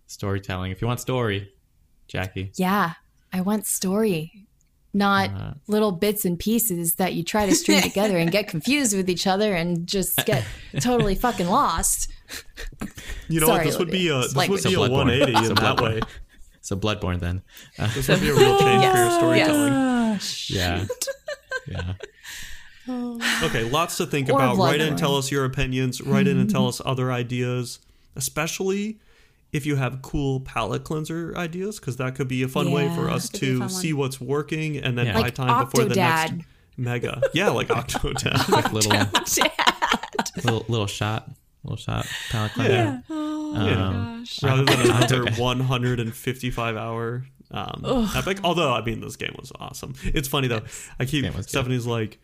S2: storytelling. If you want story, Jackie.
S6: Yeah. I want story. not little bits and pieces that you try to string together and get confused with each other and just get totally fucking lost.
S1: You know what?
S6: Sorry,
S1: This would be a this
S6: Olivia.
S1: would be a
S2: Language.
S1: 180
S2: It's a
S1: in that
S2: bloodborne.
S1: way.
S2: So Bloodborne then. Uh,
S1: This would be a real change for your storytelling.
S2: yeah. yeah.
S1: Okay, lots to think
S6: Or
S1: about. Write in,
S6: Bloodborne.
S1: tell us your opinions. Write in and tell us other ideas, especially if you have cool palate cleanser ideas, because that could be a fun way for
S3: Yeah,
S1: us
S3: could be a
S1: to
S3: fun one.
S1: see what's working and then
S2: Yeah.
S1: buy
S2: Like
S1: time before the next
S6: Octodad.
S1: mega. Yeah, like Octodad.
S2: Like little, little little shot. Little shot. Palate cleanser.
S1: Yeah. Yeah. Um, Rather than another 155 hour um, epic. Although, I mean, this game was awesome. It's funny, though. I keep,
S2: Game was good.
S1: Stephanie's like,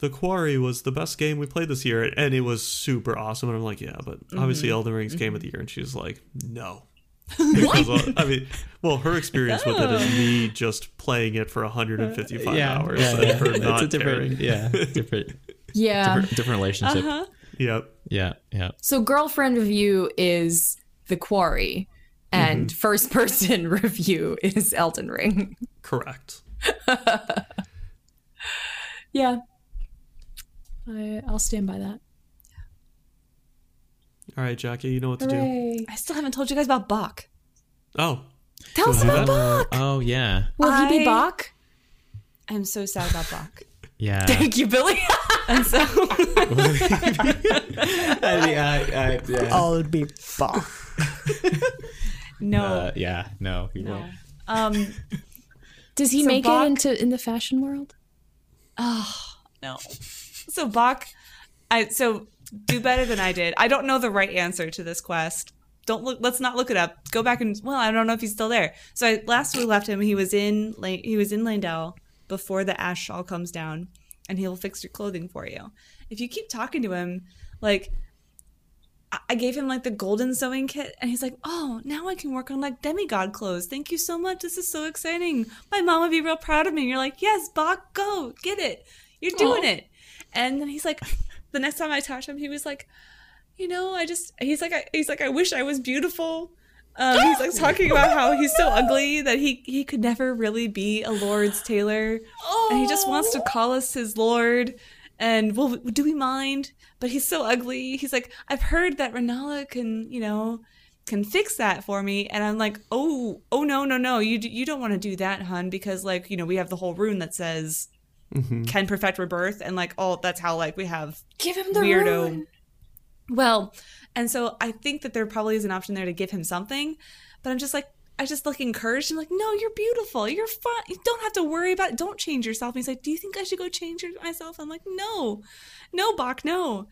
S1: The Quarry was the best game we played this year, and it was super awesome. And I'm like, Yeah, but obviously Elden Ring's game of the year. And she's like, No. Because, uh, I mean, well, her experience with it is me just playing it for 155
S2: Uh,
S1: hours and her not
S2: it's a
S1: caring.
S2: different, yeah, different,
S6: Yeah.
S2: different, different relationship.
S3: Uh-huh.
S1: Yep.
S2: Yeah, yeah.
S6: So girlfriend review is The Quarry and
S1: Mm-hmm.
S6: first person review is Elden Ring.
S1: Correct.
S6: Yeah. I, I'll stand by that.
S1: All right, Jackie, you know what to do.
S6: Hooray.
S4: I still haven't told you guys about Bach.
S1: Oh,
S6: Tell us about Bach.
S2: Oh yeah,
S6: Will he be
S4: I-
S6: Bach?
S4: I'm so sad about Bach.
S2: yeah.
S6: Thank you, Billy.
S4: And so
S2: Oh.
S7: would be Bach.
S4: no.
S3: Oh.
S2: Uh, yeah, no, he won't.
S4: Um
S6: Does he
S4: So
S6: make
S4: Bach-
S6: it into in the fashion world?
S4: no. So Bach I so do better than I did. I don't know the right answer to this quest. Don't look let's not look it up. Go back and well, I don't know if he's still there. So I, last we left him, he was in La- he was in Landau before the ash shawl comes down and he'll fix your clothing for you. If you keep talking to him, like I- I gave him like the golden sewing kit, and he's like, "Oh, now I can work on like demigod clothes. Thank you so much. This is so exciting. My mom would be real proud of me." And you're like, "Yes, Bach, go get it. You're doing it." And then he's like, the next time I talked to him, he was like, "You know, I just," he's like, I, "He's like, I wish I was beautiful." Um, he's like talking about how he's so ugly that he he could never really be a lord's tailor, and he just wants to call us his lord. And well, do we mind? But he's so ugly. He's like, I've heard that Renala can, you know, can fix that for me. And I'm like, oh, oh no, no, no, you d- you don't want to do that, hun, because like you know we have the whole rune that says can perfect rebirth, and like oh that's how like we have
S6: Mm-hmm. Give him the
S4: weirdo.
S6: rune.
S4: Well, and so I think that there probably is an option there to give him something, but I'm just like, I just look encouraged. I'm like, no, you're beautiful. You're fine. You don't have to worry about it. Don't change yourself. And he's like, do you think I should go change your- myself? I'm like, no, no, Bach, no.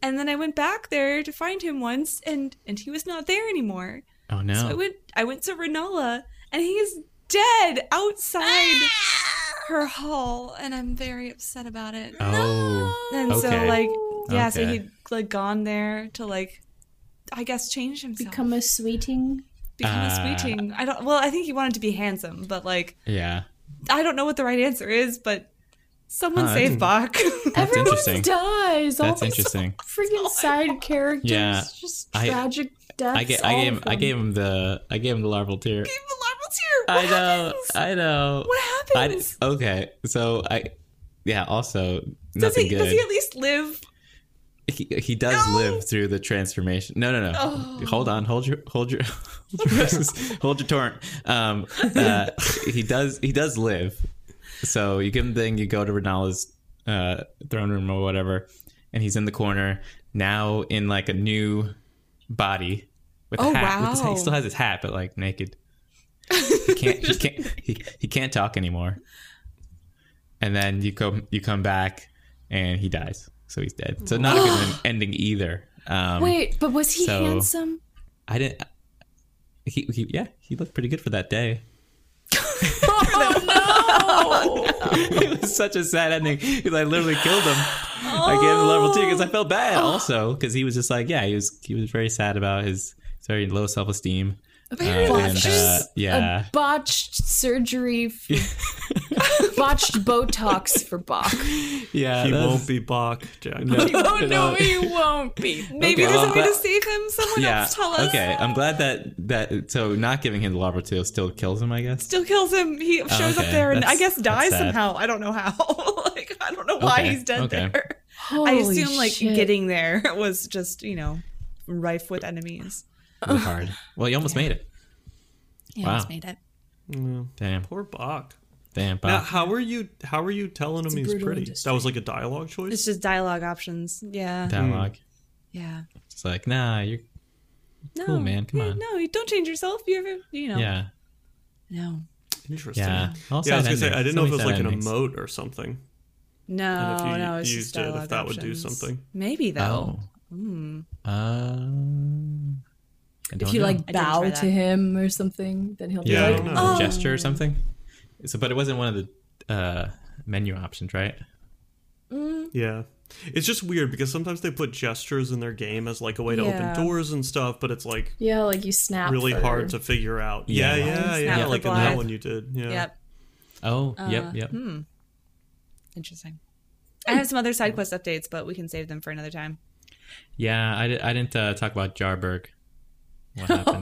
S4: And then I went back there to find him once, and and he was not there anymore.
S2: Oh
S4: So I
S2: no.
S4: went I went to Renala, and he is dead outside her hall, and I'm very upset about it.
S2: Oh,
S4: And so
S2: Okay.
S4: like yeah, so
S2: Okay.
S4: he'd like gone there to like I guess change himself. Become,
S3: Become a sweeting.
S4: a
S2: Uh,
S4: sweeting. I don't well, I think he wanted to be handsome, but like
S2: yeah.
S4: I don't know what the right answer is, but someone
S2: Huh.
S4: save Bach.
S2: That's interesting.
S3: Everyone dies. All
S2: That's
S3: these
S2: interesting.
S3: Freaking side characters.
S2: Yeah,
S3: Just
S2: I-
S3: tragic deaths.
S2: I gave, I
S3: all
S2: gave him,
S3: of
S2: I
S3: them.
S2: gave him the, I gave him the larval tear.
S4: I
S2: I know, I know.
S4: What
S2: I d-
S4: happens?
S2: okay, so I, yeah. Also,
S4: does
S2: nothing
S4: he
S2: good.
S4: does he at least live?
S2: he, he does live through the transformation. No, no, no.
S4: Oh.
S2: Hold on. Hold your hold your hold your, hold your torrent. Um, uh, he does he does live. So you give him the thing. You go to Renala's uh, throne room or whatever, and he's in the corner now in like a new body with
S4: Oh,
S2: a hat. With his-
S4: wow.
S2: he still has his hat, but like naked. He can't. he can't. He, he can't talk anymore. And then you come you come back, and he dies. So he's dead. So not a good ending either. Um,
S6: Wait, but was he
S2: so-
S6: handsome?
S2: I didn't. He, he yeah, he looked pretty good for that day.
S4: Oh,
S2: it was such a sad ending because I literally killed him. I gave him level two because I felt
S4: Oh.
S2: bad also because he was just like yeah he was he was very sad about his his very low self esteem. Um, and, uh, yeah.
S6: botched surgery, for botched Botox for Bach.
S2: Oh, Yeah.
S1: He
S2: that's-
S1: won't be Bach, Jack.
S6: Oh no, he won't be.
S2: Okay,
S4: Maybe there's
S2: well,
S4: a way to
S2: but-
S4: save him. Someone
S2: yeah.
S4: else tell us.
S2: Okay. I'm glad that that so not giving him the lava tail still kills him. I guess.
S4: Still kills him. He shows up
S2: Oh, okay.
S4: there and I
S2: That's-
S4: guess
S2: that's
S4: dies
S2: sad.
S4: somehow. I don't know how. like I don't know why
S2: Okay,
S4: he's dead
S2: okay.
S4: there. I
S6: Holy
S4: assume like
S6: shit.
S4: getting there was just you know rife with enemies.
S2: Really hard. Well, you almost made it.
S4: Yeah,
S2: Wow.
S4: it's made it.
S2: Damn.
S1: Poor Bach.
S2: Damn. Bob.
S1: Now, how are you? How are you telling him he's
S6: brutal
S1: pretty?
S6: industry.
S1: That was like a dialogue choice.
S4: It's just dialogue options. Yeah,
S1: Hmm.
S2: Dialogue.
S4: yeah.
S2: It's like, nah, you're
S4: No,
S2: cool, man. Come on.
S4: No, you don't change yourself. You ever, you know.
S2: Yeah.
S4: No.
S1: Interesting.
S2: Yeah. All
S1: Yeah, I was
S2: sad
S1: gonna say I
S2: endings.
S1: didn't know if it
S2: So
S1: was
S2: many
S1: like
S2: sad
S1: an
S2: endings.
S1: emote or something.
S4: No,
S1: if you
S4: no, it's
S1: used
S4: just
S1: it, if
S4: dialogue
S1: that would do
S4: options.
S1: something.
S4: Maybe though.
S2: Oh. Um, I
S6: if
S2: don't
S6: you
S2: know.
S6: like
S4: didn't try
S6: bow
S4: that.
S6: to him or something, then he'll be
S1: Yeah, I
S6: like,
S1: don't know.
S2: a
S4: Oh.
S2: gesture or something. So, but it wasn't one of the uh, menu options, right?
S1: Yeah. It's just weird because sometimes they put gestures in their game as like a way to
S4: Yeah.
S1: open doors and stuff, but it's like
S6: yeah, like you snap.
S1: really
S6: for-
S1: hard to figure out. Yeah,
S2: Yeah.
S1: yeah, yeah.
S4: Snap for
S1: Like in that
S4: Blythe.
S1: one you did. Yeah.
S4: Yep.
S2: Oh,
S4: Uh,
S2: yep, yep.
S4: hmm. Interesting. I have some other side quest updates, but we can save them for another time.
S2: Yeah, I, di- I didn't uh, talk about Jarberg. What happened?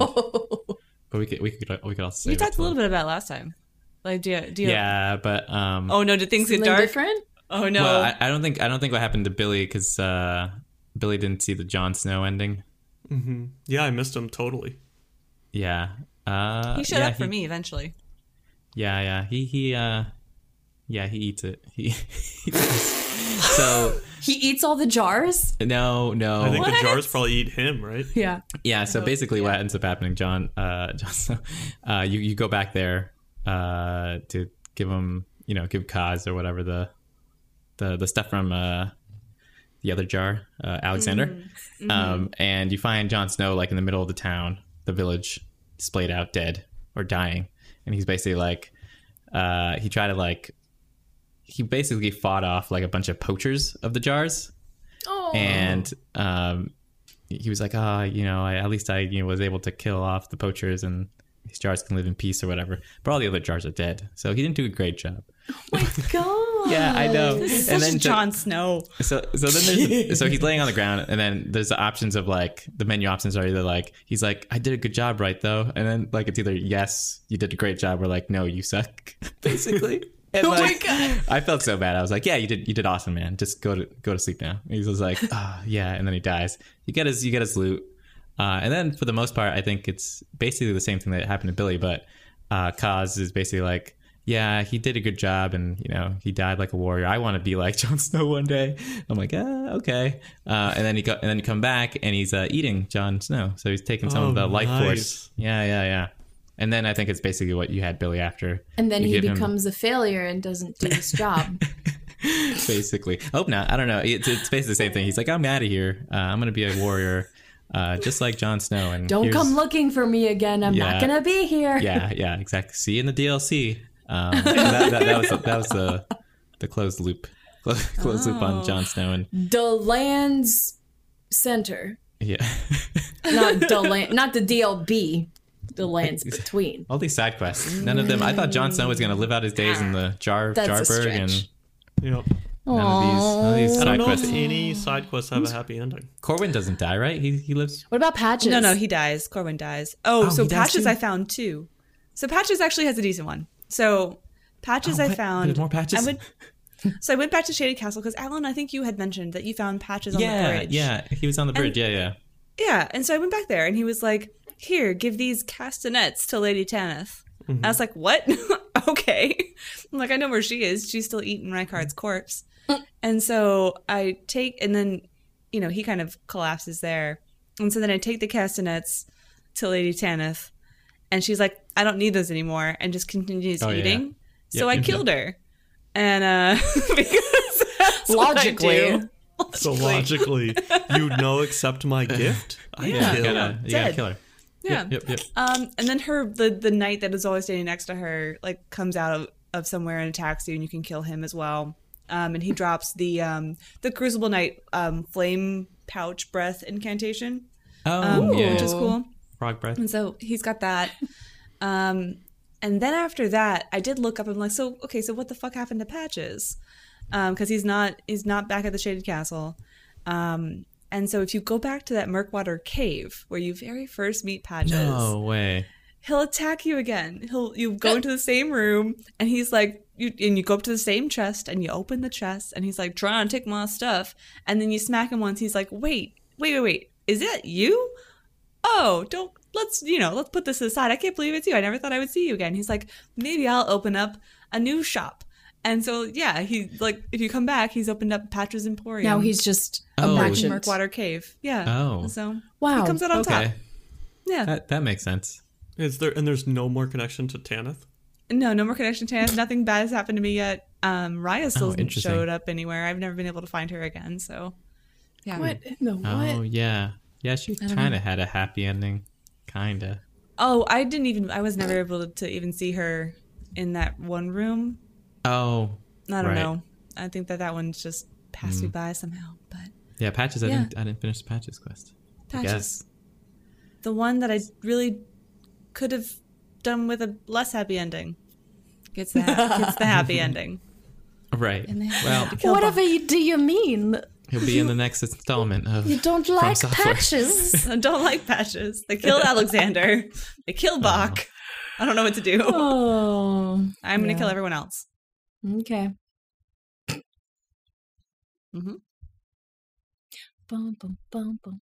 S2: but we could we could we could also.
S4: Oh. We talked a little bit about it last time. Like, do you? Do you
S2: Yeah, but um.
S4: Oh no, did things get
S6: Something
S4: dark?
S6: different.
S4: Oh no.
S2: Well, I, I don't think I don't think what happened to Billy because uh, Billy didn't see the Jon Snow ending.
S1: Yeah, I missed him totally.
S2: Yeah. Uh,
S4: he showed
S2: yeah,
S4: up for
S2: he-
S4: me eventually.
S2: Yeah, yeah. He he. Uh, yeah, he eats it. He. he does. so
S6: He eats all the jars.
S2: no, no.
S1: I think the jars probably eat him, right?
S6: Yeah.
S2: Yeah, so basically what ends up happening, John, uh, John Snow, uh, you, you go back there uh, to give him, you know, give Kaz or whatever the the, the stuff from uh, the other jar, uh, Alexander. Um, and you find Jon Snow like in the middle of the town, the village, splayed out dead or dying. And he's basically like, uh, he tried to like, he basically fought off like a bunch of poachers of the jars
S6: Oh.
S2: and um, he was like, "Ah, you know, I, at least I you know, was able to kill off the poachers, and these jars can live in peace or whatever." But all the other jars are dead, so he didn't do a great job.
S6: God.
S2: Yeah, I know.
S4: Oh This
S2: and
S4: is such a
S2: so-
S4: Jon Snow.
S2: so so then there's so he's laying on the ground and then there's the options of like the menu options are either like he's like I did a good job right though and then like it's either yes you did a great job or like no you suck basically and oh like, my god I felt so bad I was like yeah you did you did awesome man just go to go to sleep now and he was like ah yeah and then he dies you get his you get his loot uh, and then for the most part I think it's basically the same thing that happened to Billy but uh, Kaz is basically like yeah, he did a good job, and you know he died like a warrior. I want to be like Jon Snow one day. I'm like, ah, okay. Uh, and then he go, and then you come back, and he's uh, eating Jon Snow. So he's taking some
S1: Oh,
S2: of the life
S1: nice.
S2: force. Yeah, yeah, yeah. And then I think it's basically what you had Billy after.
S6: And then
S2: You
S6: he
S2: give him-
S6: becomes a failure and doesn't do his job.
S2: basically. I hope not. I don't know. It's, it's basically the same thing. He's like, I'm out of here. Uh, I'm gonna be a warrior, uh, just like Jon Snow. And
S6: Don't
S2: here's-
S6: come looking for me again. I'm
S2: Yeah.
S6: not gonna be here.
S2: Yeah, yeah, exactly. See you in the DLC. Um, that, that, that was that was the the closed loop, closed, closed loop on Jon Snow and
S6: Deland's Center,
S2: yeah.
S6: not Deland, not the DLB. Deland's between.
S2: All these side quests. None of them. I thought Jon Snow was going to live out his days in the Jar
S6: That's a
S2: Jarberg, and
S6: stretch.
S1: Yep.
S2: none of these, none of these
S1: I don't
S2: side
S1: know if
S2: quests.
S1: any side quests have a happy ending.
S2: Corwin doesn't die, right? He he lives.
S6: What about Patches?
S4: No, no, he dies. Corwin dies. Oh, so
S2: he dies
S4: Patches
S2: too?
S4: I found too. So Patches actually has a decent one. So Patches
S2: Oh,
S4: I
S2: what?
S4: found.
S2: There's more Patches?
S4: I would, so I went back to Shaded Castle because Alan, I think you had mentioned that you found Patches on the
S2: Yeah,
S4: bridge.
S2: yeah. He was on the bridge. yeah, yeah.
S4: Yeah, and so I went back there, and he was like, "Here, give these castanets to Lady Tanith."
S2: Mm-hmm.
S4: I was like, "What? okay." I'm like, "I know where she is. She's still eating Reichard's corpse." and so I take, and then, you know, he kind of collapses there, and so then I take the castanets to Lady Tanith, and she's like, "I don't need those anymore," and just continues
S2: Oh, yeah.
S4: eating. So
S2: Yep,
S4: I
S2: yep, yep.
S4: killed her, and uh, because that's what I
S6: Logically.
S4: do.
S1: So logically, you know, accept my gift. I
S4: Yeah.
S2: You
S1: kill.
S2: gotta, you gotta
S4: Dead.
S2: kill her.
S4: yeah.
S2: Yep, yep.
S4: Um, and then her the the knight that is always standing next to her like comes out of, of somewhere and attacks you, and you can kill him as well. Um, and he drops the um the Crucible Knight um flame pouch breath incantation,
S2: Oh,
S4: um,
S2: yeah.
S4: which is cool.
S2: frog breath.
S4: And so he's got that. Um, and then after that, I did look up. I'm like, so okay, so what the fuck happened to Patches? Because he's not he's not back at the Shaded Castle. Um, and so if you go back to that Murkwater cave where you very first meet Patches,
S2: No way.
S4: he'll attack you again. He'll you go into the same room and he's like you and you go up to the same chest and you open the chest and he's like trying to take my stuff and then you smack him once he's like wait wait wait wait is that you oh don't let's you know let's put this aside I can't believe it's you I never thought I would see you again he's like maybe I'll open up a new shop and so yeah he like if you come back he's opened up Patches Emporium
S3: Now he's just
S2: Oh.
S3: a
S2: Back in
S3: merchant.
S4: Murkwater Cave yeah
S2: Oh.
S4: And so
S3: Wow.
S4: he comes out on
S2: Okay.
S4: top yeah
S2: That that makes sense.
S1: Is there and there's no more connection to Tanith?
S4: No, no more connection to Tanith. Nothing bad has happened to me yet. Um, Raya still
S2: Oh,
S4: hasn't
S2: interesting.
S4: showed up anywhere. I've never been able to find her again. So, yeah.
S3: What in the
S2: Oh
S3: what?
S2: yeah. Yeah, she kind of had a happy ending. Kinda.
S4: Oh, I didn't even. I was never able to, even see her in that one room.
S2: Oh.
S4: I don't
S2: right.
S4: know. I think that that one just passed me by somehow. But
S2: Yeah, patches. I
S4: Yeah.
S2: didn't. I didn't finish the patches quest. I
S4: Patches,
S2: guess.
S4: the one that I really could have done with a less happy ending, gets the ha- gets the happy ending.
S2: Right. Well,
S3: Whatever you, do you mean?
S2: he'll be in the next installment of.
S3: You don't
S2: From
S3: like
S2: software.
S3: patches?
S4: I don't like Patches. They killed Alexander. They killed Bach. I don't know what to do.
S3: oh,
S4: I'm gonna kill everyone else.
S3: okay.
S6: Mm-hmm.
S4: Mhm.
S3: Bum, bum, bum, bum.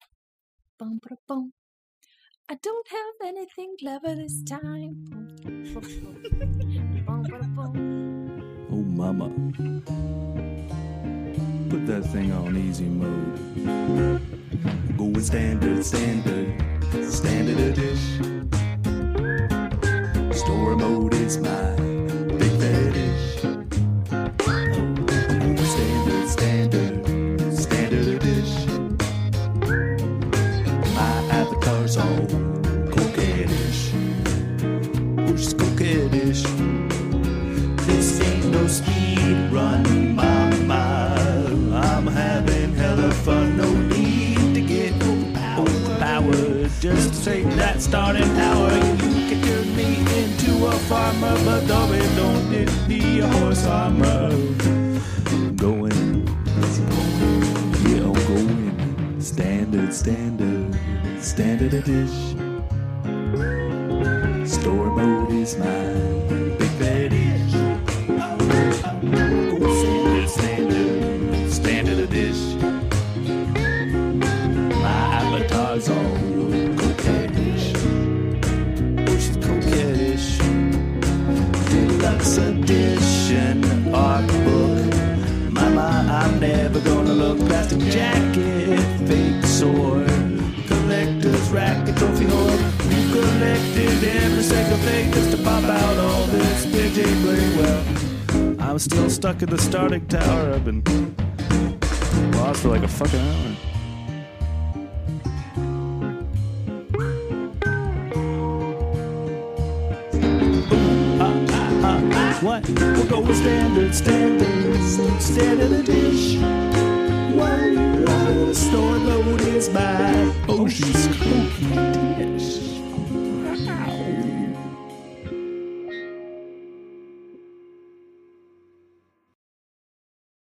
S3: Bum, ba, bum. I don't have anything clever this time. Bum, bum, bum. Bum, ba, bum.
S5: Oh, mama. Put that thing on easy mode. Go with standard, standard, standard a dish. Story mode is my big fetish. Go with standard, standard, standard a dish. My avatar's all coquettish. Oh, she's coquettish. This ain't no speed run, mama. I'm having hella fun. No need to get overpowered. overpowered. Just take that starting power. You can turn me into a farmer, but darling, don't it be a horse armor? Going, yeah, I'm going. Standard, standard, standard a dish. Store mode is my big fetish. Standard, standard, standard a dish. My avatar's all coquettish. Oh, she's coquettish. Deluxe edition art book. Mama, I'm never gonna look plastic jacket, fake sword, collector's racket, trophy hoard. We've collected every single thing just to pop out all this bitchy bling. Well, I'm still stuck in the starting tower. I've been lost for like a fucking hour. What? We'll go with standard, standard, standard a dish. Whoa, store load is by. Oh, she's cooking dish. Wow.